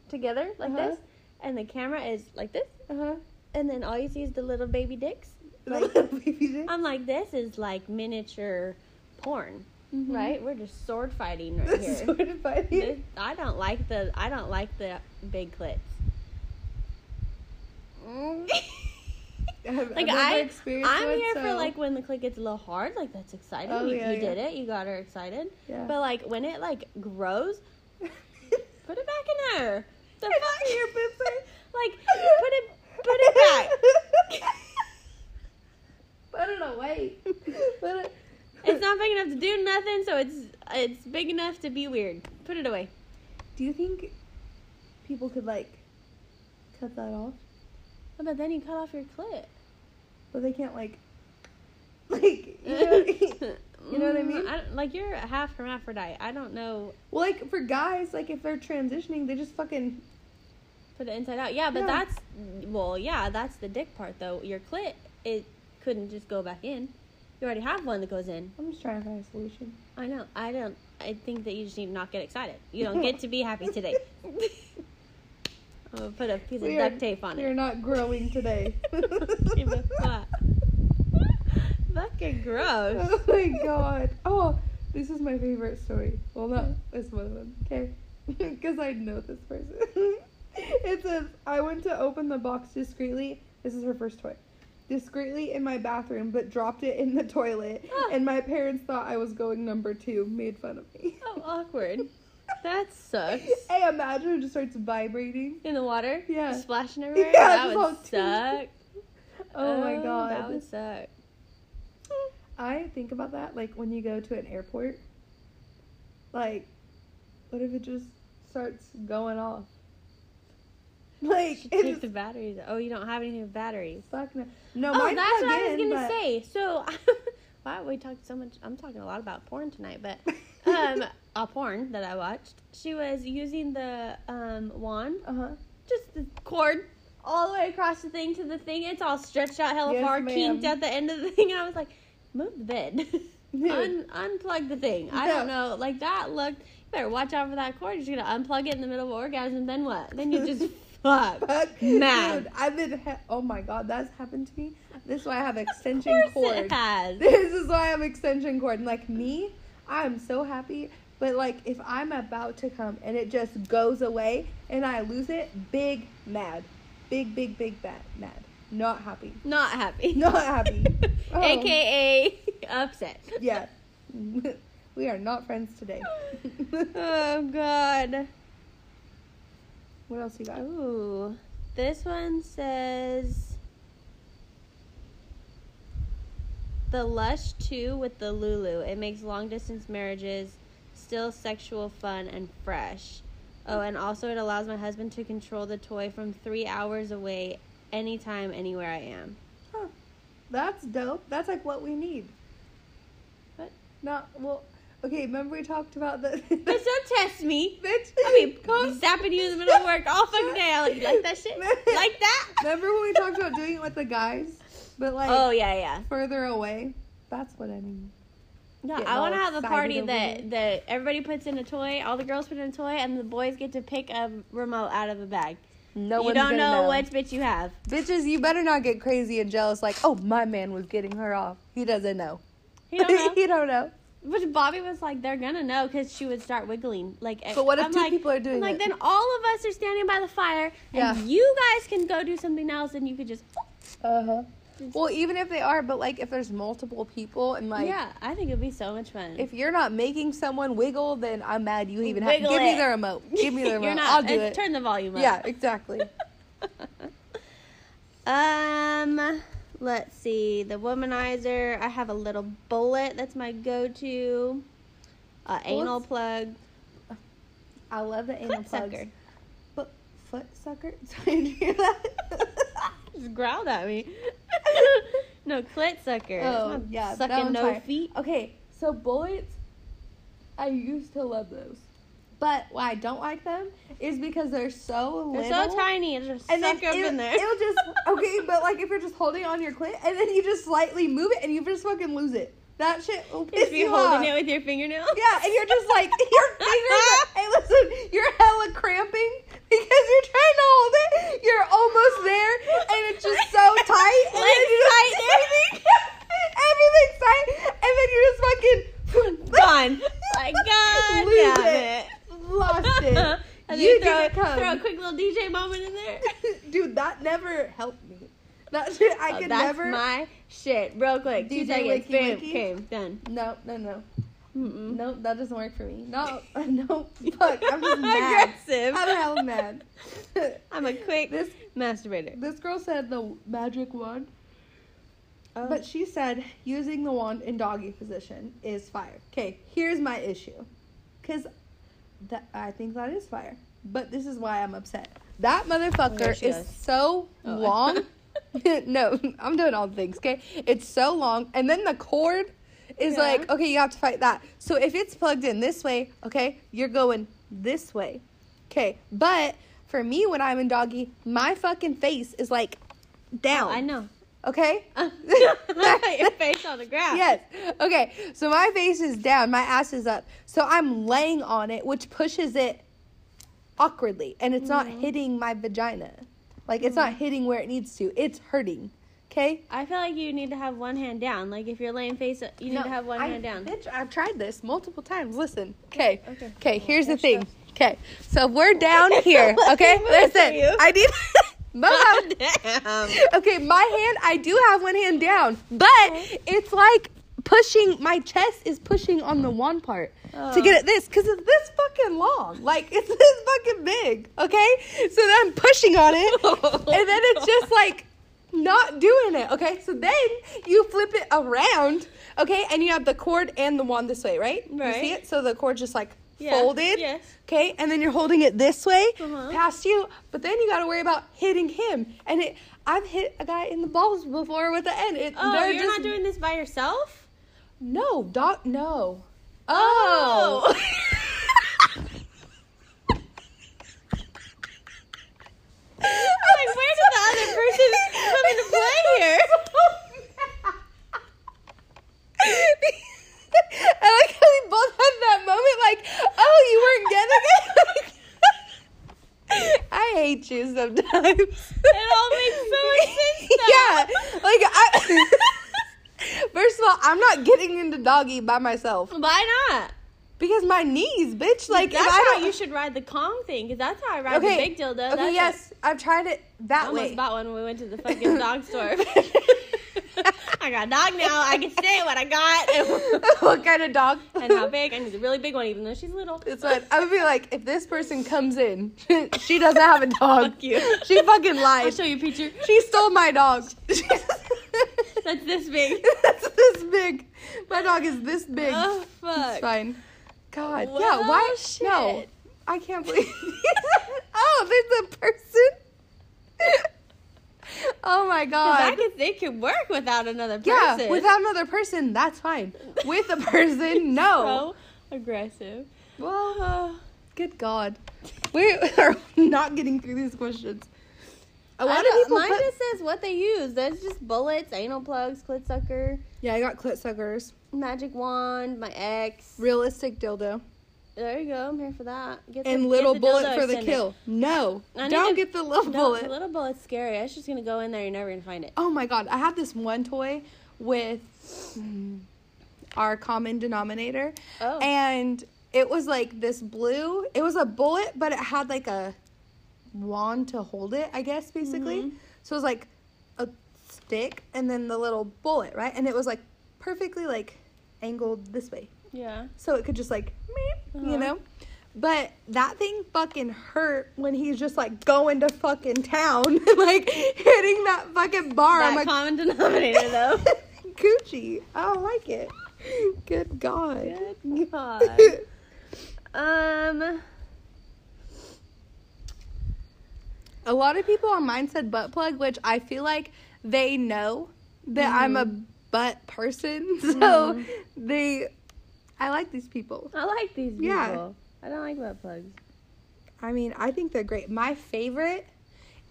[SPEAKER 1] together like
[SPEAKER 2] Uh-huh.
[SPEAKER 1] this and the camera is like this
[SPEAKER 2] uh-huh.
[SPEAKER 1] and then all you see is the little baby dicks,
[SPEAKER 2] Like, (laughs)
[SPEAKER 1] Like-
[SPEAKER 2] baby dick.
[SPEAKER 1] I'm like, this is like miniature porn,
[SPEAKER 2] Mhm.
[SPEAKER 1] right? We're just sword fighting
[SPEAKER 2] mm-hmm.
[SPEAKER 1] right here.
[SPEAKER 2] Sort of
[SPEAKER 1] This-
[SPEAKER 2] funny.
[SPEAKER 1] I don't like the I don't like the big clits.
[SPEAKER 2] Mm. (laughs) I've,
[SPEAKER 1] like
[SPEAKER 2] I've never
[SPEAKER 1] I,
[SPEAKER 2] experienced
[SPEAKER 1] I'm
[SPEAKER 2] one,
[SPEAKER 1] here for
[SPEAKER 2] so-
[SPEAKER 1] like when the clit gets a little hard. Like that's exciting.
[SPEAKER 2] Oh,
[SPEAKER 1] you
[SPEAKER 2] yeah,
[SPEAKER 1] you did
[SPEAKER 2] yeah.
[SPEAKER 1] it. You got her excited.
[SPEAKER 2] Yeah.
[SPEAKER 1] But like when it like grows, put it back in there. The
[SPEAKER 2] It's
[SPEAKER 1] fuck
[SPEAKER 2] your boobs are-
[SPEAKER 1] (laughs) like put it put it
[SPEAKER 2] (laughs)
[SPEAKER 1] back.
[SPEAKER 2] Put it away. (laughs) Put it.
[SPEAKER 1] it's not big enough to do nothing, so it's it's big enough to be weird. Put it away.
[SPEAKER 2] Do you think people could like cut that off?
[SPEAKER 1] Oh, But then you cut off your clit.
[SPEAKER 2] But they can't like, (laughs) like you
[SPEAKER 1] (laughs)
[SPEAKER 2] know, You know what I
[SPEAKER 1] Mm,
[SPEAKER 2] mean?
[SPEAKER 1] don't- like you're a half hermaphrodite. I don't know.
[SPEAKER 2] Well, like for guys, like if they're transitioning, they just fucking
[SPEAKER 1] Put it inside out. Yeah, but
[SPEAKER 2] Yeah.
[SPEAKER 1] that's well, yeah, that's the dick part though. Your clit, it couldn't just go back in. You already have one that goes in.
[SPEAKER 2] I'm just trying to find a solution.
[SPEAKER 1] I know. I don't. I think that you just need to not get excited. You don't
[SPEAKER 2] (laughs)
[SPEAKER 1] get to be happy today. I'm gonna put a piece
[SPEAKER 2] We
[SPEAKER 1] of
[SPEAKER 2] are-
[SPEAKER 1] duct tape on
[SPEAKER 2] we are
[SPEAKER 1] it.
[SPEAKER 2] not growing today.
[SPEAKER 1] (laughs) Give a fuck. (laughs) Fucking gross.
[SPEAKER 2] (laughs) Oh my god. Oh, this is my favorite story. Well, not this one of them. Okay. (laughs) Because I know this (laughs) person. it says, I went to open the box discreetly. This is her first toy. discreetly in my bathroom, but dropped it in the toilet.
[SPEAKER 1] Ah.
[SPEAKER 2] And my parents thought I was going number two, made fun of me. (laughs)
[SPEAKER 1] Oh, awkward. That sucks.
[SPEAKER 2] Hey, imagine it just starts vibrating.
[SPEAKER 1] In the water?
[SPEAKER 2] Yeah.
[SPEAKER 1] Splashing everywhere?
[SPEAKER 2] Yeah,
[SPEAKER 1] that
[SPEAKER 2] just all
[SPEAKER 1] would
[SPEAKER 2] tinged.
[SPEAKER 1] suck.
[SPEAKER 2] (laughs) Oh, my god.
[SPEAKER 1] That would suck.
[SPEAKER 2] I think about that like when you go to an airport. Like, what if it just starts going off? (laughs) Like,
[SPEAKER 1] Should take
[SPEAKER 2] it's
[SPEAKER 1] the batteries. Oh, you don't have any batteries.
[SPEAKER 2] stuck. in a- No,
[SPEAKER 1] oh,
[SPEAKER 2] mine's
[SPEAKER 1] that's what
[SPEAKER 2] plugged
[SPEAKER 1] I was
[SPEAKER 2] in,
[SPEAKER 1] gonna
[SPEAKER 2] but-
[SPEAKER 1] say. So, (laughs) wow, we talked so much. I'm talking a lot about porn tonight, but (laughs)
[SPEAKER 2] (laughs)
[SPEAKER 1] um, a porn that I watched. She was using the um wand,
[SPEAKER 2] uh huh.
[SPEAKER 1] just the cord, all the way across the thing to the thing. It's all stretched out hella
[SPEAKER 2] Yes,
[SPEAKER 1] far,
[SPEAKER 2] ma'am.
[SPEAKER 1] kinked at the end of the (laughs) thing. And I was like, move the bed, (laughs) Un- unplug the thing. I don't know, like that looked. You better watch out for that cord. You're just gonna unplug it in the middle of orgasm. Then what? Then you
[SPEAKER 2] (laughs)
[SPEAKER 1] just fuck.
[SPEAKER 2] Fuck.
[SPEAKER 1] Mad.
[SPEAKER 2] Dude, I've been. He- oh my god, that's happened to me. This is why I have extension
[SPEAKER 1] of course
[SPEAKER 2] cord.
[SPEAKER 1] it has. (laughs)
[SPEAKER 2] (laughs) This is why I have extension cord. And like me, I'm so happy. But like if I'm about to come and it just goes away and I lose it, big mad, big big big bad mad, not happy.
[SPEAKER 1] Not happy. (laughs)
[SPEAKER 2] Not happy. Oh.
[SPEAKER 1] AKA upset.
[SPEAKER 2] Yeah, (laughs) we are not friends today. (laughs)
[SPEAKER 1] oh god.
[SPEAKER 2] what else you got?
[SPEAKER 1] Ooh. This one says The Lush 2 with the Lulu. It makes long distance marriages still sexual fun and fresh. Oh, and also it allows my husband to control the toy from 3 hours away anytime anywhere I am.
[SPEAKER 2] That's dope. That's like what we need.
[SPEAKER 1] What?
[SPEAKER 2] Not well. Okay, remember we talked about the (laughs)
[SPEAKER 1] But don't test me.
[SPEAKER 2] bitch.
[SPEAKER 1] I mean, zapping you in the middle of work all fucking day. I'm Like, you like that shit? Like that?
[SPEAKER 2] (laughs) Remember when we talked about doing it with the guys, but like
[SPEAKER 1] (laughs) Oh yeah, yeah.
[SPEAKER 2] further away? That's what I mean.
[SPEAKER 1] No,
[SPEAKER 2] Getting
[SPEAKER 1] I
[SPEAKER 2] all
[SPEAKER 1] want to have a
[SPEAKER 2] excited
[SPEAKER 1] party
[SPEAKER 2] over
[SPEAKER 1] that that everybody puts in a toy. All the girls put in a toy, and the boys get to pick a remote out of a bag.
[SPEAKER 2] No,
[SPEAKER 1] you don't know, which bitch you
[SPEAKER 2] (laughs)
[SPEAKER 1] have.
[SPEAKER 2] bitches. You better not get crazy and jealous. Like, oh, my man was getting her off. He doesn't know.
[SPEAKER 1] You don't
[SPEAKER 2] (laughs)
[SPEAKER 1] know.
[SPEAKER 2] he don't know.
[SPEAKER 1] Which Bobby was like, they're gonna know because she would start wiggling. Like,
[SPEAKER 2] But what if
[SPEAKER 1] I'm
[SPEAKER 2] two
[SPEAKER 1] like-
[SPEAKER 2] people are
[SPEAKER 1] I'm
[SPEAKER 2] doing
[SPEAKER 1] like
[SPEAKER 2] it?
[SPEAKER 1] then all of us are standing by the fire,
[SPEAKER 2] Yeah.
[SPEAKER 1] and you guys can go do something else, and you could just.
[SPEAKER 2] Uh huh. Well, even if they are, but like if there's multiple people and like
[SPEAKER 1] yeah, I think it'd be so much fun.
[SPEAKER 2] If you're not making someone wiggle, then I'm mad you even have.
[SPEAKER 1] Wiggle
[SPEAKER 2] Give
[SPEAKER 1] it.
[SPEAKER 2] me
[SPEAKER 1] (laughs)
[SPEAKER 2] the remote. Give me the
[SPEAKER 1] You're
[SPEAKER 2] remote.
[SPEAKER 1] not,
[SPEAKER 2] I'll do
[SPEAKER 1] uh,
[SPEAKER 2] it.
[SPEAKER 1] Turn the volume up.
[SPEAKER 2] Yeah, exactly.
[SPEAKER 1] um, let's see. The womanizer. I have a little bullet. That's my go-to. Uh, anal
[SPEAKER 2] Bullets?
[SPEAKER 1] plug.
[SPEAKER 2] I love the
[SPEAKER 1] (laughs)
[SPEAKER 2] anal
[SPEAKER 1] Foot
[SPEAKER 2] plugs.
[SPEAKER 1] sucker.
[SPEAKER 2] But foot sucker. (laughs) Sorry, did you hear that? (laughs)
[SPEAKER 1] Just growled at me. no clit sucker.
[SPEAKER 2] oh
[SPEAKER 1] Not
[SPEAKER 2] yeah, that
[SPEAKER 1] sucking
[SPEAKER 2] one's
[SPEAKER 1] no
[SPEAKER 2] hard.
[SPEAKER 1] feet.
[SPEAKER 2] Okay, so bullets. I used to love those, but why I don't like them is because they're so
[SPEAKER 1] They're
[SPEAKER 2] little.
[SPEAKER 1] so tiny. It's just
[SPEAKER 2] And then
[SPEAKER 1] suck up
[SPEAKER 2] it'll,
[SPEAKER 1] in there.
[SPEAKER 2] it'll
[SPEAKER 1] (laughs)
[SPEAKER 2] just okay, but like if you're just holding on your clit and then you just slightly move it and you just fucking lose it. That shit will piss
[SPEAKER 1] Just be
[SPEAKER 2] you off.
[SPEAKER 1] holding it with your fingernail.
[SPEAKER 2] Yeah, and you're just like (laughs) your fingers.
[SPEAKER 1] (laughs)
[SPEAKER 2] Are, hey, listen, you're hella cramping because you're trying to hold it. You're almost there, and it's
[SPEAKER 1] (laughs)
[SPEAKER 2] just so tight. And then you just,
[SPEAKER 1] Legs tight.
[SPEAKER 2] (laughs) everything, everything's tight, and then you're just fucking
[SPEAKER 1] (laughs)
[SPEAKER 2] (laughs)
[SPEAKER 1] Gone. My God.
[SPEAKER 2] Lose
[SPEAKER 1] damn
[SPEAKER 2] it. lost it.
[SPEAKER 1] (laughs) and
[SPEAKER 2] you
[SPEAKER 1] then throw,
[SPEAKER 2] didn't come,
[SPEAKER 1] throw a quick little DJ moment in there. (laughs)
[SPEAKER 2] (laughs) dude. That never helped me. That shit, I
[SPEAKER 1] Oh,
[SPEAKER 2] could
[SPEAKER 1] that's
[SPEAKER 2] never.
[SPEAKER 1] my shit. Real quick. Two
[SPEAKER 2] DJ
[SPEAKER 1] seconds.
[SPEAKER 2] Wiki
[SPEAKER 1] Boom.
[SPEAKER 2] Wiki.
[SPEAKER 1] Came. Done.
[SPEAKER 2] no, no, no,
[SPEAKER 1] Mm-mm.
[SPEAKER 2] no. That doesn't work for me. No, (laughs) no. Fuck,
[SPEAKER 1] (laughs)
[SPEAKER 2] I'm just mad.
[SPEAKER 1] Aggressive.
[SPEAKER 2] I'm hella mad.
[SPEAKER 1] (laughs) I'm a quick
[SPEAKER 2] This-
[SPEAKER 1] masturbator.
[SPEAKER 2] This girl said the magic wand,
[SPEAKER 1] Oh.
[SPEAKER 2] but she said using the wand in doggy position is fire. Okay, here's my issue. Because that, I think that is fire. But this is why I'm upset. That
[SPEAKER 1] There
[SPEAKER 2] motherfucker
[SPEAKER 1] she
[SPEAKER 2] is
[SPEAKER 1] goes.
[SPEAKER 2] so
[SPEAKER 1] Oh. (laughs)
[SPEAKER 2] long. (laughs) no, I'm doing all the things, okay? It's so long. And then the cord is
[SPEAKER 1] Yeah.
[SPEAKER 2] like, okay, you have to fight that. So if it's plugged in this way, okay, you're going this way. Okay, but for me, when I'm in doggy, my fucking face is like down.
[SPEAKER 1] I know.
[SPEAKER 2] Okay?
[SPEAKER 1] (laughs) Your face on the ground.
[SPEAKER 2] yes. Okay, so my face is down, my ass is up. So I'm laying on it, which pushes it awkwardly, and it's not
[SPEAKER 1] Mm-hmm.
[SPEAKER 2] hitting my vagina. Like, it's not hitting where it needs to, it's hurting. Okay?
[SPEAKER 1] I feel like you need to have one hand down. Like if you're laying face, up, you need to have one
[SPEAKER 2] I-
[SPEAKER 1] hand (laughs) down.
[SPEAKER 2] Bitch, I've tried this multiple times. Listen. Okay.
[SPEAKER 1] Okay.
[SPEAKER 2] Okay. here's the
[SPEAKER 1] Yes, (laughs)
[SPEAKER 2] thing. Okay. So we're down here.
[SPEAKER 1] Let me
[SPEAKER 2] Okay.
[SPEAKER 1] move for
[SPEAKER 2] Listen.
[SPEAKER 1] you.
[SPEAKER 2] I need (laughs) Momo.
[SPEAKER 1] Oh, (laughs) Damn.
[SPEAKER 2] (laughs) Okay, my hand, I do have one hand down, but
[SPEAKER 1] Oh.
[SPEAKER 2] it's like pushing, my chest is pushing on the one part to
[SPEAKER 1] Oh.
[SPEAKER 2] get at this because it's this fucking long. Like, (laughs) it's this fucking big, okay? So then I'm pushing
[SPEAKER 1] (laughs)
[SPEAKER 2] on it, and then it's just like not doing it, okay? So then you flip it around, okay? And you have the cord and the wand this way, right? You
[SPEAKER 1] Right.
[SPEAKER 2] see it? So the cord just like
[SPEAKER 1] Yeah,
[SPEAKER 2] folded.
[SPEAKER 1] yes.
[SPEAKER 2] Okay, and then you're holding it this way
[SPEAKER 1] Uh-huh.
[SPEAKER 2] past you, but then you got to worry about hitting him. And it, I've hit a guy in the balls before with the end. It,
[SPEAKER 1] Oh,
[SPEAKER 2] they're
[SPEAKER 1] you're
[SPEAKER 2] just-
[SPEAKER 1] not doing this by yourself?
[SPEAKER 2] No, doc, no. Oh.
[SPEAKER 1] Like, where did the other person come into play here?
[SPEAKER 2] (laughs) I like how we both had that moment, like, oh, you weren't (laughs) getting it. (laughs) I hate you sometimes. It
[SPEAKER 1] so
[SPEAKER 2] all makes (laughs)
[SPEAKER 1] much sense now.
[SPEAKER 2] Yeah, like I. (laughs) First of all, I'm not getting into doggy by myself
[SPEAKER 1] (laughs) Why not?
[SPEAKER 2] because my knees, bitch. Like,
[SPEAKER 1] that's
[SPEAKER 2] if I
[SPEAKER 1] how
[SPEAKER 2] don't-
[SPEAKER 1] you should ride the Kong thing, because that's how I ride the big dildo.
[SPEAKER 2] Okay,
[SPEAKER 1] that's
[SPEAKER 2] yes, I've tried it
[SPEAKER 1] I
[SPEAKER 2] that
[SPEAKER 1] almost
[SPEAKER 2] way.
[SPEAKER 1] bought one when we went to the fucking
[SPEAKER 2] (laughs)
[SPEAKER 1] dog store. (laughs) I got a dog now. I can say what I got
[SPEAKER 2] (laughs) what kind of dog?
[SPEAKER 1] and how big. I need a really big one, even though she's little.
[SPEAKER 2] It's what I would be like if this person comes in, (laughs) she doesn't have a dog.
[SPEAKER 1] Fuck you.
[SPEAKER 2] She fucking
[SPEAKER 1] I'll
[SPEAKER 2] lied.
[SPEAKER 1] show you a picture.
[SPEAKER 2] She stole my dog.
[SPEAKER 1] (laughs) That's this big.
[SPEAKER 2] (laughs) That's this big. My dog is this big.
[SPEAKER 1] Oh
[SPEAKER 2] It's
[SPEAKER 1] fuck.
[SPEAKER 2] fine. God. yeah,
[SPEAKER 1] Well,
[SPEAKER 2] why? No.
[SPEAKER 1] shit.
[SPEAKER 2] I can't believe. (laughs) oh, there's a person. (laughs) oh my
[SPEAKER 1] 'Cause I
[SPEAKER 2] god.
[SPEAKER 1] could think it work without another person.
[SPEAKER 2] Yeah, without another person, that's fine. With
[SPEAKER 1] (laughs)
[SPEAKER 2] a person, no.
[SPEAKER 1] So aggressive.
[SPEAKER 2] Well, uh, good god. We (laughs) are not getting through these questions. A lot of people.
[SPEAKER 1] mine
[SPEAKER 2] put-
[SPEAKER 1] just says what they use. That's just bullets, anal plugs, clit sucker,
[SPEAKER 2] yeah, I got clit suckers.
[SPEAKER 1] magic wand, my ex.
[SPEAKER 2] Realistic dildo.
[SPEAKER 1] There you go. I'm here for that. Get the-
[SPEAKER 2] And
[SPEAKER 1] get
[SPEAKER 2] little
[SPEAKER 1] the dildo
[SPEAKER 2] bullet for the
[SPEAKER 1] extender.
[SPEAKER 2] kill. No.
[SPEAKER 1] I need
[SPEAKER 2] Don't
[SPEAKER 1] to-
[SPEAKER 2] get the
[SPEAKER 1] No,
[SPEAKER 2] little bullet.
[SPEAKER 1] the little bullet's scary. I was just gonna go in there. You're never gonna find it.
[SPEAKER 2] Oh my god, I had this one toy with mm, our common denominator.
[SPEAKER 1] Oh.
[SPEAKER 2] And it was like this blue, it was a bullet, but it had like a wand to hold it, I guess, basically.
[SPEAKER 1] Mm-hmm.
[SPEAKER 2] So it was like a stick and then the little bullet, right? And it was like perfectly like angled this way.
[SPEAKER 1] Yeah.
[SPEAKER 2] So it could just like, meep,
[SPEAKER 1] Uh-huh.
[SPEAKER 2] you know? But that thing fucking hurt when he's just like going to fucking town, (laughs) like hitting that fucking bar.
[SPEAKER 1] That
[SPEAKER 2] I'm like,
[SPEAKER 1] common denominator, though.
[SPEAKER 2] (laughs) Gucci. I don't like it. Good God.
[SPEAKER 1] (laughs) Good God. Um.
[SPEAKER 2] a lot of people on mine said butt plug, which I feel like they know that I'm a butt person. (laughs) So they, I like these people.
[SPEAKER 1] I like these people.
[SPEAKER 2] Yeah.
[SPEAKER 1] I don't like butt plugs.
[SPEAKER 2] I mean, I think they're great. My favorite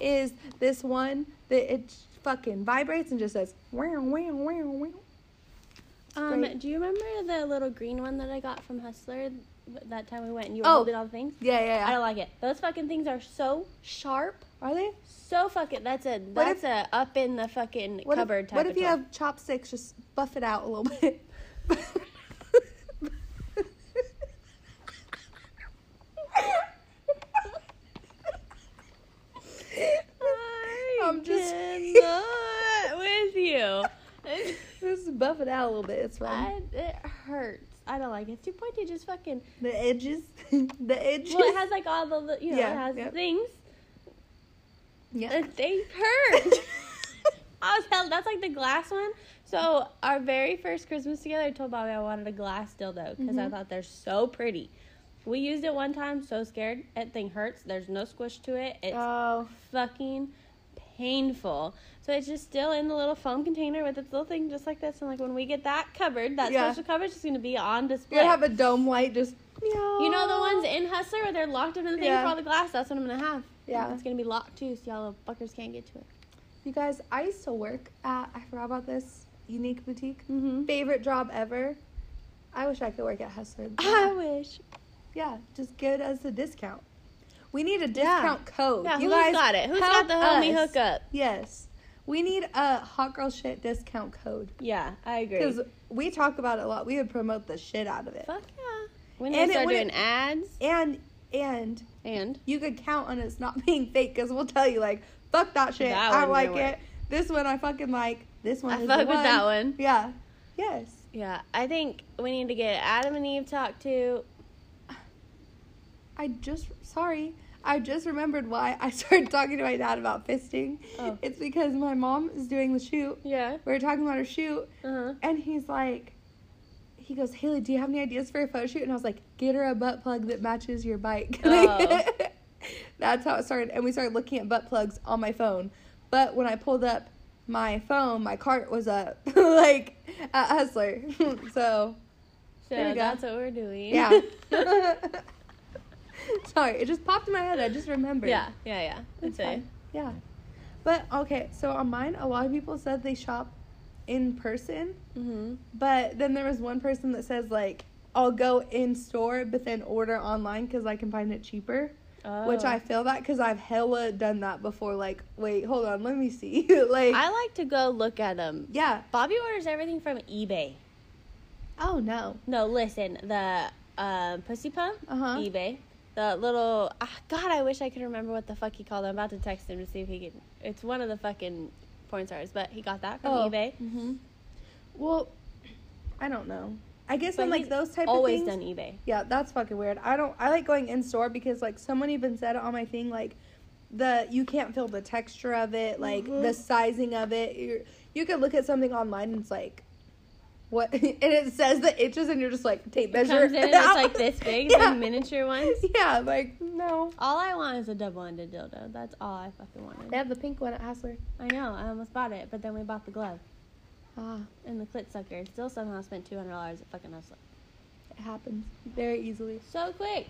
[SPEAKER 2] is this one that it fucking vibrates and just says, wow, wow, wow, wow.
[SPEAKER 1] Um,
[SPEAKER 2] great.
[SPEAKER 1] do you remember the little green one that I got from Hustler th- that time we went and you
[SPEAKER 2] Oh.
[SPEAKER 1] holding all the things?
[SPEAKER 2] Yeah,
[SPEAKER 1] I
[SPEAKER 2] yeah, yeah.
[SPEAKER 1] don't like it. Those fucking things are so sharp.
[SPEAKER 2] Are they?
[SPEAKER 1] So fucking. That's a
[SPEAKER 2] What if-
[SPEAKER 1] that's a up in the fucking
[SPEAKER 2] What
[SPEAKER 1] cupboard
[SPEAKER 2] if,
[SPEAKER 1] type.
[SPEAKER 2] what
[SPEAKER 1] of
[SPEAKER 2] if you
[SPEAKER 1] toy.
[SPEAKER 2] have chopsticks? Just buff it out a little bit. I'm just (laughs)
[SPEAKER 1] cannot with you.
[SPEAKER 2] just buff it out a little bit. It's fine.
[SPEAKER 1] I, it hurts. I don't like it. It's too pointy. Just fucking.
[SPEAKER 2] the edges, (laughs) the edges.
[SPEAKER 1] Well, it has like all the li- you know
[SPEAKER 2] Yeah,
[SPEAKER 1] it has
[SPEAKER 2] yep.
[SPEAKER 1] things.
[SPEAKER 2] (laughs) yeah.
[SPEAKER 1] And (laughs) they hurt.
[SPEAKER 2] (laughs)
[SPEAKER 1] (laughs) I was held. That's like the glass one. So our very first Christmas together, I told Bobby I wanted a glass dildo because
[SPEAKER 2] Mm-hmm.
[SPEAKER 1] I thought they're so pretty. We used it one time. So scared. That thing hurts. There's no squish to it. It's
[SPEAKER 2] oh,
[SPEAKER 1] fucking painful. So it's just still in the little foam container with its little thing just like this. And like when we get that covered, that
[SPEAKER 2] Yeah.
[SPEAKER 1] special coverage is gonna be on display.
[SPEAKER 2] you're gonna have a dome light. Just
[SPEAKER 1] you know the ones in Hustler where they're locked into the thing
[SPEAKER 2] Oh. Yeah.
[SPEAKER 1] for all the glass? That's what I'm gonna have.
[SPEAKER 2] Yeah.
[SPEAKER 1] It's gonna be locked too, so y'all little fuckers can't get to it.
[SPEAKER 2] You guys, I used to work at. I forgot about this unique boutique.
[SPEAKER 1] Mm-hmm.
[SPEAKER 2] Favorite job ever. I wish I could work
[SPEAKER 1] (laughs)
[SPEAKER 2] at Hustler.
[SPEAKER 1] I wish.
[SPEAKER 2] Yeah, just give us a discount. We need a discount code.
[SPEAKER 1] Yeah,
[SPEAKER 2] you
[SPEAKER 1] who's
[SPEAKER 2] guys
[SPEAKER 1] got it? Who's got the
[SPEAKER 2] help
[SPEAKER 1] homie
[SPEAKER 2] us.
[SPEAKER 1] hookup?
[SPEAKER 2] Yes. We need a hot girl shit discount code
[SPEAKER 1] Yeah, I agree.
[SPEAKER 2] because we talk about it a lot. We would promote the shit out of it.
[SPEAKER 1] Fuck yeah. When
[SPEAKER 2] And
[SPEAKER 1] they
[SPEAKER 2] it
[SPEAKER 1] start doing
[SPEAKER 2] wouldn't-
[SPEAKER 1] ads
[SPEAKER 2] And and
[SPEAKER 1] and
[SPEAKER 2] (laughs) you could count on us not being fake because we'll tell you like Fuck that shit.
[SPEAKER 1] That
[SPEAKER 2] I
[SPEAKER 1] one
[SPEAKER 2] like
[SPEAKER 1] didn't
[SPEAKER 2] it.
[SPEAKER 1] work.
[SPEAKER 2] This one I fucking like. This one.
[SPEAKER 1] I
[SPEAKER 2] is the
[SPEAKER 1] fuck with that one.
[SPEAKER 2] Yeah. Yes.
[SPEAKER 1] Yeah, I think we need to get Adam and Eve talked to.
[SPEAKER 2] I just sorry. I just remembered why I started talking to my dad about fisting.
[SPEAKER 1] Oh.
[SPEAKER 2] It's because my mom is doing the shoot.
[SPEAKER 1] Yeah.
[SPEAKER 2] We were talking about her shoot,
[SPEAKER 1] Uh-huh.
[SPEAKER 2] and he's like, he goes, Haley, do you have any ideas for a photo shoot? And I was like, get her a butt plug that matches your bike.
[SPEAKER 1] Oh.
[SPEAKER 2] (laughs) That's how it started. And we started looking at butt plugs on my phone. But when I pulled up my phone, my cart was up, (laughs) like at Hustler. (laughs) so
[SPEAKER 1] So
[SPEAKER 2] There we go.
[SPEAKER 1] that's what we're doing.
[SPEAKER 2] yeah. (laughs) Sorry, it just popped in my head. I just
[SPEAKER 1] (laughs)
[SPEAKER 2] remembered.
[SPEAKER 1] yeah, yeah, yeah. That's it.
[SPEAKER 2] fine. Yeah. But okay, so on mine, a lot of people said they shop in person,
[SPEAKER 1] Mm-hmm.
[SPEAKER 2] but then there was one person that says like I'll go in store but then order online because I can find it cheaper.
[SPEAKER 1] Oh.
[SPEAKER 2] Which I feel that because I've hella done that before. Like, wait, hold on, let me see. (laughs) like,
[SPEAKER 1] I like to go look at them.
[SPEAKER 2] yeah.
[SPEAKER 1] Bobby orders everything from eBay.
[SPEAKER 2] Oh no.
[SPEAKER 1] No, listen, the uh, pussy pump,
[SPEAKER 2] Uh-huh.
[SPEAKER 1] eBay. The little ah, God, I wish I could remember what the fuck he called. it. I'm about to text him to see if he can. It's one of the fucking porn stars, but he got that from
[SPEAKER 2] Oh.
[SPEAKER 1] eBay.
[SPEAKER 2] hmm Well, I don't know. I guess
[SPEAKER 1] But
[SPEAKER 2] on like
[SPEAKER 1] he's
[SPEAKER 2] those type
[SPEAKER 1] Always
[SPEAKER 2] of things.
[SPEAKER 1] done eBay.
[SPEAKER 2] Yeah, that's fucking weird. I don't. I like going in store because like someone even said it on my thing like the you can't feel the texture of it, like
[SPEAKER 1] Mhm.
[SPEAKER 2] the sizing of it. You're, you could look at something online and it's like what, (laughs) and it says the inches, and you're just like tape
[SPEAKER 1] It
[SPEAKER 2] measure.
[SPEAKER 1] comes in and it's
[SPEAKER 2] out. (laughs)
[SPEAKER 1] like this big,
[SPEAKER 2] Yeah.
[SPEAKER 1] the miniature ones.
[SPEAKER 2] (laughs) Yeah, like no.
[SPEAKER 1] All I want is a double-ended dildo. That's all I fucking wanted.
[SPEAKER 2] They have the pink one at Hassler.
[SPEAKER 1] I know. I almost bought it, but then we bought the glove
[SPEAKER 2] Ah,
[SPEAKER 1] and the clit sucker. and Still somehow spent two hundred dollars at fucking Hustler.
[SPEAKER 2] it happens very easily.
[SPEAKER 1] So quick.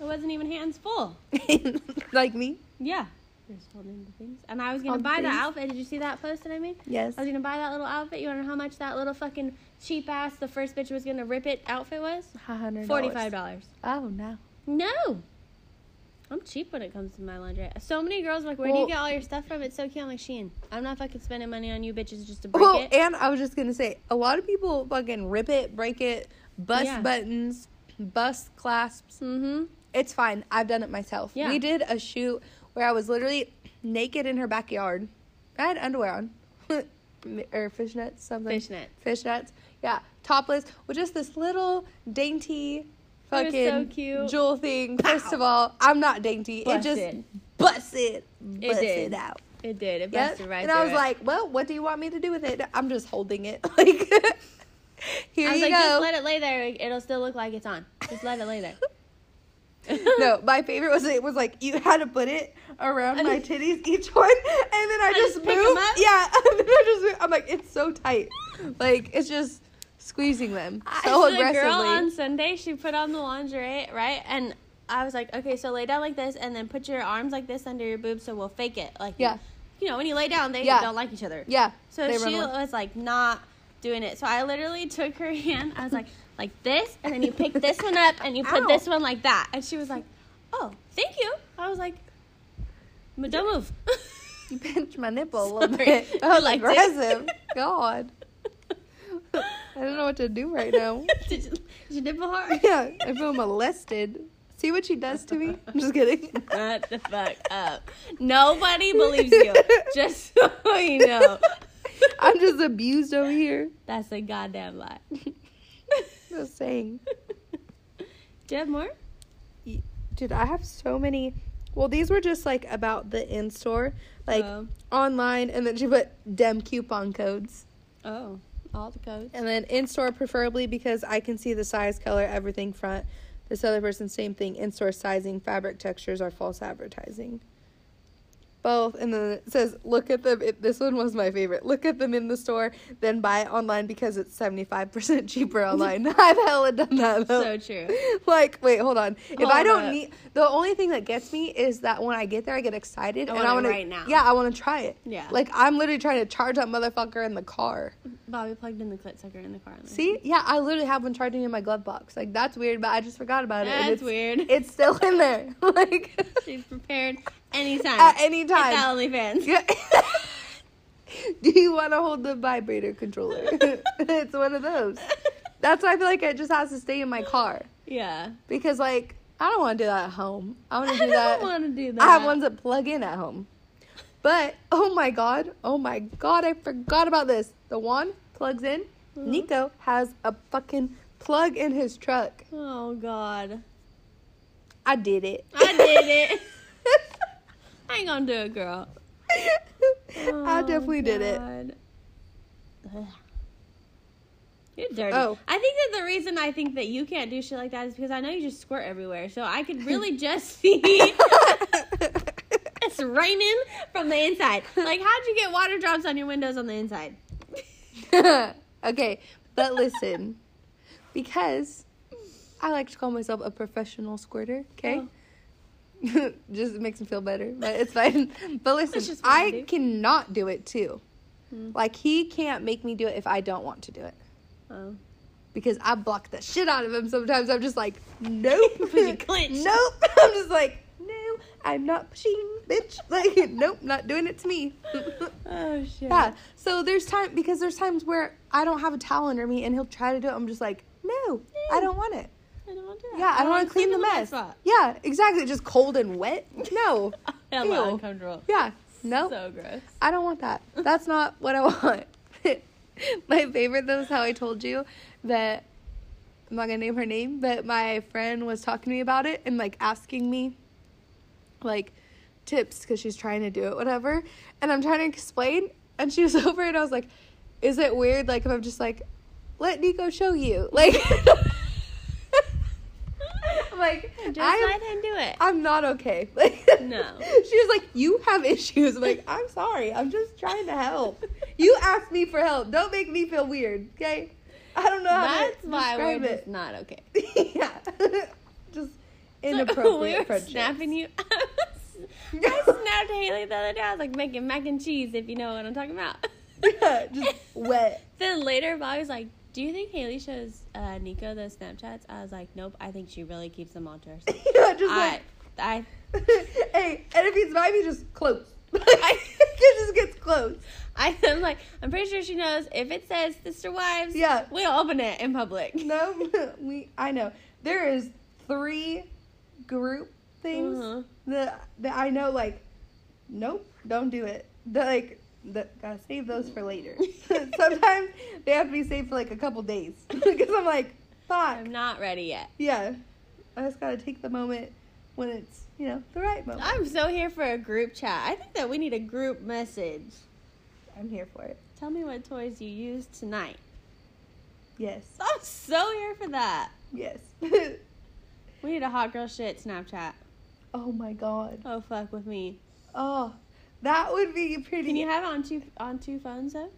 [SPEAKER 1] It wasn't even hands full.
[SPEAKER 2] (laughs) like me.
[SPEAKER 1] Yeah. You're just holding the things. And I was gonna
[SPEAKER 2] Hold
[SPEAKER 1] buy the
[SPEAKER 2] things.
[SPEAKER 1] outfit. Did you see that post that I made?
[SPEAKER 2] Yes.
[SPEAKER 1] I was gonna buy that little outfit. You wanna know how much that little fucking cheap ass the first bitch was gonna rip it outfit was?
[SPEAKER 2] $100.
[SPEAKER 1] Forty five dollars.
[SPEAKER 2] Oh no.
[SPEAKER 1] No. I'm cheap when it comes to my lingerie. So many girls are like, where do you
[SPEAKER 2] Well-
[SPEAKER 1] get all your stuff from? It's so cute. I'm like, Sheen, I'm not fucking spending money on you bitches just to break
[SPEAKER 2] Well,
[SPEAKER 1] it.
[SPEAKER 2] and I was just gonna say, a lot of people fucking rip it, break it, bust
[SPEAKER 1] Yeah.
[SPEAKER 2] buttons, bust clasps.
[SPEAKER 1] mm-hmm.
[SPEAKER 2] It's fine. I've done it myself.
[SPEAKER 1] Yeah.
[SPEAKER 2] We did a shoot where I was literally naked in her backyard. I had underwear on, (laughs) or fishnets, something.
[SPEAKER 1] Fishnet.
[SPEAKER 2] Fishnets. Yeah, topless with just this little dainty.
[SPEAKER 1] They were
[SPEAKER 2] Fucking
[SPEAKER 1] so cute.
[SPEAKER 2] jewel thing. First of all, I'm not dainty.
[SPEAKER 1] Bust
[SPEAKER 2] it just
[SPEAKER 1] it.
[SPEAKER 2] busts it, busts
[SPEAKER 1] did.
[SPEAKER 2] it out.
[SPEAKER 1] It did. It
[SPEAKER 2] Yep.
[SPEAKER 1] busted right
[SPEAKER 2] and I
[SPEAKER 1] through
[SPEAKER 2] was
[SPEAKER 1] it.
[SPEAKER 2] like, well, what do you want me to do with it? I'm just holding it. (laughs) Like, here
[SPEAKER 1] I was
[SPEAKER 2] you
[SPEAKER 1] like, just
[SPEAKER 2] go.
[SPEAKER 1] let it lay there. It'll still look like it's on. Just let it lay there.
[SPEAKER 2] (laughs) no, my favorite was it was like you had to put it around my titties each one, and then I
[SPEAKER 1] I
[SPEAKER 2] just
[SPEAKER 1] just pick 'em
[SPEAKER 2] move.
[SPEAKER 1] up?
[SPEAKER 2] Yeah, (laughs) and then I just move. I'm like, it's so tight. Like, it's just squeezing them so
[SPEAKER 1] I
[SPEAKER 2] aggressively.
[SPEAKER 1] A girl on Sunday, she put on the lingerie, right? And I was like, okay, so lay down like this, and then put your arms like this under your boobs, so we'll fake it. Like,
[SPEAKER 2] Yeah.
[SPEAKER 1] you know, when you lay down, they
[SPEAKER 2] Yeah.
[SPEAKER 1] don't like each other.
[SPEAKER 2] yeah.
[SPEAKER 1] So
[SPEAKER 2] they run
[SPEAKER 1] she (laughs)
[SPEAKER 2] away.
[SPEAKER 1] was like, not doing it. So I literally took her (laughs) hand. I was like, like this, and then you pick this one up, and you put
[SPEAKER 2] Ow.
[SPEAKER 1] this one like that. And she was like, oh, thank you. I was like, "M- don't move.
[SPEAKER 2] you pinched my
[SPEAKER 1] (laughs)
[SPEAKER 2] nipple a little
[SPEAKER 1] Sorry.
[SPEAKER 2] bit.
[SPEAKER 1] I
[SPEAKER 2] I was
[SPEAKER 1] liked it.
[SPEAKER 2] aggressive.
[SPEAKER 1] (laughs)
[SPEAKER 2] God, I don't know what to do right now.
[SPEAKER 1] did, you, did you nipple hard?
[SPEAKER 2] Yeah, I feel molested. See what she does to me? I'm just kidding.
[SPEAKER 1] Shut the fuck up. Nobody believes
[SPEAKER 2] (laughs)
[SPEAKER 1] you. Just so you know.
[SPEAKER 2] I'm just abused over here.
[SPEAKER 1] (laughs) That's a goddamn lie. (laughs)
[SPEAKER 2] Just saying.
[SPEAKER 1] Do you have more?
[SPEAKER 2] Y- Dude, I have so many. Well, these were just like about the in store, like
[SPEAKER 1] Oh.
[SPEAKER 2] online, and then she put dem coupon codes.
[SPEAKER 1] Oh, all the codes.
[SPEAKER 2] And then in store, preferably because I can see the size, color, everything front. This other person, same thing. In store sizing, fabric textures are false advertising. Both. And then it says, look at them. It, this one was my favorite. Look at them in the store, then buy it online because it's 75% cheaper online. (laughs) I've hella done that.
[SPEAKER 1] So
[SPEAKER 2] though.
[SPEAKER 1] true.
[SPEAKER 2] (laughs) like, wait, hold on. If I
[SPEAKER 1] Hold
[SPEAKER 2] don't
[SPEAKER 1] up.
[SPEAKER 2] need, the only thing that gets me is that when I get there, I get excited
[SPEAKER 1] I
[SPEAKER 2] and
[SPEAKER 1] want
[SPEAKER 2] I
[SPEAKER 1] it
[SPEAKER 2] want
[SPEAKER 1] right now.
[SPEAKER 2] Yeah, I want to try it.
[SPEAKER 1] Yeah.
[SPEAKER 2] Like, I'm literally trying to charge that motherfucker in the car.
[SPEAKER 1] Bobby plugged in the clit sucker in the car. earlier.
[SPEAKER 2] See, yeah, I literally have one charging in my glove box. Like that's weird, but I just forgot about it. and
[SPEAKER 1] That's
[SPEAKER 2] it's,
[SPEAKER 1] weird. (laughs)
[SPEAKER 2] (laughs) It's still in there. Like
[SPEAKER 1] She's prepared anytime.
[SPEAKER 2] at any
[SPEAKER 1] It's
[SPEAKER 2] time. (laughs)
[SPEAKER 1] OnlyFans.
[SPEAKER 2] Yeah. Do you want to hold the vibrator controller? (laughs) it's one of those. That's why I feel like it just has to stay in my car
[SPEAKER 1] yeah.
[SPEAKER 2] because like I don't want to do that at home. I want to
[SPEAKER 1] (laughs) I don't
[SPEAKER 2] do that.
[SPEAKER 1] want to do that.
[SPEAKER 2] I have ones that plug in at home. But oh my god, oh my god, I forgot about this. The wand plugs in.
[SPEAKER 1] Mm-hmm.
[SPEAKER 2] Nico has a fucking plug in his truck.
[SPEAKER 1] Oh God.
[SPEAKER 2] I did it.
[SPEAKER 1] I did it.
[SPEAKER 2] (laughs)
[SPEAKER 1] I ain't gonna do it, girl.
[SPEAKER 2] I
[SPEAKER 1] Oh,
[SPEAKER 2] definitely did it.
[SPEAKER 1] God. Ugh. You're dirty.
[SPEAKER 2] Oh.
[SPEAKER 1] I think that the reason I think that you can't do shit like that is because I know you just squirt everywhere. So I could
[SPEAKER 2] (laughs)
[SPEAKER 1] really just see (laughs) it's raining from the inside. Like, how'd you get water drops on your windows on the inside?
[SPEAKER 2] (laughs) okay, but listen, because I like to call myself a professional squirter, okay? (laughs) just it makes me feel better, but it's fine. (laughs) But listen,
[SPEAKER 1] just what I
[SPEAKER 2] I
[SPEAKER 1] do.
[SPEAKER 2] cannot do it too. Like he can't make me do it if I don't want to do it
[SPEAKER 1] Oh.
[SPEAKER 2] because I block the shit out of him. Sometimes I'm just like, nope,
[SPEAKER 1] Pussy clench.
[SPEAKER 2] (laughs) nope. I'm just like, no, I'm not pushing, bitch. (laughs) Like, nope, not doing it to me. (laughs)
[SPEAKER 1] Oh shit.
[SPEAKER 2] Yeah. So there's time because there's times where I don't have a towel under me and he'll try to do it. I'm just like, no, I don't want it.
[SPEAKER 1] I don't want to do that.
[SPEAKER 2] Yeah, I don't
[SPEAKER 1] wanna
[SPEAKER 2] want to clean the mess. (laughs) Yeah, exactly. Just cold and wet. (laughs) No.
[SPEAKER 1] Hella
[SPEAKER 2] Ew.
[SPEAKER 1] uncomfortable.
[SPEAKER 2] Yeah. No.
[SPEAKER 1] So gross.
[SPEAKER 2] I don't want that. That's not what I want. (laughs) my favorite though is how I told you that I'm not gonna name her name, but my friend was talking to me about it and like asking me like tips because she's trying to do it, whatever. And I'm trying to explain, and she was (laughs) over it. I was like, "Is it weird? Like if I'm just like, let Nico show you, (laughs) like." I'm like
[SPEAKER 1] Just
[SPEAKER 2] I am
[SPEAKER 1] let him do it.
[SPEAKER 2] I'm not okay. (laughs) Like,
[SPEAKER 1] No.
[SPEAKER 2] She was like, You have issues. I'm like, I'm sorry. I'm just trying to help. You asked me for help. Don't make me feel weird, okay? I don't know how
[SPEAKER 1] That's
[SPEAKER 2] to
[SPEAKER 1] why we're
[SPEAKER 2] describe
[SPEAKER 1] just
[SPEAKER 2] it.
[SPEAKER 1] not okay.
[SPEAKER 2] (laughs) yeah. just (laughs)
[SPEAKER 1] we (laughs)
[SPEAKER 2] inappropriate
[SPEAKER 1] were
[SPEAKER 2] friendships.
[SPEAKER 1] snapping you. I snapped Haley the other day. I was like making mac and cheese, if you know what I'm talking about.
[SPEAKER 2] (laughs) Yeah, just wet.
[SPEAKER 1] (laughs)
[SPEAKER 2] (laughs)
[SPEAKER 1] then later, Bobby was like, "Do you think Haley shows uh, Nico those Snapchats?" I was like, "Nope. I think she really keeps them all to herself."
[SPEAKER 2] (laughs) yeah, just
[SPEAKER 1] I, I,
[SPEAKER 2] like, (laughs) hey, and if he's by me, just close. (laughs) it just gets close.
[SPEAKER 1] I, (laughs) I'm like, I'm pretty sure she knows. If it says "Sister Wives,"
[SPEAKER 2] Yeah.
[SPEAKER 1] we don't open it in public.
[SPEAKER 2] No, (laughs) we. I know there is three group things
[SPEAKER 1] Uh-huh.
[SPEAKER 2] that that I know. Like, nope, don't do it. They're like, that gotta save those for (laughs) later. Sometimes they have to be saved for like a couple days (laughs) because I'm like, fuck,
[SPEAKER 1] I'm not ready yet.
[SPEAKER 2] yeah. I just gotta take the moment when it's you know the right moment.
[SPEAKER 1] I'm so here for a group chat. I think that we need a group message.
[SPEAKER 2] I'm here for it.
[SPEAKER 1] Tell me what toys you used tonight.
[SPEAKER 2] Yes,
[SPEAKER 1] (laughs) I'm so here for that.
[SPEAKER 2] yes. (laughs)
[SPEAKER 1] We need a hot girl shit Snapchat.
[SPEAKER 2] oh my god.
[SPEAKER 1] Oh fuck with me.
[SPEAKER 2] Oh, that would be pretty.
[SPEAKER 1] Can you have it on two on two phones though?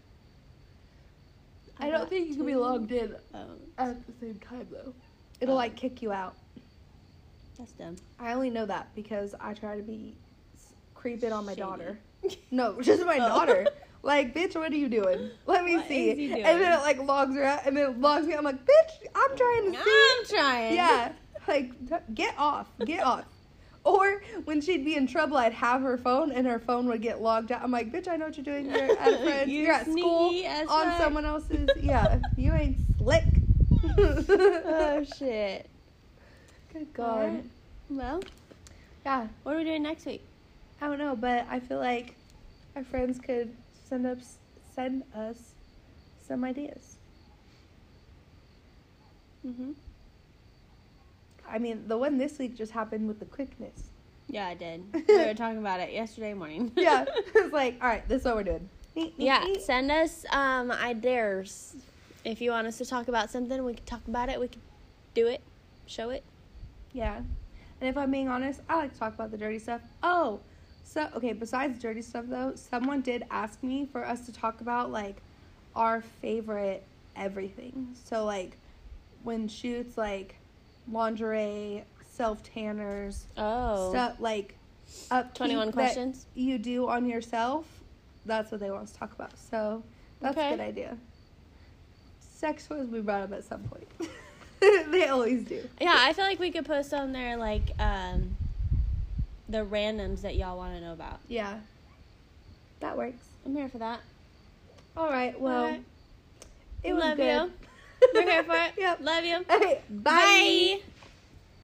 [SPEAKER 2] I don't think you can be logged in
[SPEAKER 1] Oh,
[SPEAKER 2] at the same time though. Um, It'll like kick you out.
[SPEAKER 1] that's dumb.
[SPEAKER 2] I only know that because I try to be s- creeping on my
[SPEAKER 1] Shady.
[SPEAKER 2] daughter. (laughs) No, just my
[SPEAKER 1] Oh.
[SPEAKER 2] daughter. Like, bitch, what are you doing? Let me
[SPEAKER 1] What
[SPEAKER 2] see.
[SPEAKER 1] is he
[SPEAKER 2] And then
[SPEAKER 1] doing?
[SPEAKER 2] it like logs her out, and then it logs me. I'm like, bitch, I'm trying to see.
[SPEAKER 1] (laughs) I'm trying.
[SPEAKER 2] Yeah, like t- get off, get off. Or when she'd be in trouble, I'd have her phone, and her phone would get logged out. I'm like, bitch, I know what you're doing. You're
[SPEAKER 1] (laughs)
[SPEAKER 2] at a friends.
[SPEAKER 1] You're
[SPEAKER 2] You're, at school
[SPEAKER 1] sneaky as
[SPEAKER 2] on
[SPEAKER 1] fuck.
[SPEAKER 2] someone else's. Yeah, you ain't slick.
[SPEAKER 1] (laughs) Oh shit.
[SPEAKER 2] Good
[SPEAKER 1] All
[SPEAKER 2] God.
[SPEAKER 1] right. Well,
[SPEAKER 2] Yeah,
[SPEAKER 1] what are we doing next week?
[SPEAKER 2] I don't know, but I feel like our friends could send us send us some ideas.
[SPEAKER 1] Mm-hmm.
[SPEAKER 2] I mean, the one this week just happened with the quickness.
[SPEAKER 1] (laughs) Yeah, I did.
[SPEAKER 2] (laughs)
[SPEAKER 1] We were talking about it yesterday morning. (laughs)
[SPEAKER 2] Yeah, it's like, all right, this is what we're doing. Neat, neat,
[SPEAKER 1] yeah.
[SPEAKER 2] neat.
[SPEAKER 1] Send us um ideas. If you want us to talk about something, we can talk about it. We can do it, show it.
[SPEAKER 2] Yeah. And if I'm being honest, I like to talk about the dirty stuff. Oh, so, okay, besides dirty stuff though, someone did ask me for us to talk about like our favorite everything. So, like, when shoots, like lingerie, self tanners,
[SPEAKER 1] Oh.
[SPEAKER 2] stuff like up
[SPEAKER 1] 21 questions?
[SPEAKER 2] you do on yourself that's what they want us to talk about so that's
[SPEAKER 1] Okay.
[SPEAKER 2] a good idea sex toys we brought up at some point (laughs) they always do
[SPEAKER 1] Yeah, I feel like we could post on there like um the randoms that y'all want to know about.
[SPEAKER 2] yeah that works
[SPEAKER 1] I'm here for that.
[SPEAKER 2] all right well
[SPEAKER 1] All right.
[SPEAKER 2] it was
[SPEAKER 1] Love
[SPEAKER 2] good (laughs)
[SPEAKER 1] you. We're here for it.
[SPEAKER 2] yep
[SPEAKER 1] Love you.
[SPEAKER 2] okay, bye.
[SPEAKER 1] Bye.